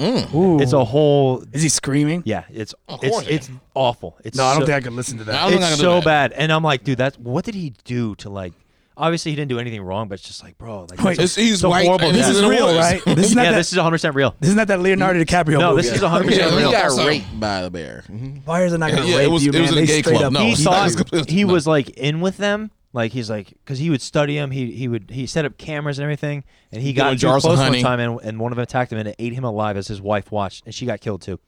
[SPEAKER 1] Ooh.
[SPEAKER 3] It's a whole
[SPEAKER 1] Is he screaming?
[SPEAKER 3] yeah, it's it's
[SPEAKER 6] course.
[SPEAKER 3] it's awful. It's
[SPEAKER 1] No, I don't
[SPEAKER 3] so-
[SPEAKER 1] think I could listen to that.
[SPEAKER 6] I don't think I
[SPEAKER 3] it's
[SPEAKER 6] can do
[SPEAKER 3] so
[SPEAKER 6] that.
[SPEAKER 3] bad. And I'm like, dude, that's what did he do to like? Obviously, he didn't do anything wrong, but it's just like, bro, like,
[SPEAKER 1] Wait,
[SPEAKER 6] It's, he's
[SPEAKER 3] So
[SPEAKER 6] white.
[SPEAKER 3] horrible.
[SPEAKER 6] and
[SPEAKER 3] This
[SPEAKER 1] This is
[SPEAKER 6] in the
[SPEAKER 1] real,
[SPEAKER 6] woods.
[SPEAKER 1] right? This is not
[SPEAKER 3] yeah,
[SPEAKER 1] that.
[SPEAKER 3] this is 100 percent real.
[SPEAKER 1] This is not that Leonardo DiCaprio.
[SPEAKER 3] No,
[SPEAKER 1] movie.
[SPEAKER 3] this is 100 percent
[SPEAKER 6] Yeah,
[SPEAKER 3] real.
[SPEAKER 9] He got
[SPEAKER 6] So-
[SPEAKER 9] raped by the bear.
[SPEAKER 1] Why is it not gonna
[SPEAKER 6] Yeah, it
[SPEAKER 1] rape
[SPEAKER 6] was-
[SPEAKER 1] you,
[SPEAKER 6] it
[SPEAKER 1] man?
[SPEAKER 6] was in
[SPEAKER 1] they
[SPEAKER 6] a gay
[SPEAKER 1] straight
[SPEAKER 6] club.
[SPEAKER 1] up.
[SPEAKER 6] No.
[SPEAKER 3] he
[SPEAKER 6] he's
[SPEAKER 3] thought
[SPEAKER 6] not Oh, gonna-
[SPEAKER 3] he
[SPEAKER 6] no.
[SPEAKER 3] was like in with them. Like he's like, because he would study him. He he would he set up cameras and everything. And he got
[SPEAKER 6] Doing
[SPEAKER 3] too
[SPEAKER 6] jars of
[SPEAKER 3] close one
[SPEAKER 6] honey.
[SPEAKER 3] time, and, and one of them attacked him and it ate him alive as his wife watched, and she got killed too.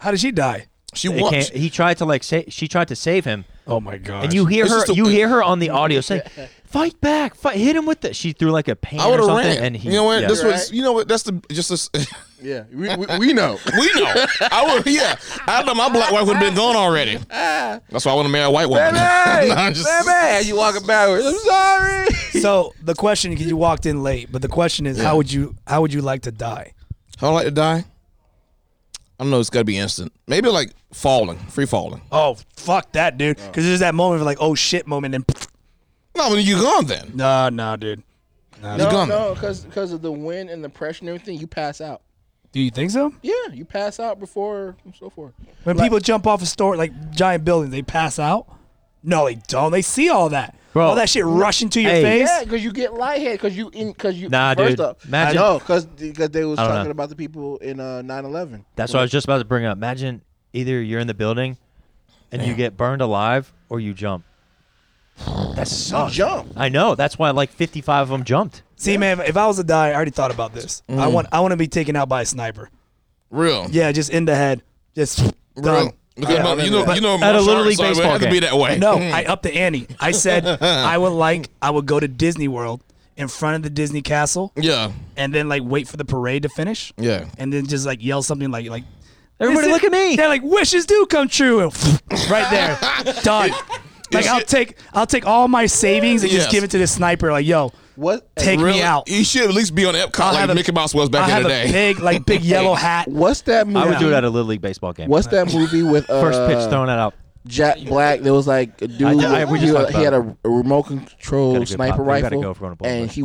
[SPEAKER 1] How did she die?
[SPEAKER 6] She
[SPEAKER 3] It can't,
[SPEAKER 6] watched.
[SPEAKER 3] he tried to like say she tried to save him,
[SPEAKER 1] Oh my god!
[SPEAKER 3] and you hear
[SPEAKER 6] It's
[SPEAKER 3] her
[SPEAKER 6] just a-
[SPEAKER 3] you hear her on the audio saying, "Fight back, fight, hit him with the." She threw like a pan
[SPEAKER 6] I
[SPEAKER 3] or
[SPEAKER 6] would have
[SPEAKER 3] something,
[SPEAKER 6] ran.
[SPEAKER 3] and he
[SPEAKER 6] you know what?
[SPEAKER 3] yeah.
[SPEAKER 6] This
[SPEAKER 9] Right.
[SPEAKER 6] was. You know what? That's the just. This,
[SPEAKER 9] Yeah, we, we, we know.
[SPEAKER 6] we know. I would. Yeah. I know my black wife would have been gone already. That's why I want to marry a white woman.
[SPEAKER 9] Baby!
[SPEAKER 6] No, I'm just-
[SPEAKER 9] Baby! You walking backwards. I'm sorry.
[SPEAKER 1] So the question, because you walked in late, but the question is, how would you how would you like to die?
[SPEAKER 6] How I like to die? I don't know. It's got to be instant. Maybe like falling, free falling.
[SPEAKER 1] Oh fuck that, dude! Because there's that moment of like, oh shit, moment, and
[SPEAKER 6] No, when you're gone then.
[SPEAKER 1] nah, nah, dude.
[SPEAKER 6] You're
[SPEAKER 9] No,
[SPEAKER 6] gone.
[SPEAKER 9] no, because of the wind and the pressure and everything, you pass out.
[SPEAKER 1] Do you think so?
[SPEAKER 9] Yeah, you pass out before and so forth.
[SPEAKER 1] When people jump off a store like giant buildings, they pass out. No, they don't. They see all that,
[SPEAKER 3] Bro.
[SPEAKER 1] all that shit rushing to your
[SPEAKER 3] Hey.
[SPEAKER 1] face.
[SPEAKER 9] Yeah, because you get lightheaded because you in because you
[SPEAKER 3] Nah,
[SPEAKER 9] first
[SPEAKER 3] dude.
[SPEAKER 9] Up,
[SPEAKER 3] Imagine-
[SPEAKER 9] I know because they was
[SPEAKER 3] I don't
[SPEAKER 9] talking
[SPEAKER 3] know.
[SPEAKER 9] about the people in uh 9/11.
[SPEAKER 3] That's what I was just about to bring up. Imagine either you're in the building and you get burned alive or you jump. That sucks.
[SPEAKER 9] Jump.
[SPEAKER 3] I know. That's why like 55 of them jumped.
[SPEAKER 1] See, man, if, if I was to die, I already thought about this. I want I want to be taken out by a sniper.
[SPEAKER 6] Mm. Real.
[SPEAKER 1] Yeah, just in the head, just
[SPEAKER 6] Real.
[SPEAKER 1] done.
[SPEAKER 6] Look at
[SPEAKER 1] Yeah.
[SPEAKER 6] my- you know, you know,
[SPEAKER 3] at a
[SPEAKER 6] martial
[SPEAKER 3] Little
[SPEAKER 6] arts,
[SPEAKER 3] League
[SPEAKER 6] so it would
[SPEAKER 3] baseball
[SPEAKER 6] have to
[SPEAKER 3] game.
[SPEAKER 6] be that way. Mm.
[SPEAKER 1] No, I upped the ante. I said I would like I would go to Disney World in front of the Disney Castle
[SPEAKER 6] Yeah,
[SPEAKER 1] and then like wait for the parade to finish
[SPEAKER 6] yeah.
[SPEAKER 1] and then just like yell something like like
[SPEAKER 3] Everybody
[SPEAKER 1] "This
[SPEAKER 3] look
[SPEAKER 1] is-
[SPEAKER 3] at me."
[SPEAKER 1] They're like wishes do come true and right there. Done. Like I'll take I'll take all my savings and just
[SPEAKER 6] Yes.
[SPEAKER 1] give it to the sniper like yo,
[SPEAKER 9] What
[SPEAKER 1] take
[SPEAKER 6] Really?
[SPEAKER 1] me out.
[SPEAKER 6] You should at least be on Epcot
[SPEAKER 1] I'll have
[SPEAKER 6] like
[SPEAKER 1] a-
[SPEAKER 6] Mickey Mouse was back
[SPEAKER 1] I'll have
[SPEAKER 6] in the
[SPEAKER 1] a
[SPEAKER 6] day.
[SPEAKER 1] big like big yellow hat.
[SPEAKER 9] What's that movie?
[SPEAKER 3] I would do it at a Little League baseball game.
[SPEAKER 9] What's that movie with uh,
[SPEAKER 3] First pitch thrown it out.
[SPEAKER 9] Jack Black. There was like a dude.
[SPEAKER 3] I- we just
[SPEAKER 9] he,
[SPEAKER 3] talked
[SPEAKER 9] he had
[SPEAKER 3] about
[SPEAKER 9] a, a remote control
[SPEAKER 3] Got a good
[SPEAKER 9] sniper
[SPEAKER 3] pop. We gotta
[SPEAKER 9] rifle,
[SPEAKER 3] go if we're gonna blow
[SPEAKER 9] and
[SPEAKER 3] up.
[SPEAKER 9] he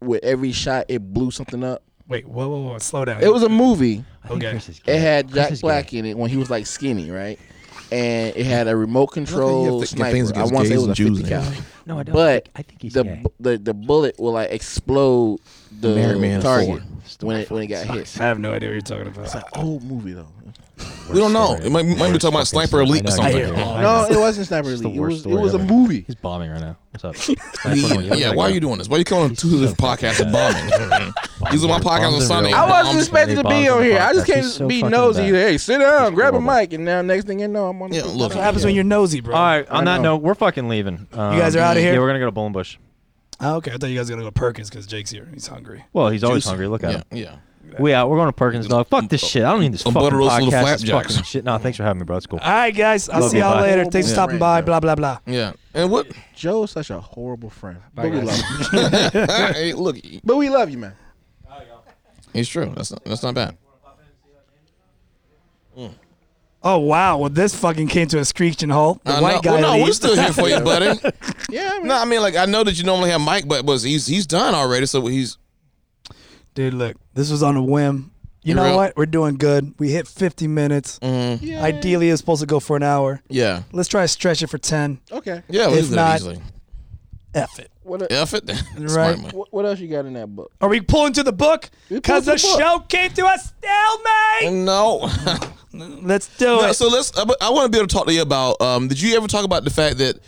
[SPEAKER 9] with every shot it blew something up.
[SPEAKER 1] Wait, whoa, whoa, whoa, slow down.
[SPEAKER 9] It was a movie.
[SPEAKER 1] okay.
[SPEAKER 9] It had
[SPEAKER 1] Chris
[SPEAKER 9] Jack
[SPEAKER 1] is
[SPEAKER 9] Black in it when he was like skinny, right? And it had a remote
[SPEAKER 6] you
[SPEAKER 9] control
[SPEAKER 6] have to get
[SPEAKER 9] sniper.
[SPEAKER 6] things
[SPEAKER 9] I
[SPEAKER 6] against
[SPEAKER 9] want to say it was
[SPEAKER 6] gays
[SPEAKER 9] a
[SPEAKER 6] and Jews
[SPEAKER 9] fifty
[SPEAKER 6] now.
[SPEAKER 9] cal.
[SPEAKER 3] No, I don't.
[SPEAKER 9] But
[SPEAKER 3] I think he's
[SPEAKER 9] the
[SPEAKER 3] gay.
[SPEAKER 9] bu- the the bullet will like explode the
[SPEAKER 6] Married Man
[SPEAKER 9] target
[SPEAKER 6] four.
[SPEAKER 9] when it when it got hit.
[SPEAKER 1] I have no idea what you're talking about.
[SPEAKER 9] It's an old movie though.
[SPEAKER 6] We don't know. It might, might be talking about Sniper Elite or something.
[SPEAKER 9] No, it wasn't Sniper
[SPEAKER 3] It's the
[SPEAKER 9] Elite. It
[SPEAKER 3] worst
[SPEAKER 9] was, it
[SPEAKER 3] story
[SPEAKER 9] was a
[SPEAKER 3] ever.
[SPEAKER 9] movie.
[SPEAKER 3] He's bombing right now. What's up?
[SPEAKER 6] Yeah, yeah, why are you doing this? Why are you coming on two different podcasts and bombing? These are my podcasts on
[SPEAKER 3] Bombs are
[SPEAKER 6] Sunday.
[SPEAKER 3] real.
[SPEAKER 9] I
[SPEAKER 6] Bombs-
[SPEAKER 9] wasn't expecting to
[SPEAKER 3] They bombed
[SPEAKER 9] be
[SPEAKER 3] on
[SPEAKER 9] on
[SPEAKER 3] the
[SPEAKER 9] here. I just
[SPEAKER 3] podcast.
[SPEAKER 9] came
[SPEAKER 3] He's
[SPEAKER 9] to
[SPEAKER 3] so
[SPEAKER 9] be
[SPEAKER 3] fucking
[SPEAKER 9] nosy.
[SPEAKER 3] bad.
[SPEAKER 9] Hey, sit down, grab a
[SPEAKER 3] horrible.
[SPEAKER 9] mic, and now next thing you know, I'm on. the
[SPEAKER 6] Yeah,
[SPEAKER 9] podcast.
[SPEAKER 6] look.
[SPEAKER 1] What happens when you're nosy, bro?
[SPEAKER 3] All right. On
[SPEAKER 9] I
[SPEAKER 3] that
[SPEAKER 9] know.
[SPEAKER 3] note, we're fucking leaving. Um,
[SPEAKER 1] guys are outta here?
[SPEAKER 3] Yeah, we're gonna go to Bowling Bush.
[SPEAKER 1] Oh, okay, I thought you guys were gonna go to Perkins because Jake's here. He's hungry.
[SPEAKER 3] Well, he's always
[SPEAKER 6] Juicy.
[SPEAKER 3] hungry. Look at him.
[SPEAKER 6] yeah, yeah.
[SPEAKER 3] We out. We're going to Perkins, dog. Fuck this shit. I don't need this
[SPEAKER 6] a
[SPEAKER 3] fucking
[SPEAKER 6] butter roast little
[SPEAKER 3] podcast. This
[SPEAKER 6] flapjacks.
[SPEAKER 3] fucking shit. No, thanks for having me, bro. It's cool.
[SPEAKER 1] All right, guys. I'll
[SPEAKER 3] Love
[SPEAKER 1] see
[SPEAKER 3] you,
[SPEAKER 1] y'all
[SPEAKER 3] bye.
[SPEAKER 1] later. Thanks for
[SPEAKER 9] Yeah.
[SPEAKER 1] stopping by. Blah blah blah.
[SPEAKER 6] Yeah. And what?
[SPEAKER 9] Joe is such a horrible friend. But we,
[SPEAKER 1] guys.
[SPEAKER 9] love you.
[SPEAKER 6] hey, look,
[SPEAKER 9] but we love you, man.
[SPEAKER 6] it's true. That's not, that's not bad.
[SPEAKER 1] Oh wow, well this fucking came to a screeching halt. The
[SPEAKER 6] I
[SPEAKER 1] white
[SPEAKER 6] know-
[SPEAKER 1] guy.
[SPEAKER 6] well, no, we're
[SPEAKER 1] leaves.
[SPEAKER 6] still here for you, buddy.
[SPEAKER 9] Yeah, I mean,
[SPEAKER 6] no, I mean, like, I know that you normally have Mike, but was he's he's done already, so he's
[SPEAKER 1] Dude, look, this was on a whim. You
[SPEAKER 6] You're
[SPEAKER 1] know
[SPEAKER 6] real- Mm-hmm.
[SPEAKER 1] what? We're doing good. We hit 50 minutes. Ideally, it's supposed to go for an hour.
[SPEAKER 6] yeah,
[SPEAKER 1] Let's try to stretch it for 10.
[SPEAKER 9] okay.
[SPEAKER 6] yeah. we
[SPEAKER 1] If
[SPEAKER 6] can do that
[SPEAKER 1] not-
[SPEAKER 6] easily.
[SPEAKER 1] F it.
[SPEAKER 9] What,
[SPEAKER 6] F it,
[SPEAKER 1] Right.
[SPEAKER 6] smart man.
[SPEAKER 9] what what else you got in that book?
[SPEAKER 1] Are we pulling to the book?
[SPEAKER 9] We pulled
[SPEAKER 1] Because
[SPEAKER 9] to
[SPEAKER 1] the,
[SPEAKER 9] the book.
[SPEAKER 1] show came to a stalemate.
[SPEAKER 6] No.
[SPEAKER 1] Let's do
[SPEAKER 6] No,
[SPEAKER 1] it.
[SPEAKER 6] so let's. I, I want to be able to talk to you about. Um, did you ever talk about the fact that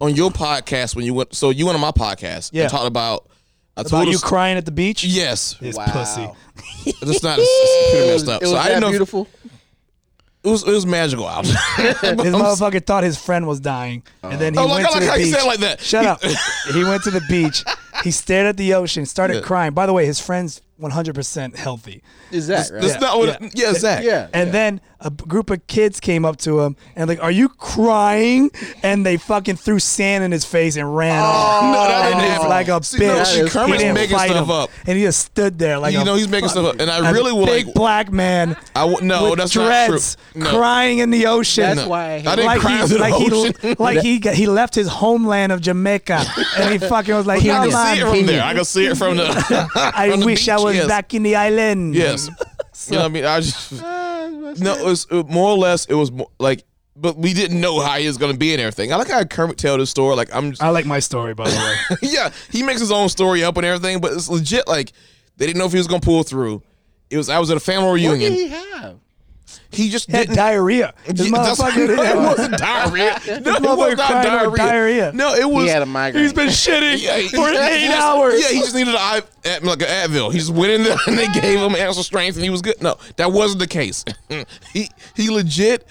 [SPEAKER 6] on your podcast when you went? So you went on my podcast.
[SPEAKER 1] Yeah.
[SPEAKER 6] And talked about. I
[SPEAKER 1] About
[SPEAKER 6] told
[SPEAKER 1] you
[SPEAKER 6] us-
[SPEAKER 1] crying at the beach?
[SPEAKER 6] Yes,
[SPEAKER 1] This
[SPEAKER 9] Wow.
[SPEAKER 1] pussy.
[SPEAKER 6] it's not. It's, it's pretty messed up.
[SPEAKER 9] It was
[SPEAKER 6] so I
[SPEAKER 9] that
[SPEAKER 6] didn't know. if-
[SPEAKER 9] beautiful.
[SPEAKER 6] it was it was magical out.
[SPEAKER 1] This motherfucker thought his friend was dying, and then he
[SPEAKER 6] Oh, like-
[SPEAKER 1] went
[SPEAKER 6] I
[SPEAKER 1] to
[SPEAKER 6] like
[SPEAKER 1] the
[SPEAKER 6] how you
[SPEAKER 1] beach.
[SPEAKER 6] said it like that.
[SPEAKER 1] Shut up. he went to the beach. He stared at the ocean, started crying. By the way, his friend's 100% healthy.
[SPEAKER 9] Is that right?
[SPEAKER 6] That's not what.
[SPEAKER 1] yeah.
[SPEAKER 6] Yeah, Zach.
[SPEAKER 9] yeah.
[SPEAKER 1] And then a b- group of kids came up to him and like, "Are you crying?" And they fucking threw sand in his face and ran off.
[SPEAKER 6] Oh, No, that
[SPEAKER 1] and
[SPEAKER 6] didn't
[SPEAKER 1] he's
[SPEAKER 6] happen.
[SPEAKER 1] like a
[SPEAKER 6] See, no,
[SPEAKER 1] bitch.
[SPEAKER 6] she- Kermit's
[SPEAKER 1] he didn't
[SPEAKER 6] making
[SPEAKER 1] fight
[SPEAKER 6] stuff
[SPEAKER 1] him.
[SPEAKER 6] up.
[SPEAKER 1] And he just stood there like
[SPEAKER 6] you
[SPEAKER 1] a
[SPEAKER 6] know he's making stuff up, and I really would
[SPEAKER 1] big
[SPEAKER 6] like.
[SPEAKER 1] black man.
[SPEAKER 6] I would no,
[SPEAKER 1] with
[SPEAKER 6] that's
[SPEAKER 1] dreads,
[SPEAKER 6] not true. No.
[SPEAKER 1] crying in the ocean.
[SPEAKER 9] That's why I hate
[SPEAKER 6] I didn't
[SPEAKER 1] like
[SPEAKER 6] cry
[SPEAKER 1] he,
[SPEAKER 6] into the
[SPEAKER 1] like he,
[SPEAKER 6] ocean.
[SPEAKER 1] like he, got- he left his homeland of Jamaica, and he fucking was like,
[SPEAKER 6] I
[SPEAKER 1] "Y'all
[SPEAKER 6] can see it
[SPEAKER 1] man,
[SPEAKER 6] from there. I can see it from the.
[SPEAKER 1] I
[SPEAKER 6] from the
[SPEAKER 1] wish I
[SPEAKER 6] beach,
[SPEAKER 1] was
[SPEAKER 6] yes.
[SPEAKER 1] back in the island."
[SPEAKER 6] Yes. You know what I mean? I just
[SPEAKER 9] Ah,
[SPEAKER 6] no. It was it, more or less. It was more, like, but we didn't know how he was gonna be and everything. I like how Kermit tell this story. Like I'm, just,
[SPEAKER 1] I like my story, by the way.
[SPEAKER 6] yeah. He makes his own story up and everything, but it's legit. Like they didn't know if he was gonna pull through. It was I was at a family
[SPEAKER 9] What did
[SPEAKER 6] reunion.
[SPEAKER 9] he
[SPEAKER 6] He,
[SPEAKER 9] have?
[SPEAKER 6] just
[SPEAKER 1] He had
[SPEAKER 6] didn't.
[SPEAKER 1] diarrhea. This
[SPEAKER 6] Yeah, that's-
[SPEAKER 1] motherfucker didn't
[SPEAKER 6] it
[SPEAKER 1] have-
[SPEAKER 6] wasn't diarrhea. No, it
[SPEAKER 1] motherfucker
[SPEAKER 6] was not
[SPEAKER 1] cried
[SPEAKER 6] diarrhea.
[SPEAKER 1] about diarrhea.
[SPEAKER 6] No, it was.
[SPEAKER 9] He had a migraine.
[SPEAKER 1] He's been shitting
[SPEAKER 6] Yeah, he-
[SPEAKER 1] for
[SPEAKER 6] yeah, he
[SPEAKER 1] eight
[SPEAKER 6] just-
[SPEAKER 1] hours.
[SPEAKER 6] Yeah, he just needed an I, Ad- like an Advil. He just went in there and they gave him extra strength and he was good. No, that wasn't the case. he he legit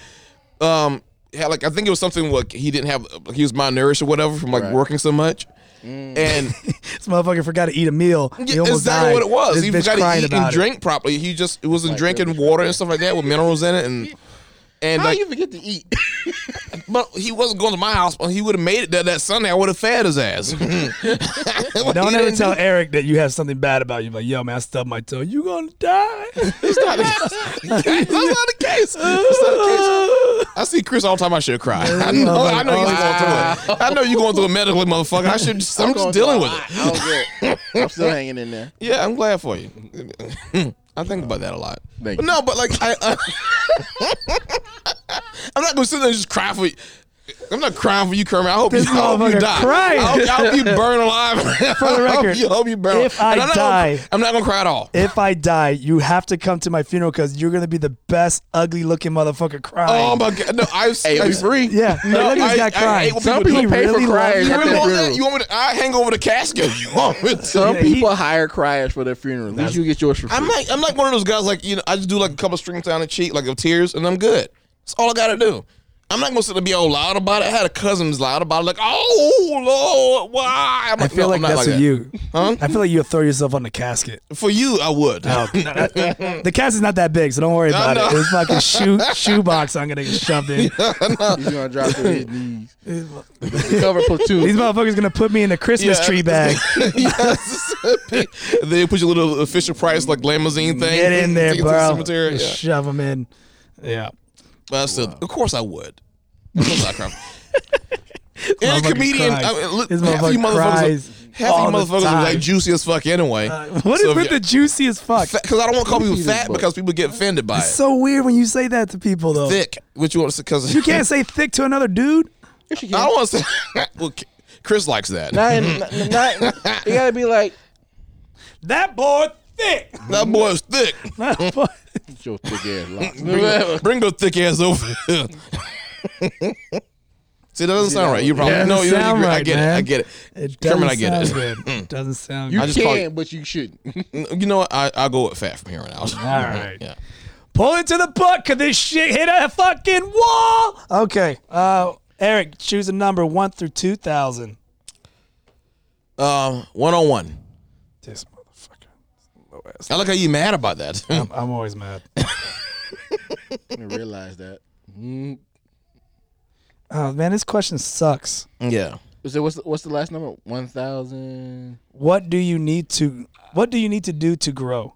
[SPEAKER 6] um had like I think it was something like he didn't have like he was malnourished or whatever from like working so much. And
[SPEAKER 1] This motherfucker forgot to eat a meal. He
[SPEAKER 6] yeah,
[SPEAKER 1] almost
[SPEAKER 6] exactly
[SPEAKER 1] died.
[SPEAKER 6] what it was.
[SPEAKER 1] This
[SPEAKER 6] he
[SPEAKER 1] bitch
[SPEAKER 6] forgot to
[SPEAKER 1] crying
[SPEAKER 6] eat and
[SPEAKER 1] about it.
[SPEAKER 6] drink properly. He just he wasn't drinking water and stuff like that with minerals in it and and
[SPEAKER 9] How
[SPEAKER 6] like,
[SPEAKER 9] you forget to eat?
[SPEAKER 6] but he wasn't going to my house. But he would have made it there that Sunday. I would have fed his ass.
[SPEAKER 1] Don't
[SPEAKER 6] He
[SPEAKER 1] ever
[SPEAKER 6] didn't
[SPEAKER 1] tell Eric that you have something bad about you. Like, yo, man, I stubbed my toe. You gonna die?
[SPEAKER 6] That's not the case. That's not the case. I see Chris all the time. I should cry. I know. I know he's going through it. I know you're going through it medically, motherfucker. I should. Just, I'm just dealing with it.
[SPEAKER 9] I don't get it. I'm still hanging in there.
[SPEAKER 6] Yeah, I'm glad for you. I think about that a lot.
[SPEAKER 9] Thank
[SPEAKER 6] But
[SPEAKER 9] you.
[SPEAKER 6] No, but like I, I I'm not gonna sit there and just cry for you. I'm not crying for you, Kermit. I hope
[SPEAKER 1] This
[SPEAKER 6] you, I hope you
[SPEAKER 1] motherfucker
[SPEAKER 6] die.
[SPEAKER 1] crying.
[SPEAKER 6] I hope, I hope you burn alive. For
[SPEAKER 1] the record,
[SPEAKER 6] I hope you, hope you burn.
[SPEAKER 1] if I
[SPEAKER 6] And I'm not
[SPEAKER 1] die-
[SPEAKER 6] gonna, I'm not gonna cry at all.
[SPEAKER 1] if I die, you have to come to my funeral because you're gonna be the best ugly looking motherfucker crying.
[SPEAKER 6] Oh my god! No, I've.
[SPEAKER 9] Hey, it'll be
[SPEAKER 6] I've
[SPEAKER 9] free.
[SPEAKER 1] yeah,
[SPEAKER 6] No,
[SPEAKER 1] look at this
[SPEAKER 6] I-
[SPEAKER 1] guy
[SPEAKER 6] I-
[SPEAKER 1] crying.
[SPEAKER 6] I- some people
[SPEAKER 1] He
[SPEAKER 9] pay for
[SPEAKER 1] loved
[SPEAKER 9] crying.
[SPEAKER 1] you?
[SPEAKER 6] You
[SPEAKER 9] At
[SPEAKER 6] really
[SPEAKER 9] that
[SPEAKER 6] want
[SPEAKER 9] funeral.
[SPEAKER 6] that? You want me to? I hang over the casket. You want me to?
[SPEAKER 9] Some
[SPEAKER 1] Yeah, he-
[SPEAKER 9] people hire criers for their funeral. At least you get yours for free.
[SPEAKER 6] I'm like I'm like one of those guys like you know I just do like a couple streams down the cheek like of tears and I'm good. That's all I gotta do. I'm not gonna sit there and be all loud about it. I had a cousin's loud about it like oh lord why? I'm
[SPEAKER 1] I
[SPEAKER 6] like,
[SPEAKER 1] feel
[SPEAKER 6] no,
[SPEAKER 1] like
[SPEAKER 6] I'm not
[SPEAKER 1] that's
[SPEAKER 6] like
[SPEAKER 1] a
[SPEAKER 6] that.
[SPEAKER 1] you.
[SPEAKER 6] Huh?
[SPEAKER 1] I feel like you'll throw yourself on the casket.
[SPEAKER 6] For you I would.
[SPEAKER 1] The casket's not that big, so don't worry about it.
[SPEAKER 6] know.
[SPEAKER 1] It's fucking shoe shoebox. I'm gonna get shoved in.
[SPEAKER 9] He's gonna drop to his knees. Cover platoon.
[SPEAKER 1] These motherfuckers gonna put me in the Christmas
[SPEAKER 6] Yeah.
[SPEAKER 1] tree bag.
[SPEAKER 6] yes. they put your little official price like limousine thing.
[SPEAKER 1] Get in there,
[SPEAKER 6] take it to the
[SPEAKER 1] bro.
[SPEAKER 6] cemetery.
[SPEAKER 1] Just
[SPEAKER 6] Yeah.
[SPEAKER 1] Shove them in. Yeah.
[SPEAKER 6] But I said, of course I would.
[SPEAKER 14] That's where that come from.
[SPEAKER 6] Any
[SPEAKER 14] Motherfucker
[SPEAKER 6] comedian,
[SPEAKER 14] cries.
[SPEAKER 6] I mean, look,
[SPEAKER 14] This
[SPEAKER 6] half of you
[SPEAKER 14] motherfucker
[SPEAKER 6] motherfuckers,
[SPEAKER 14] cries
[SPEAKER 6] are, half of
[SPEAKER 14] all
[SPEAKER 6] you
[SPEAKER 14] the
[SPEAKER 6] motherfuckers are
[SPEAKER 14] time.
[SPEAKER 6] like juicy as fuck anyway.
[SPEAKER 1] What is with the juicy as fuck?
[SPEAKER 6] Because I don't want to call people fat because people get offended by
[SPEAKER 1] It's
[SPEAKER 6] it.
[SPEAKER 1] so weird when you say that to people though.
[SPEAKER 6] Thick, what you want to say? Because
[SPEAKER 1] You can't say thick to another dude.
[SPEAKER 6] I don't want to say. well, K- Chris likes that.
[SPEAKER 5] Not, in, not, not- you gotta be like
[SPEAKER 1] that boy thick.
[SPEAKER 6] That boy's thick.
[SPEAKER 1] That boy.
[SPEAKER 5] your thick ass. lock.
[SPEAKER 6] bring, bring those thick ass over. here. See, that doesn't sound right. You probably
[SPEAKER 1] Doesn't
[SPEAKER 6] no. You, you,
[SPEAKER 1] sound
[SPEAKER 6] I
[SPEAKER 1] right,
[SPEAKER 6] get it. I
[SPEAKER 1] man.
[SPEAKER 6] get it.
[SPEAKER 1] It
[SPEAKER 6] Sherman,
[SPEAKER 1] doesn't
[SPEAKER 6] I get
[SPEAKER 1] sound
[SPEAKER 6] it.
[SPEAKER 1] good. Doesn't sound
[SPEAKER 6] I
[SPEAKER 5] You
[SPEAKER 6] just call
[SPEAKER 5] can,
[SPEAKER 6] it-
[SPEAKER 5] but you shouldn't.
[SPEAKER 6] you know what? I I go with fat from here on out. All
[SPEAKER 1] right.
[SPEAKER 6] yeah.
[SPEAKER 1] Pull it to the butt, cause this shit hit a fucking wall. Okay, uh, Eric, choose a number one through two thousand.
[SPEAKER 6] Um, one on one.
[SPEAKER 1] This
[SPEAKER 6] motherfucker. I look how you mad about that.
[SPEAKER 1] I'm, I'm always mad.
[SPEAKER 5] I didn't realize that. Mm.
[SPEAKER 1] Oh man, this question sucks.
[SPEAKER 6] Yeah.
[SPEAKER 5] So what's the, what's the last number? One thousand.
[SPEAKER 1] What do you need to? What do you need to do to grow?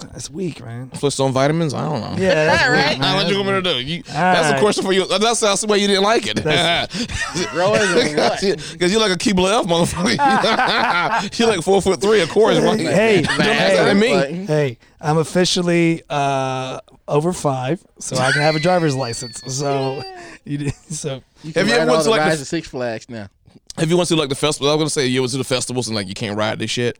[SPEAKER 1] That's weak, man.
[SPEAKER 6] Switched on vitamins. I don't know.
[SPEAKER 1] Yeah, that's
[SPEAKER 6] All
[SPEAKER 1] weird,
[SPEAKER 6] right.
[SPEAKER 1] man.
[SPEAKER 6] What you want me to do? You- that's
[SPEAKER 1] right.
[SPEAKER 6] a question for you. That's that's the way you didn't like it.
[SPEAKER 5] Growing or what?
[SPEAKER 6] Because you like a Keebler elf, motherfucker. you like four foot three, of course. Like,
[SPEAKER 1] hey, hey,
[SPEAKER 6] don't ask that at me.
[SPEAKER 1] hey, hey, I'm officially uh, over five, so I can have a driver's license. So, you, did- so
[SPEAKER 6] Have you ever went to like
[SPEAKER 5] rides
[SPEAKER 6] the,
[SPEAKER 5] to Six Flags now?
[SPEAKER 6] Have you went to like the festival? I was gonna say you went to the festivals and like you can't ride this shit.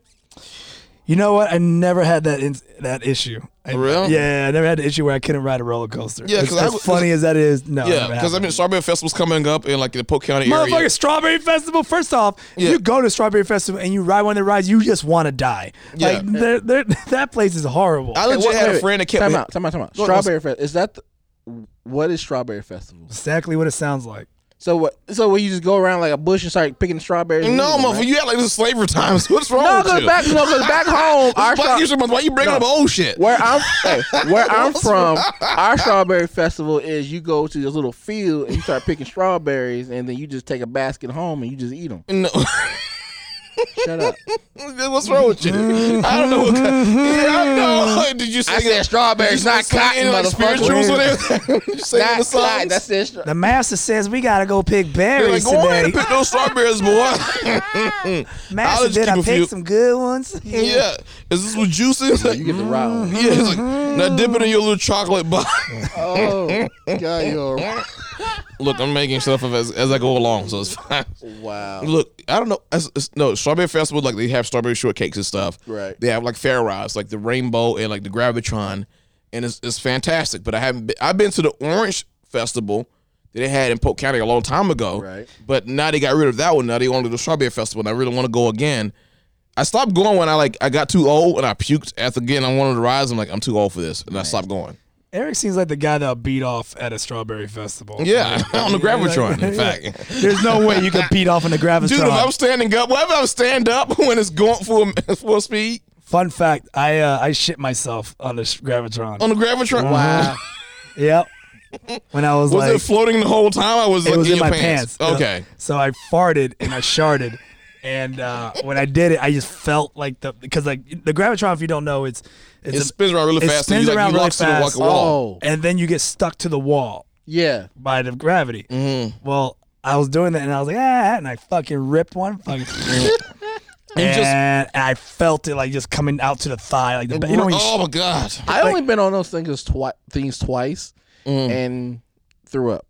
[SPEAKER 1] you know what? I never had that in, that issue. I,
[SPEAKER 6] For real?
[SPEAKER 1] Yeah, I never had the issue where I couldn't ride a roller coaster.
[SPEAKER 6] Yeah,
[SPEAKER 1] as,
[SPEAKER 6] 'cause I
[SPEAKER 1] as
[SPEAKER 6] would-
[SPEAKER 1] funny as that is,
[SPEAKER 5] Oh,
[SPEAKER 1] no. it
[SPEAKER 6] yeah,
[SPEAKER 1] never
[SPEAKER 6] because I
[SPEAKER 1] happened.
[SPEAKER 6] mean, Strawberry Festival's coming up in like the Polk County
[SPEAKER 1] Motherfucker,
[SPEAKER 6] area.
[SPEAKER 1] Strawberry Festival. First off,
[SPEAKER 6] Yeah.
[SPEAKER 1] you go to Strawberry Festival and you ride one of the rides, you just want to die.
[SPEAKER 6] Yeah.
[SPEAKER 1] Like they're, they're, that place is horrible.
[SPEAKER 6] I legit had a friend that kept
[SPEAKER 5] Time
[SPEAKER 6] me-
[SPEAKER 5] out. Time out. Time out.
[SPEAKER 6] Go ahead,
[SPEAKER 5] Strawberry Fest. Is that the, what is Strawberry Festival?
[SPEAKER 1] Exactly what it sounds like.
[SPEAKER 5] So what? So when you just go around like a bush and start picking strawberries? and
[SPEAKER 6] No,
[SPEAKER 5] eating them,
[SPEAKER 6] motherfucker,
[SPEAKER 5] right?
[SPEAKER 6] you had like this is slavery times. What's wrong
[SPEAKER 5] No,
[SPEAKER 6] with
[SPEAKER 5] cause
[SPEAKER 6] you?
[SPEAKER 5] back, no, cause back home,
[SPEAKER 6] This
[SPEAKER 5] our
[SPEAKER 6] black
[SPEAKER 5] stra-
[SPEAKER 6] history month. Why you bringing up old shit?
[SPEAKER 5] Where I'm, hey, where I'm
[SPEAKER 6] What's
[SPEAKER 5] from,
[SPEAKER 6] wrong?
[SPEAKER 5] our strawberry festival is you go to this little field and you start picking strawberries, and then you just take a basket home and you just eat them.
[SPEAKER 6] No.
[SPEAKER 5] Shut up.
[SPEAKER 6] What's wrong with you? I don't know. What kind, yeah, I know. Did you sing
[SPEAKER 5] I said
[SPEAKER 6] it-
[SPEAKER 5] strawberries,
[SPEAKER 6] did you
[SPEAKER 5] not
[SPEAKER 6] sing
[SPEAKER 5] cotton,
[SPEAKER 6] any, like,
[SPEAKER 5] motherfucker.
[SPEAKER 6] spirituals or anything? Did you sing
[SPEAKER 5] Not
[SPEAKER 6] any songs?
[SPEAKER 5] cotton, that's it.
[SPEAKER 1] The master says we gotta go pick
[SPEAKER 6] They're
[SPEAKER 1] berries
[SPEAKER 6] like, go
[SPEAKER 1] today.
[SPEAKER 6] ahead and pick those strawberries, boy. I'll
[SPEAKER 1] master
[SPEAKER 6] just
[SPEAKER 1] did I
[SPEAKER 6] keep a
[SPEAKER 1] pick
[SPEAKER 6] few-
[SPEAKER 1] some good ones?
[SPEAKER 6] Yeah. Is this what juice is? Like,
[SPEAKER 5] You get the round.
[SPEAKER 6] yeah. It's like, now dip it in your little chocolate box.
[SPEAKER 5] Oh, God, you're
[SPEAKER 6] Look, I'm making stuff up as, as I go along, so it's fine.
[SPEAKER 5] wow.
[SPEAKER 6] Look, I don't know. It's, it's, no, strawberry festival like they have strawberry shortcakes and stuff.
[SPEAKER 5] Right.
[SPEAKER 6] They have like fair rides, like the rainbow and like the gravitron, and it's, it's fantastic. But I haven't. Been, I've been to the orange festival that they had in Polk County a long time ago.
[SPEAKER 5] Right.
[SPEAKER 6] But now they got rid of that one. Now they only do the strawberry festival, and I really want to go again. I stopped going when I like I got too old and I puked after again on one of the rides. I'm like I'm too old for this, and I stopped going.
[SPEAKER 1] Eric seems like the guy that'll beat off at a strawberry festival.
[SPEAKER 6] Yeah, on the
[SPEAKER 1] Yeah, like-
[SPEAKER 6] gravitron. in
[SPEAKER 1] yeah.
[SPEAKER 6] fact.
[SPEAKER 1] There's no way you could beat off in the gravitron.
[SPEAKER 6] Dude, if I'm standing up, whatever I'm stand up when it's going full full speed
[SPEAKER 1] Fun fact: I uh, I shit myself on the sh- gravitron.
[SPEAKER 6] on the gravitron.
[SPEAKER 1] Wow. yep. When I was,
[SPEAKER 6] Was
[SPEAKER 1] like,
[SPEAKER 6] it floating the whole time? I was
[SPEAKER 1] it
[SPEAKER 6] like,
[SPEAKER 1] was
[SPEAKER 6] in,
[SPEAKER 1] in
[SPEAKER 6] your
[SPEAKER 1] my pants. you know?
[SPEAKER 6] Okay.
[SPEAKER 1] So I farted and I sharded, and uh, when I did it, I just felt like the because like the gravitron, if you don't know, it's, it's
[SPEAKER 6] It spins around really
[SPEAKER 1] it
[SPEAKER 6] fast, so you,
[SPEAKER 1] spins
[SPEAKER 6] like, you
[SPEAKER 1] around really
[SPEAKER 6] lock to the
[SPEAKER 1] fast,
[SPEAKER 5] Oh.
[SPEAKER 6] walk- wall.
[SPEAKER 1] and then you get stuck to the wall
[SPEAKER 5] Yeah.
[SPEAKER 1] by the gravity.
[SPEAKER 6] Mm-hmm.
[SPEAKER 1] Well, I was doing that, and I was like, ah, and I fucking ripped one, fucking. Oh, And I felt it like just coming out to the thigh, like the ba- you know when you
[SPEAKER 6] oh my god!
[SPEAKER 5] I Mm. only been on those things twi- things twice, and threw up.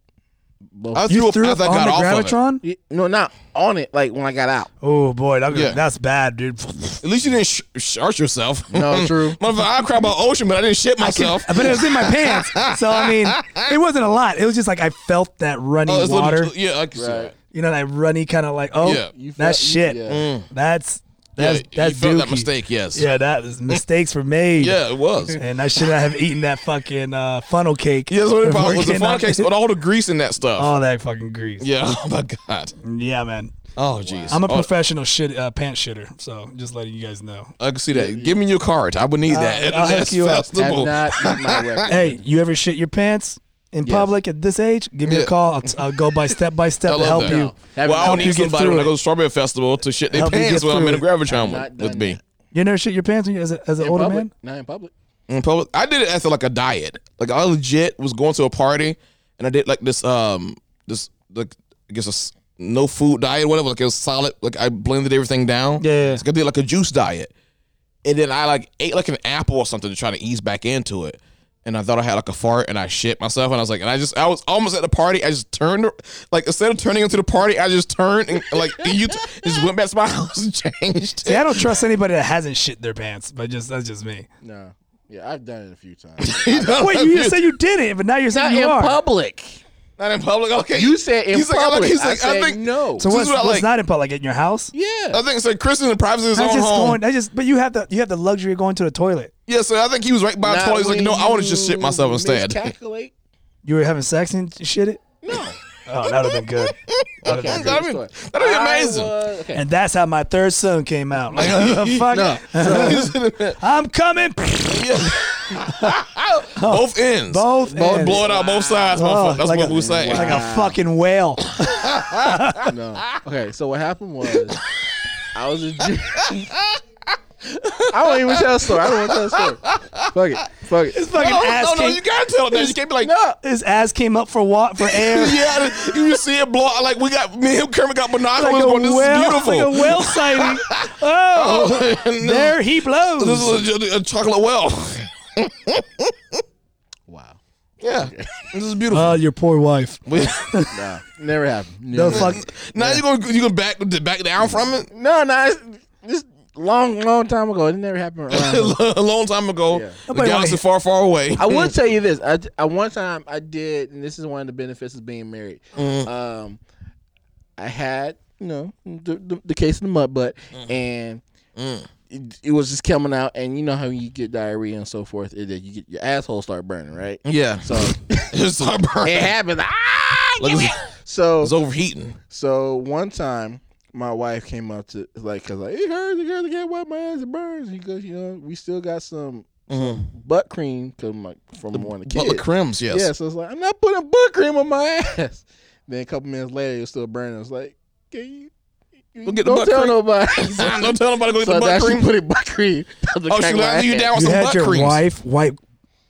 [SPEAKER 5] Both.
[SPEAKER 6] I
[SPEAKER 1] You
[SPEAKER 6] threw up
[SPEAKER 1] threw
[SPEAKER 6] as I
[SPEAKER 1] up on
[SPEAKER 6] got
[SPEAKER 1] the
[SPEAKER 6] off of
[SPEAKER 1] gravitron.
[SPEAKER 5] Y- No, not on it. Like when I got out.
[SPEAKER 1] Oh boy, that-
[SPEAKER 6] Yeah.
[SPEAKER 1] that's bad, dude.
[SPEAKER 6] it. At least you didn't sh- shart yourself.
[SPEAKER 5] No, true.
[SPEAKER 6] Motherfucker, I cried about ocean, but I didn't shit myself.
[SPEAKER 1] But it was in my pants, so I mean, it wasn't a lot. It was just like I felt that runny
[SPEAKER 6] Oh, it's little-
[SPEAKER 1] water.
[SPEAKER 6] yeah, I can see
[SPEAKER 5] Right.
[SPEAKER 6] that.
[SPEAKER 1] you know that runny kind of like, oh,
[SPEAKER 6] Yeah. Mm.
[SPEAKER 5] You felt-
[SPEAKER 1] that's
[SPEAKER 5] you-
[SPEAKER 1] shit.
[SPEAKER 5] yeah.
[SPEAKER 1] That's that's
[SPEAKER 6] yeah,
[SPEAKER 1] that's
[SPEAKER 6] you felt that
[SPEAKER 1] dookie.
[SPEAKER 6] mistake. Yes.
[SPEAKER 1] Yeah, that was, mistakes were made.
[SPEAKER 6] Yeah, it was. Yeah,
[SPEAKER 1] and I should not have eaten that fucking uh, funnel cake.
[SPEAKER 6] that's what it
[SPEAKER 1] before
[SPEAKER 6] was. It was the
[SPEAKER 1] getting
[SPEAKER 6] fun
[SPEAKER 1] out- Oh.
[SPEAKER 6] cakes with all the grease in that stuff.
[SPEAKER 1] all that fucking grease.
[SPEAKER 6] yeah. Oh my god.
[SPEAKER 1] Yeah, man.
[SPEAKER 6] Oh jeez.
[SPEAKER 1] I'm a
[SPEAKER 6] Oh,
[SPEAKER 1] professional shit uh, pants shitter, so just letting you guys know.
[SPEAKER 6] I can see that. Give me your card. I would need that. at
[SPEAKER 1] I'll hook
[SPEAKER 6] this
[SPEAKER 1] you up.
[SPEAKER 5] Have
[SPEAKER 6] festival.
[SPEAKER 5] not eaten my weapon.
[SPEAKER 1] Hey, you ever shit your pants in
[SPEAKER 5] Yes.
[SPEAKER 1] public at this age? Give me a
[SPEAKER 6] Yeah.
[SPEAKER 1] call. I'll, t- I'll go by step by
[SPEAKER 6] I
[SPEAKER 1] step to
[SPEAKER 6] love
[SPEAKER 1] help
[SPEAKER 6] that.
[SPEAKER 1] you.
[SPEAKER 5] Have
[SPEAKER 6] Well, I
[SPEAKER 1] help
[SPEAKER 6] don't
[SPEAKER 1] you
[SPEAKER 6] need
[SPEAKER 1] get
[SPEAKER 6] somebody
[SPEAKER 1] through
[SPEAKER 6] when I
[SPEAKER 1] it.
[SPEAKER 6] go to the Strawberry Festival to shit their
[SPEAKER 1] Help you
[SPEAKER 6] pants
[SPEAKER 1] get
[SPEAKER 6] when I'm
[SPEAKER 1] through
[SPEAKER 6] in a
[SPEAKER 1] it.
[SPEAKER 6] gravitron
[SPEAKER 5] not
[SPEAKER 6] with,
[SPEAKER 5] done
[SPEAKER 6] with me.
[SPEAKER 1] You never shit your pants when you as, a, as an
[SPEAKER 5] In
[SPEAKER 1] older
[SPEAKER 5] public?
[SPEAKER 1] man?
[SPEAKER 6] Mm,
[SPEAKER 5] Not in public.
[SPEAKER 6] In public, I did it after like a diet. Like I legit was going to a party and I did like this um this like I guess a s- no food diet whatever like it was solid like I blended everything down yeah, yeah. Like I did like a juice diet and then I like ate like an apple or something to try to ease back into it and I thought I had like a fart and I shit myself and I was like and I just I was almost at the party I just turned like instead of turning into the party I just turned and like you just went back to my house and changed
[SPEAKER 1] See, I don't trust anybody that hasn't shit their pants, but just that's just me.
[SPEAKER 5] No. Yeah, I've done it a few times.
[SPEAKER 1] Wait, you just said you did it, but now you're saying
[SPEAKER 5] Not
[SPEAKER 1] you
[SPEAKER 5] in
[SPEAKER 1] are.
[SPEAKER 5] public.
[SPEAKER 6] Not in public. Okay.
[SPEAKER 5] You said in
[SPEAKER 6] He's like, I like-
[SPEAKER 5] public.
[SPEAKER 6] he's like,
[SPEAKER 5] I
[SPEAKER 6] I
[SPEAKER 5] said
[SPEAKER 6] think-
[SPEAKER 5] no.
[SPEAKER 1] So
[SPEAKER 6] This
[SPEAKER 1] what's,
[SPEAKER 6] is what I
[SPEAKER 1] what's
[SPEAKER 6] like.
[SPEAKER 1] not in public? In your house?
[SPEAKER 5] Yeah.
[SPEAKER 6] I think it's like Chris is in the privacy of his
[SPEAKER 1] That's
[SPEAKER 6] own
[SPEAKER 1] just
[SPEAKER 6] home
[SPEAKER 1] going. That's just. But you have the you have the luxury of going to the toilet.
[SPEAKER 6] yeah so I think he was right by the
[SPEAKER 5] Not
[SPEAKER 6] toilet he's like
[SPEAKER 5] when
[SPEAKER 6] no I want to just shit
[SPEAKER 5] you
[SPEAKER 6] myself instead
[SPEAKER 5] Miscalculate.
[SPEAKER 1] You were having sex and shit it. No. Oh, that would have been good. That'd
[SPEAKER 5] Okay,
[SPEAKER 1] have been
[SPEAKER 5] that'd
[SPEAKER 1] good.
[SPEAKER 5] be,
[SPEAKER 6] that'd be amazing.
[SPEAKER 5] okay.
[SPEAKER 1] And that's how my third son came out. Like, fuck. I'm coming.
[SPEAKER 6] both ends
[SPEAKER 1] Both
[SPEAKER 6] both
[SPEAKER 1] ends.
[SPEAKER 6] blow it out both sides
[SPEAKER 1] Oh,
[SPEAKER 6] motherfucker that's
[SPEAKER 1] like
[SPEAKER 6] what
[SPEAKER 1] a-
[SPEAKER 6] we say
[SPEAKER 1] Like a fucking whale.
[SPEAKER 5] no. Okay, so what happened was I was a Jew. I don't even tell a story. I don't want to tell a story. Fuck it. Fuck it.
[SPEAKER 1] His fucking
[SPEAKER 6] no,
[SPEAKER 1] ass
[SPEAKER 6] no, no,
[SPEAKER 1] came.
[SPEAKER 6] you gotta tell it that. You can't be like, no.
[SPEAKER 1] his ass came up for wa- for air.
[SPEAKER 6] yeah, you just see it blow. out. Like we got me and him, Kermit got binoculars.
[SPEAKER 1] Like a
[SPEAKER 6] going, this
[SPEAKER 1] whale,
[SPEAKER 6] is beautiful.
[SPEAKER 1] like a whale sighting. Oh,
[SPEAKER 6] And
[SPEAKER 1] there he blows.
[SPEAKER 6] This is a, a chocolate well.
[SPEAKER 5] Wow.
[SPEAKER 6] Yeah, this is beautiful.
[SPEAKER 1] Oh, your poor wife.
[SPEAKER 5] Nah, never happened.
[SPEAKER 1] No
[SPEAKER 5] Never
[SPEAKER 1] fuck.
[SPEAKER 6] now you gonna you gonna back back down from it?
[SPEAKER 5] No, no, it's this long, long time ago. It never happened around.
[SPEAKER 6] a long time ago,
[SPEAKER 5] Yeah.
[SPEAKER 6] the
[SPEAKER 1] Nobody
[SPEAKER 6] galaxy
[SPEAKER 1] wanna-
[SPEAKER 6] far, far away.
[SPEAKER 5] I will tell you this. I, I one time I did, and this is one of the benefits of being married.
[SPEAKER 6] Mm.
[SPEAKER 5] Um, I had you know the, the, the case of the mud butt,
[SPEAKER 6] Mm.
[SPEAKER 5] and it, it was just coming out, and you know how you get diarrhea and so forth. It, you get your asshole start burning, right?
[SPEAKER 6] Yeah,
[SPEAKER 5] So
[SPEAKER 6] it's heartburn.
[SPEAKER 5] it happens. Ah,
[SPEAKER 6] Look,
[SPEAKER 5] give
[SPEAKER 6] it's-
[SPEAKER 5] me- so
[SPEAKER 6] It's overheating.
[SPEAKER 5] so one time, my wife came up to like, cause like it hurts, it hurts, I can't wipe my ass, it burns. Because you know, we still got some,
[SPEAKER 6] Mm.
[SPEAKER 5] some butt cream from my from one of the
[SPEAKER 6] Butler
[SPEAKER 5] kids.
[SPEAKER 6] Crims, yes.
[SPEAKER 5] Yeah, so it's like I'm not putting butt cream on my ass. Then a couple minutes later, it was still burning. I was like, can you? you
[SPEAKER 6] Go get the
[SPEAKER 5] don't
[SPEAKER 6] butt
[SPEAKER 5] tell
[SPEAKER 6] cream.
[SPEAKER 5] nobody.
[SPEAKER 6] Don't tell nobody to go get
[SPEAKER 5] so
[SPEAKER 6] the
[SPEAKER 5] I
[SPEAKER 6] butt
[SPEAKER 5] actually
[SPEAKER 6] cream.
[SPEAKER 5] put in butt cream. down the
[SPEAKER 6] Oh,
[SPEAKER 5] crack
[SPEAKER 6] she
[SPEAKER 5] of my
[SPEAKER 6] laid you
[SPEAKER 5] ass.
[SPEAKER 6] down with
[SPEAKER 1] You
[SPEAKER 6] some
[SPEAKER 1] had
[SPEAKER 6] butt
[SPEAKER 1] your
[SPEAKER 6] creams.
[SPEAKER 1] wife wipe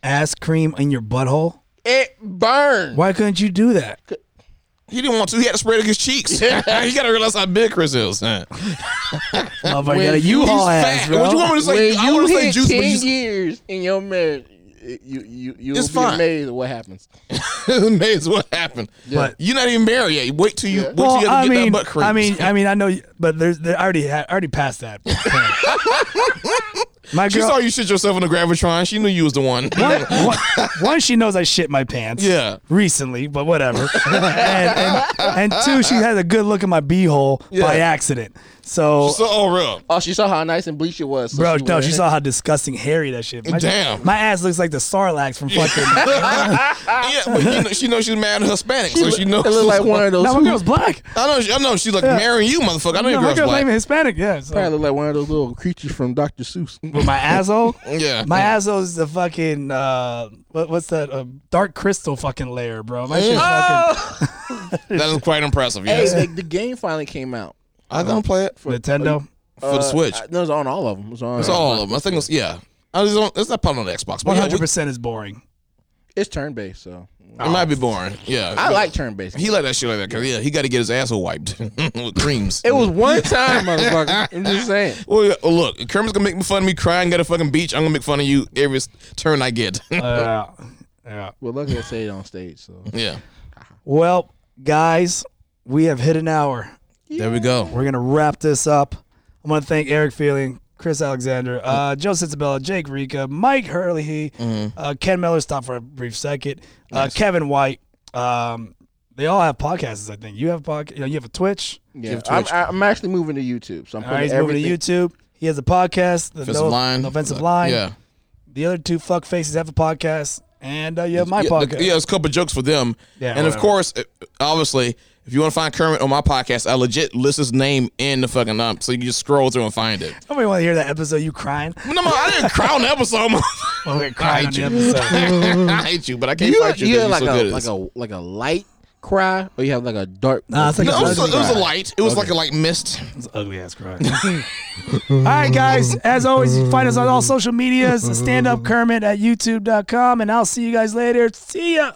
[SPEAKER 1] ass cream in your butthole.
[SPEAKER 5] It burned.
[SPEAKER 1] Why couldn't you do that?
[SPEAKER 6] He didn't want to. He had to spread his cheeks. you gotta realize how big Chris is. huh?
[SPEAKER 1] Motherfucker got a
[SPEAKER 5] you-
[SPEAKER 1] U-Haul
[SPEAKER 6] he's
[SPEAKER 1] ass,
[SPEAKER 6] fat.
[SPEAKER 1] bro.
[SPEAKER 6] What you want me to say?
[SPEAKER 5] when
[SPEAKER 6] I want
[SPEAKER 5] you
[SPEAKER 6] to say
[SPEAKER 5] hit
[SPEAKER 6] juice,
[SPEAKER 5] ten
[SPEAKER 6] but you
[SPEAKER 5] years in your marriage, it- you you you will
[SPEAKER 6] It's
[SPEAKER 5] be
[SPEAKER 6] fine.
[SPEAKER 5] amazed at what happens.
[SPEAKER 6] amazed what happened.
[SPEAKER 1] But-
[SPEAKER 6] You're not even married yet. Wait till you wait till you
[SPEAKER 1] Well,
[SPEAKER 6] get
[SPEAKER 1] I
[SPEAKER 6] that
[SPEAKER 1] mean,
[SPEAKER 6] butt cream.
[SPEAKER 1] I mean, I mean, I know, you- but there's, there, I already, ha- I already passed that. point. My
[SPEAKER 6] she
[SPEAKER 1] girl,
[SPEAKER 6] saw you shit yourself in the gravitron. She knew you was the one.
[SPEAKER 1] one, one, one, she knows I shit my pants.
[SPEAKER 6] Yeah.
[SPEAKER 1] Recently, but whatever. and, and, and two, she had a good look at my beehole by accident. So,
[SPEAKER 6] so all real.
[SPEAKER 5] Oh, she saw how nice and bleach it was. so
[SPEAKER 1] bro, no,
[SPEAKER 5] went-
[SPEAKER 1] she saw how disgusting hairy that shit. My,
[SPEAKER 6] Damn.
[SPEAKER 1] My ass looks like the Sarlacc from fucking.
[SPEAKER 6] yeah, but you know, she knows she's married to Hispanic, so she knows.
[SPEAKER 5] It looked like one of those.
[SPEAKER 1] now my
[SPEAKER 5] who-
[SPEAKER 1] girl's black.
[SPEAKER 6] I know. she- I know. She's like marrying you, motherfucker. I know
[SPEAKER 1] No,
[SPEAKER 6] your
[SPEAKER 1] my
[SPEAKER 6] girl's
[SPEAKER 1] girl's not
[SPEAKER 6] black.
[SPEAKER 1] even Hispanic. Yeah. so-
[SPEAKER 5] Probably looked like one of those little creatures from Dr. Seuss.
[SPEAKER 1] With my asshole.
[SPEAKER 6] Yeah.
[SPEAKER 1] My asshole is the fucking uh, what, what's that? Uh, dark crystal fucking layer, bro. My shit's fucking
[SPEAKER 6] that is quite impressive.
[SPEAKER 5] Hey,
[SPEAKER 6] Yes.
[SPEAKER 5] the, the game finally came out
[SPEAKER 6] I don't play it for,
[SPEAKER 1] Nintendo.
[SPEAKER 5] Uh,
[SPEAKER 6] the Switch.
[SPEAKER 5] no, it's on all of them. It's on.
[SPEAKER 6] it's all of them. I think it's yeah. I was on, it's not probably on the Xbox. But
[SPEAKER 1] One
[SPEAKER 6] yeah,
[SPEAKER 1] hundred percent is boring.
[SPEAKER 5] It's turn based, so
[SPEAKER 6] it might be boring. Yeah.
[SPEAKER 5] I like turn based.
[SPEAKER 6] He like that shit like that because yeah, he got to get his asshole wiped with creams.
[SPEAKER 5] It was one time, motherfucker. I'm just saying.
[SPEAKER 6] Well, yeah, well, look, Kermit's gonna make fun of me crying at a fucking beach. I'm gonna make fun of you every s- turn I get.
[SPEAKER 1] Yeah. Uh, yeah.
[SPEAKER 5] Well, luckily I say it on stage, so
[SPEAKER 6] yeah,
[SPEAKER 1] Well, guys, we have hit an hour.
[SPEAKER 6] there we go.
[SPEAKER 1] We're gonna wrap this up. I want to thank Eric Feeling, Chris Alexander, uh, Joe Sitsabella, Jake Rica, Mike Hurley, uh, Ken Miller stopped for a brief second, uh, Kevin White. Um, they all have podcasts, I think. You have podcast. You, know, you have a Twitch.
[SPEAKER 5] yeah. I'm, I'm actually moving to YouTube, so I'm
[SPEAKER 1] All
[SPEAKER 5] putting
[SPEAKER 1] right, he's
[SPEAKER 5] everything.
[SPEAKER 1] moving to YouTube. He has a podcast. The
[SPEAKER 6] Offensive
[SPEAKER 1] no,
[SPEAKER 6] line.
[SPEAKER 1] The offensive
[SPEAKER 6] Look,
[SPEAKER 1] line.
[SPEAKER 6] Yeah,
[SPEAKER 1] The other two fuck faces have a podcast, and uh, you have my
[SPEAKER 6] yeah,
[SPEAKER 1] podcast.
[SPEAKER 6] look, yeah, it's a couple jokes for them.
[SPEAKER 1] Yeah,
[SPEAKER 6] and of
[SPEAKER 1] whatever.
[SPEAKER 6] course, uh, obviously, if you want to find Kermit on my podcast, I legit list his name in the fucking um, so you can just scroll through and find it.
[SPEAKER 1] Nobody want to hear that episode. You crying?
[SPEAKER 6] No, no, I didn't cry on the episode. man.
[SPEAKER 1] Oh, we're
[SPEAKER 6] I
[SPEAKER 1] crying on
[SPEAKER 6] hate
[SPEAKER 1] the
[SPEAKER 6] you.
[SPEAKER 1] episode.
[SPEAKER 6] I hate you, but I can't
[SPEAKER 5] You have,
[SPEAKER 6] fight you.
[SPEAKER 5] you
[SPEAKER 6] 'cause
[SPEAKER 5] have like
[SPEAKER 6] you're so
[SPEAKER 5] a
[SPEAKER 6] good at
[SPEAKER 5] like
[SPEAKER 6] this.
[SPEAKER 5] a like a light cry, or you have like a dark.
[SPEAKER 1] Nah, it's like
[SPEAKER 6] No, it was, a,
[SPEAKER 1] ugly
[SPEAKER 6] it was a
[SPEAKER 1] cry.
[SPEAKER 6] light. It was like a light mist.
[SPEAKER 1] It's ugly ass cry. all right, guys. As always, you find us on all social medias. Stand up Kermit at youtube.com, and I'll see you guys later. See ya.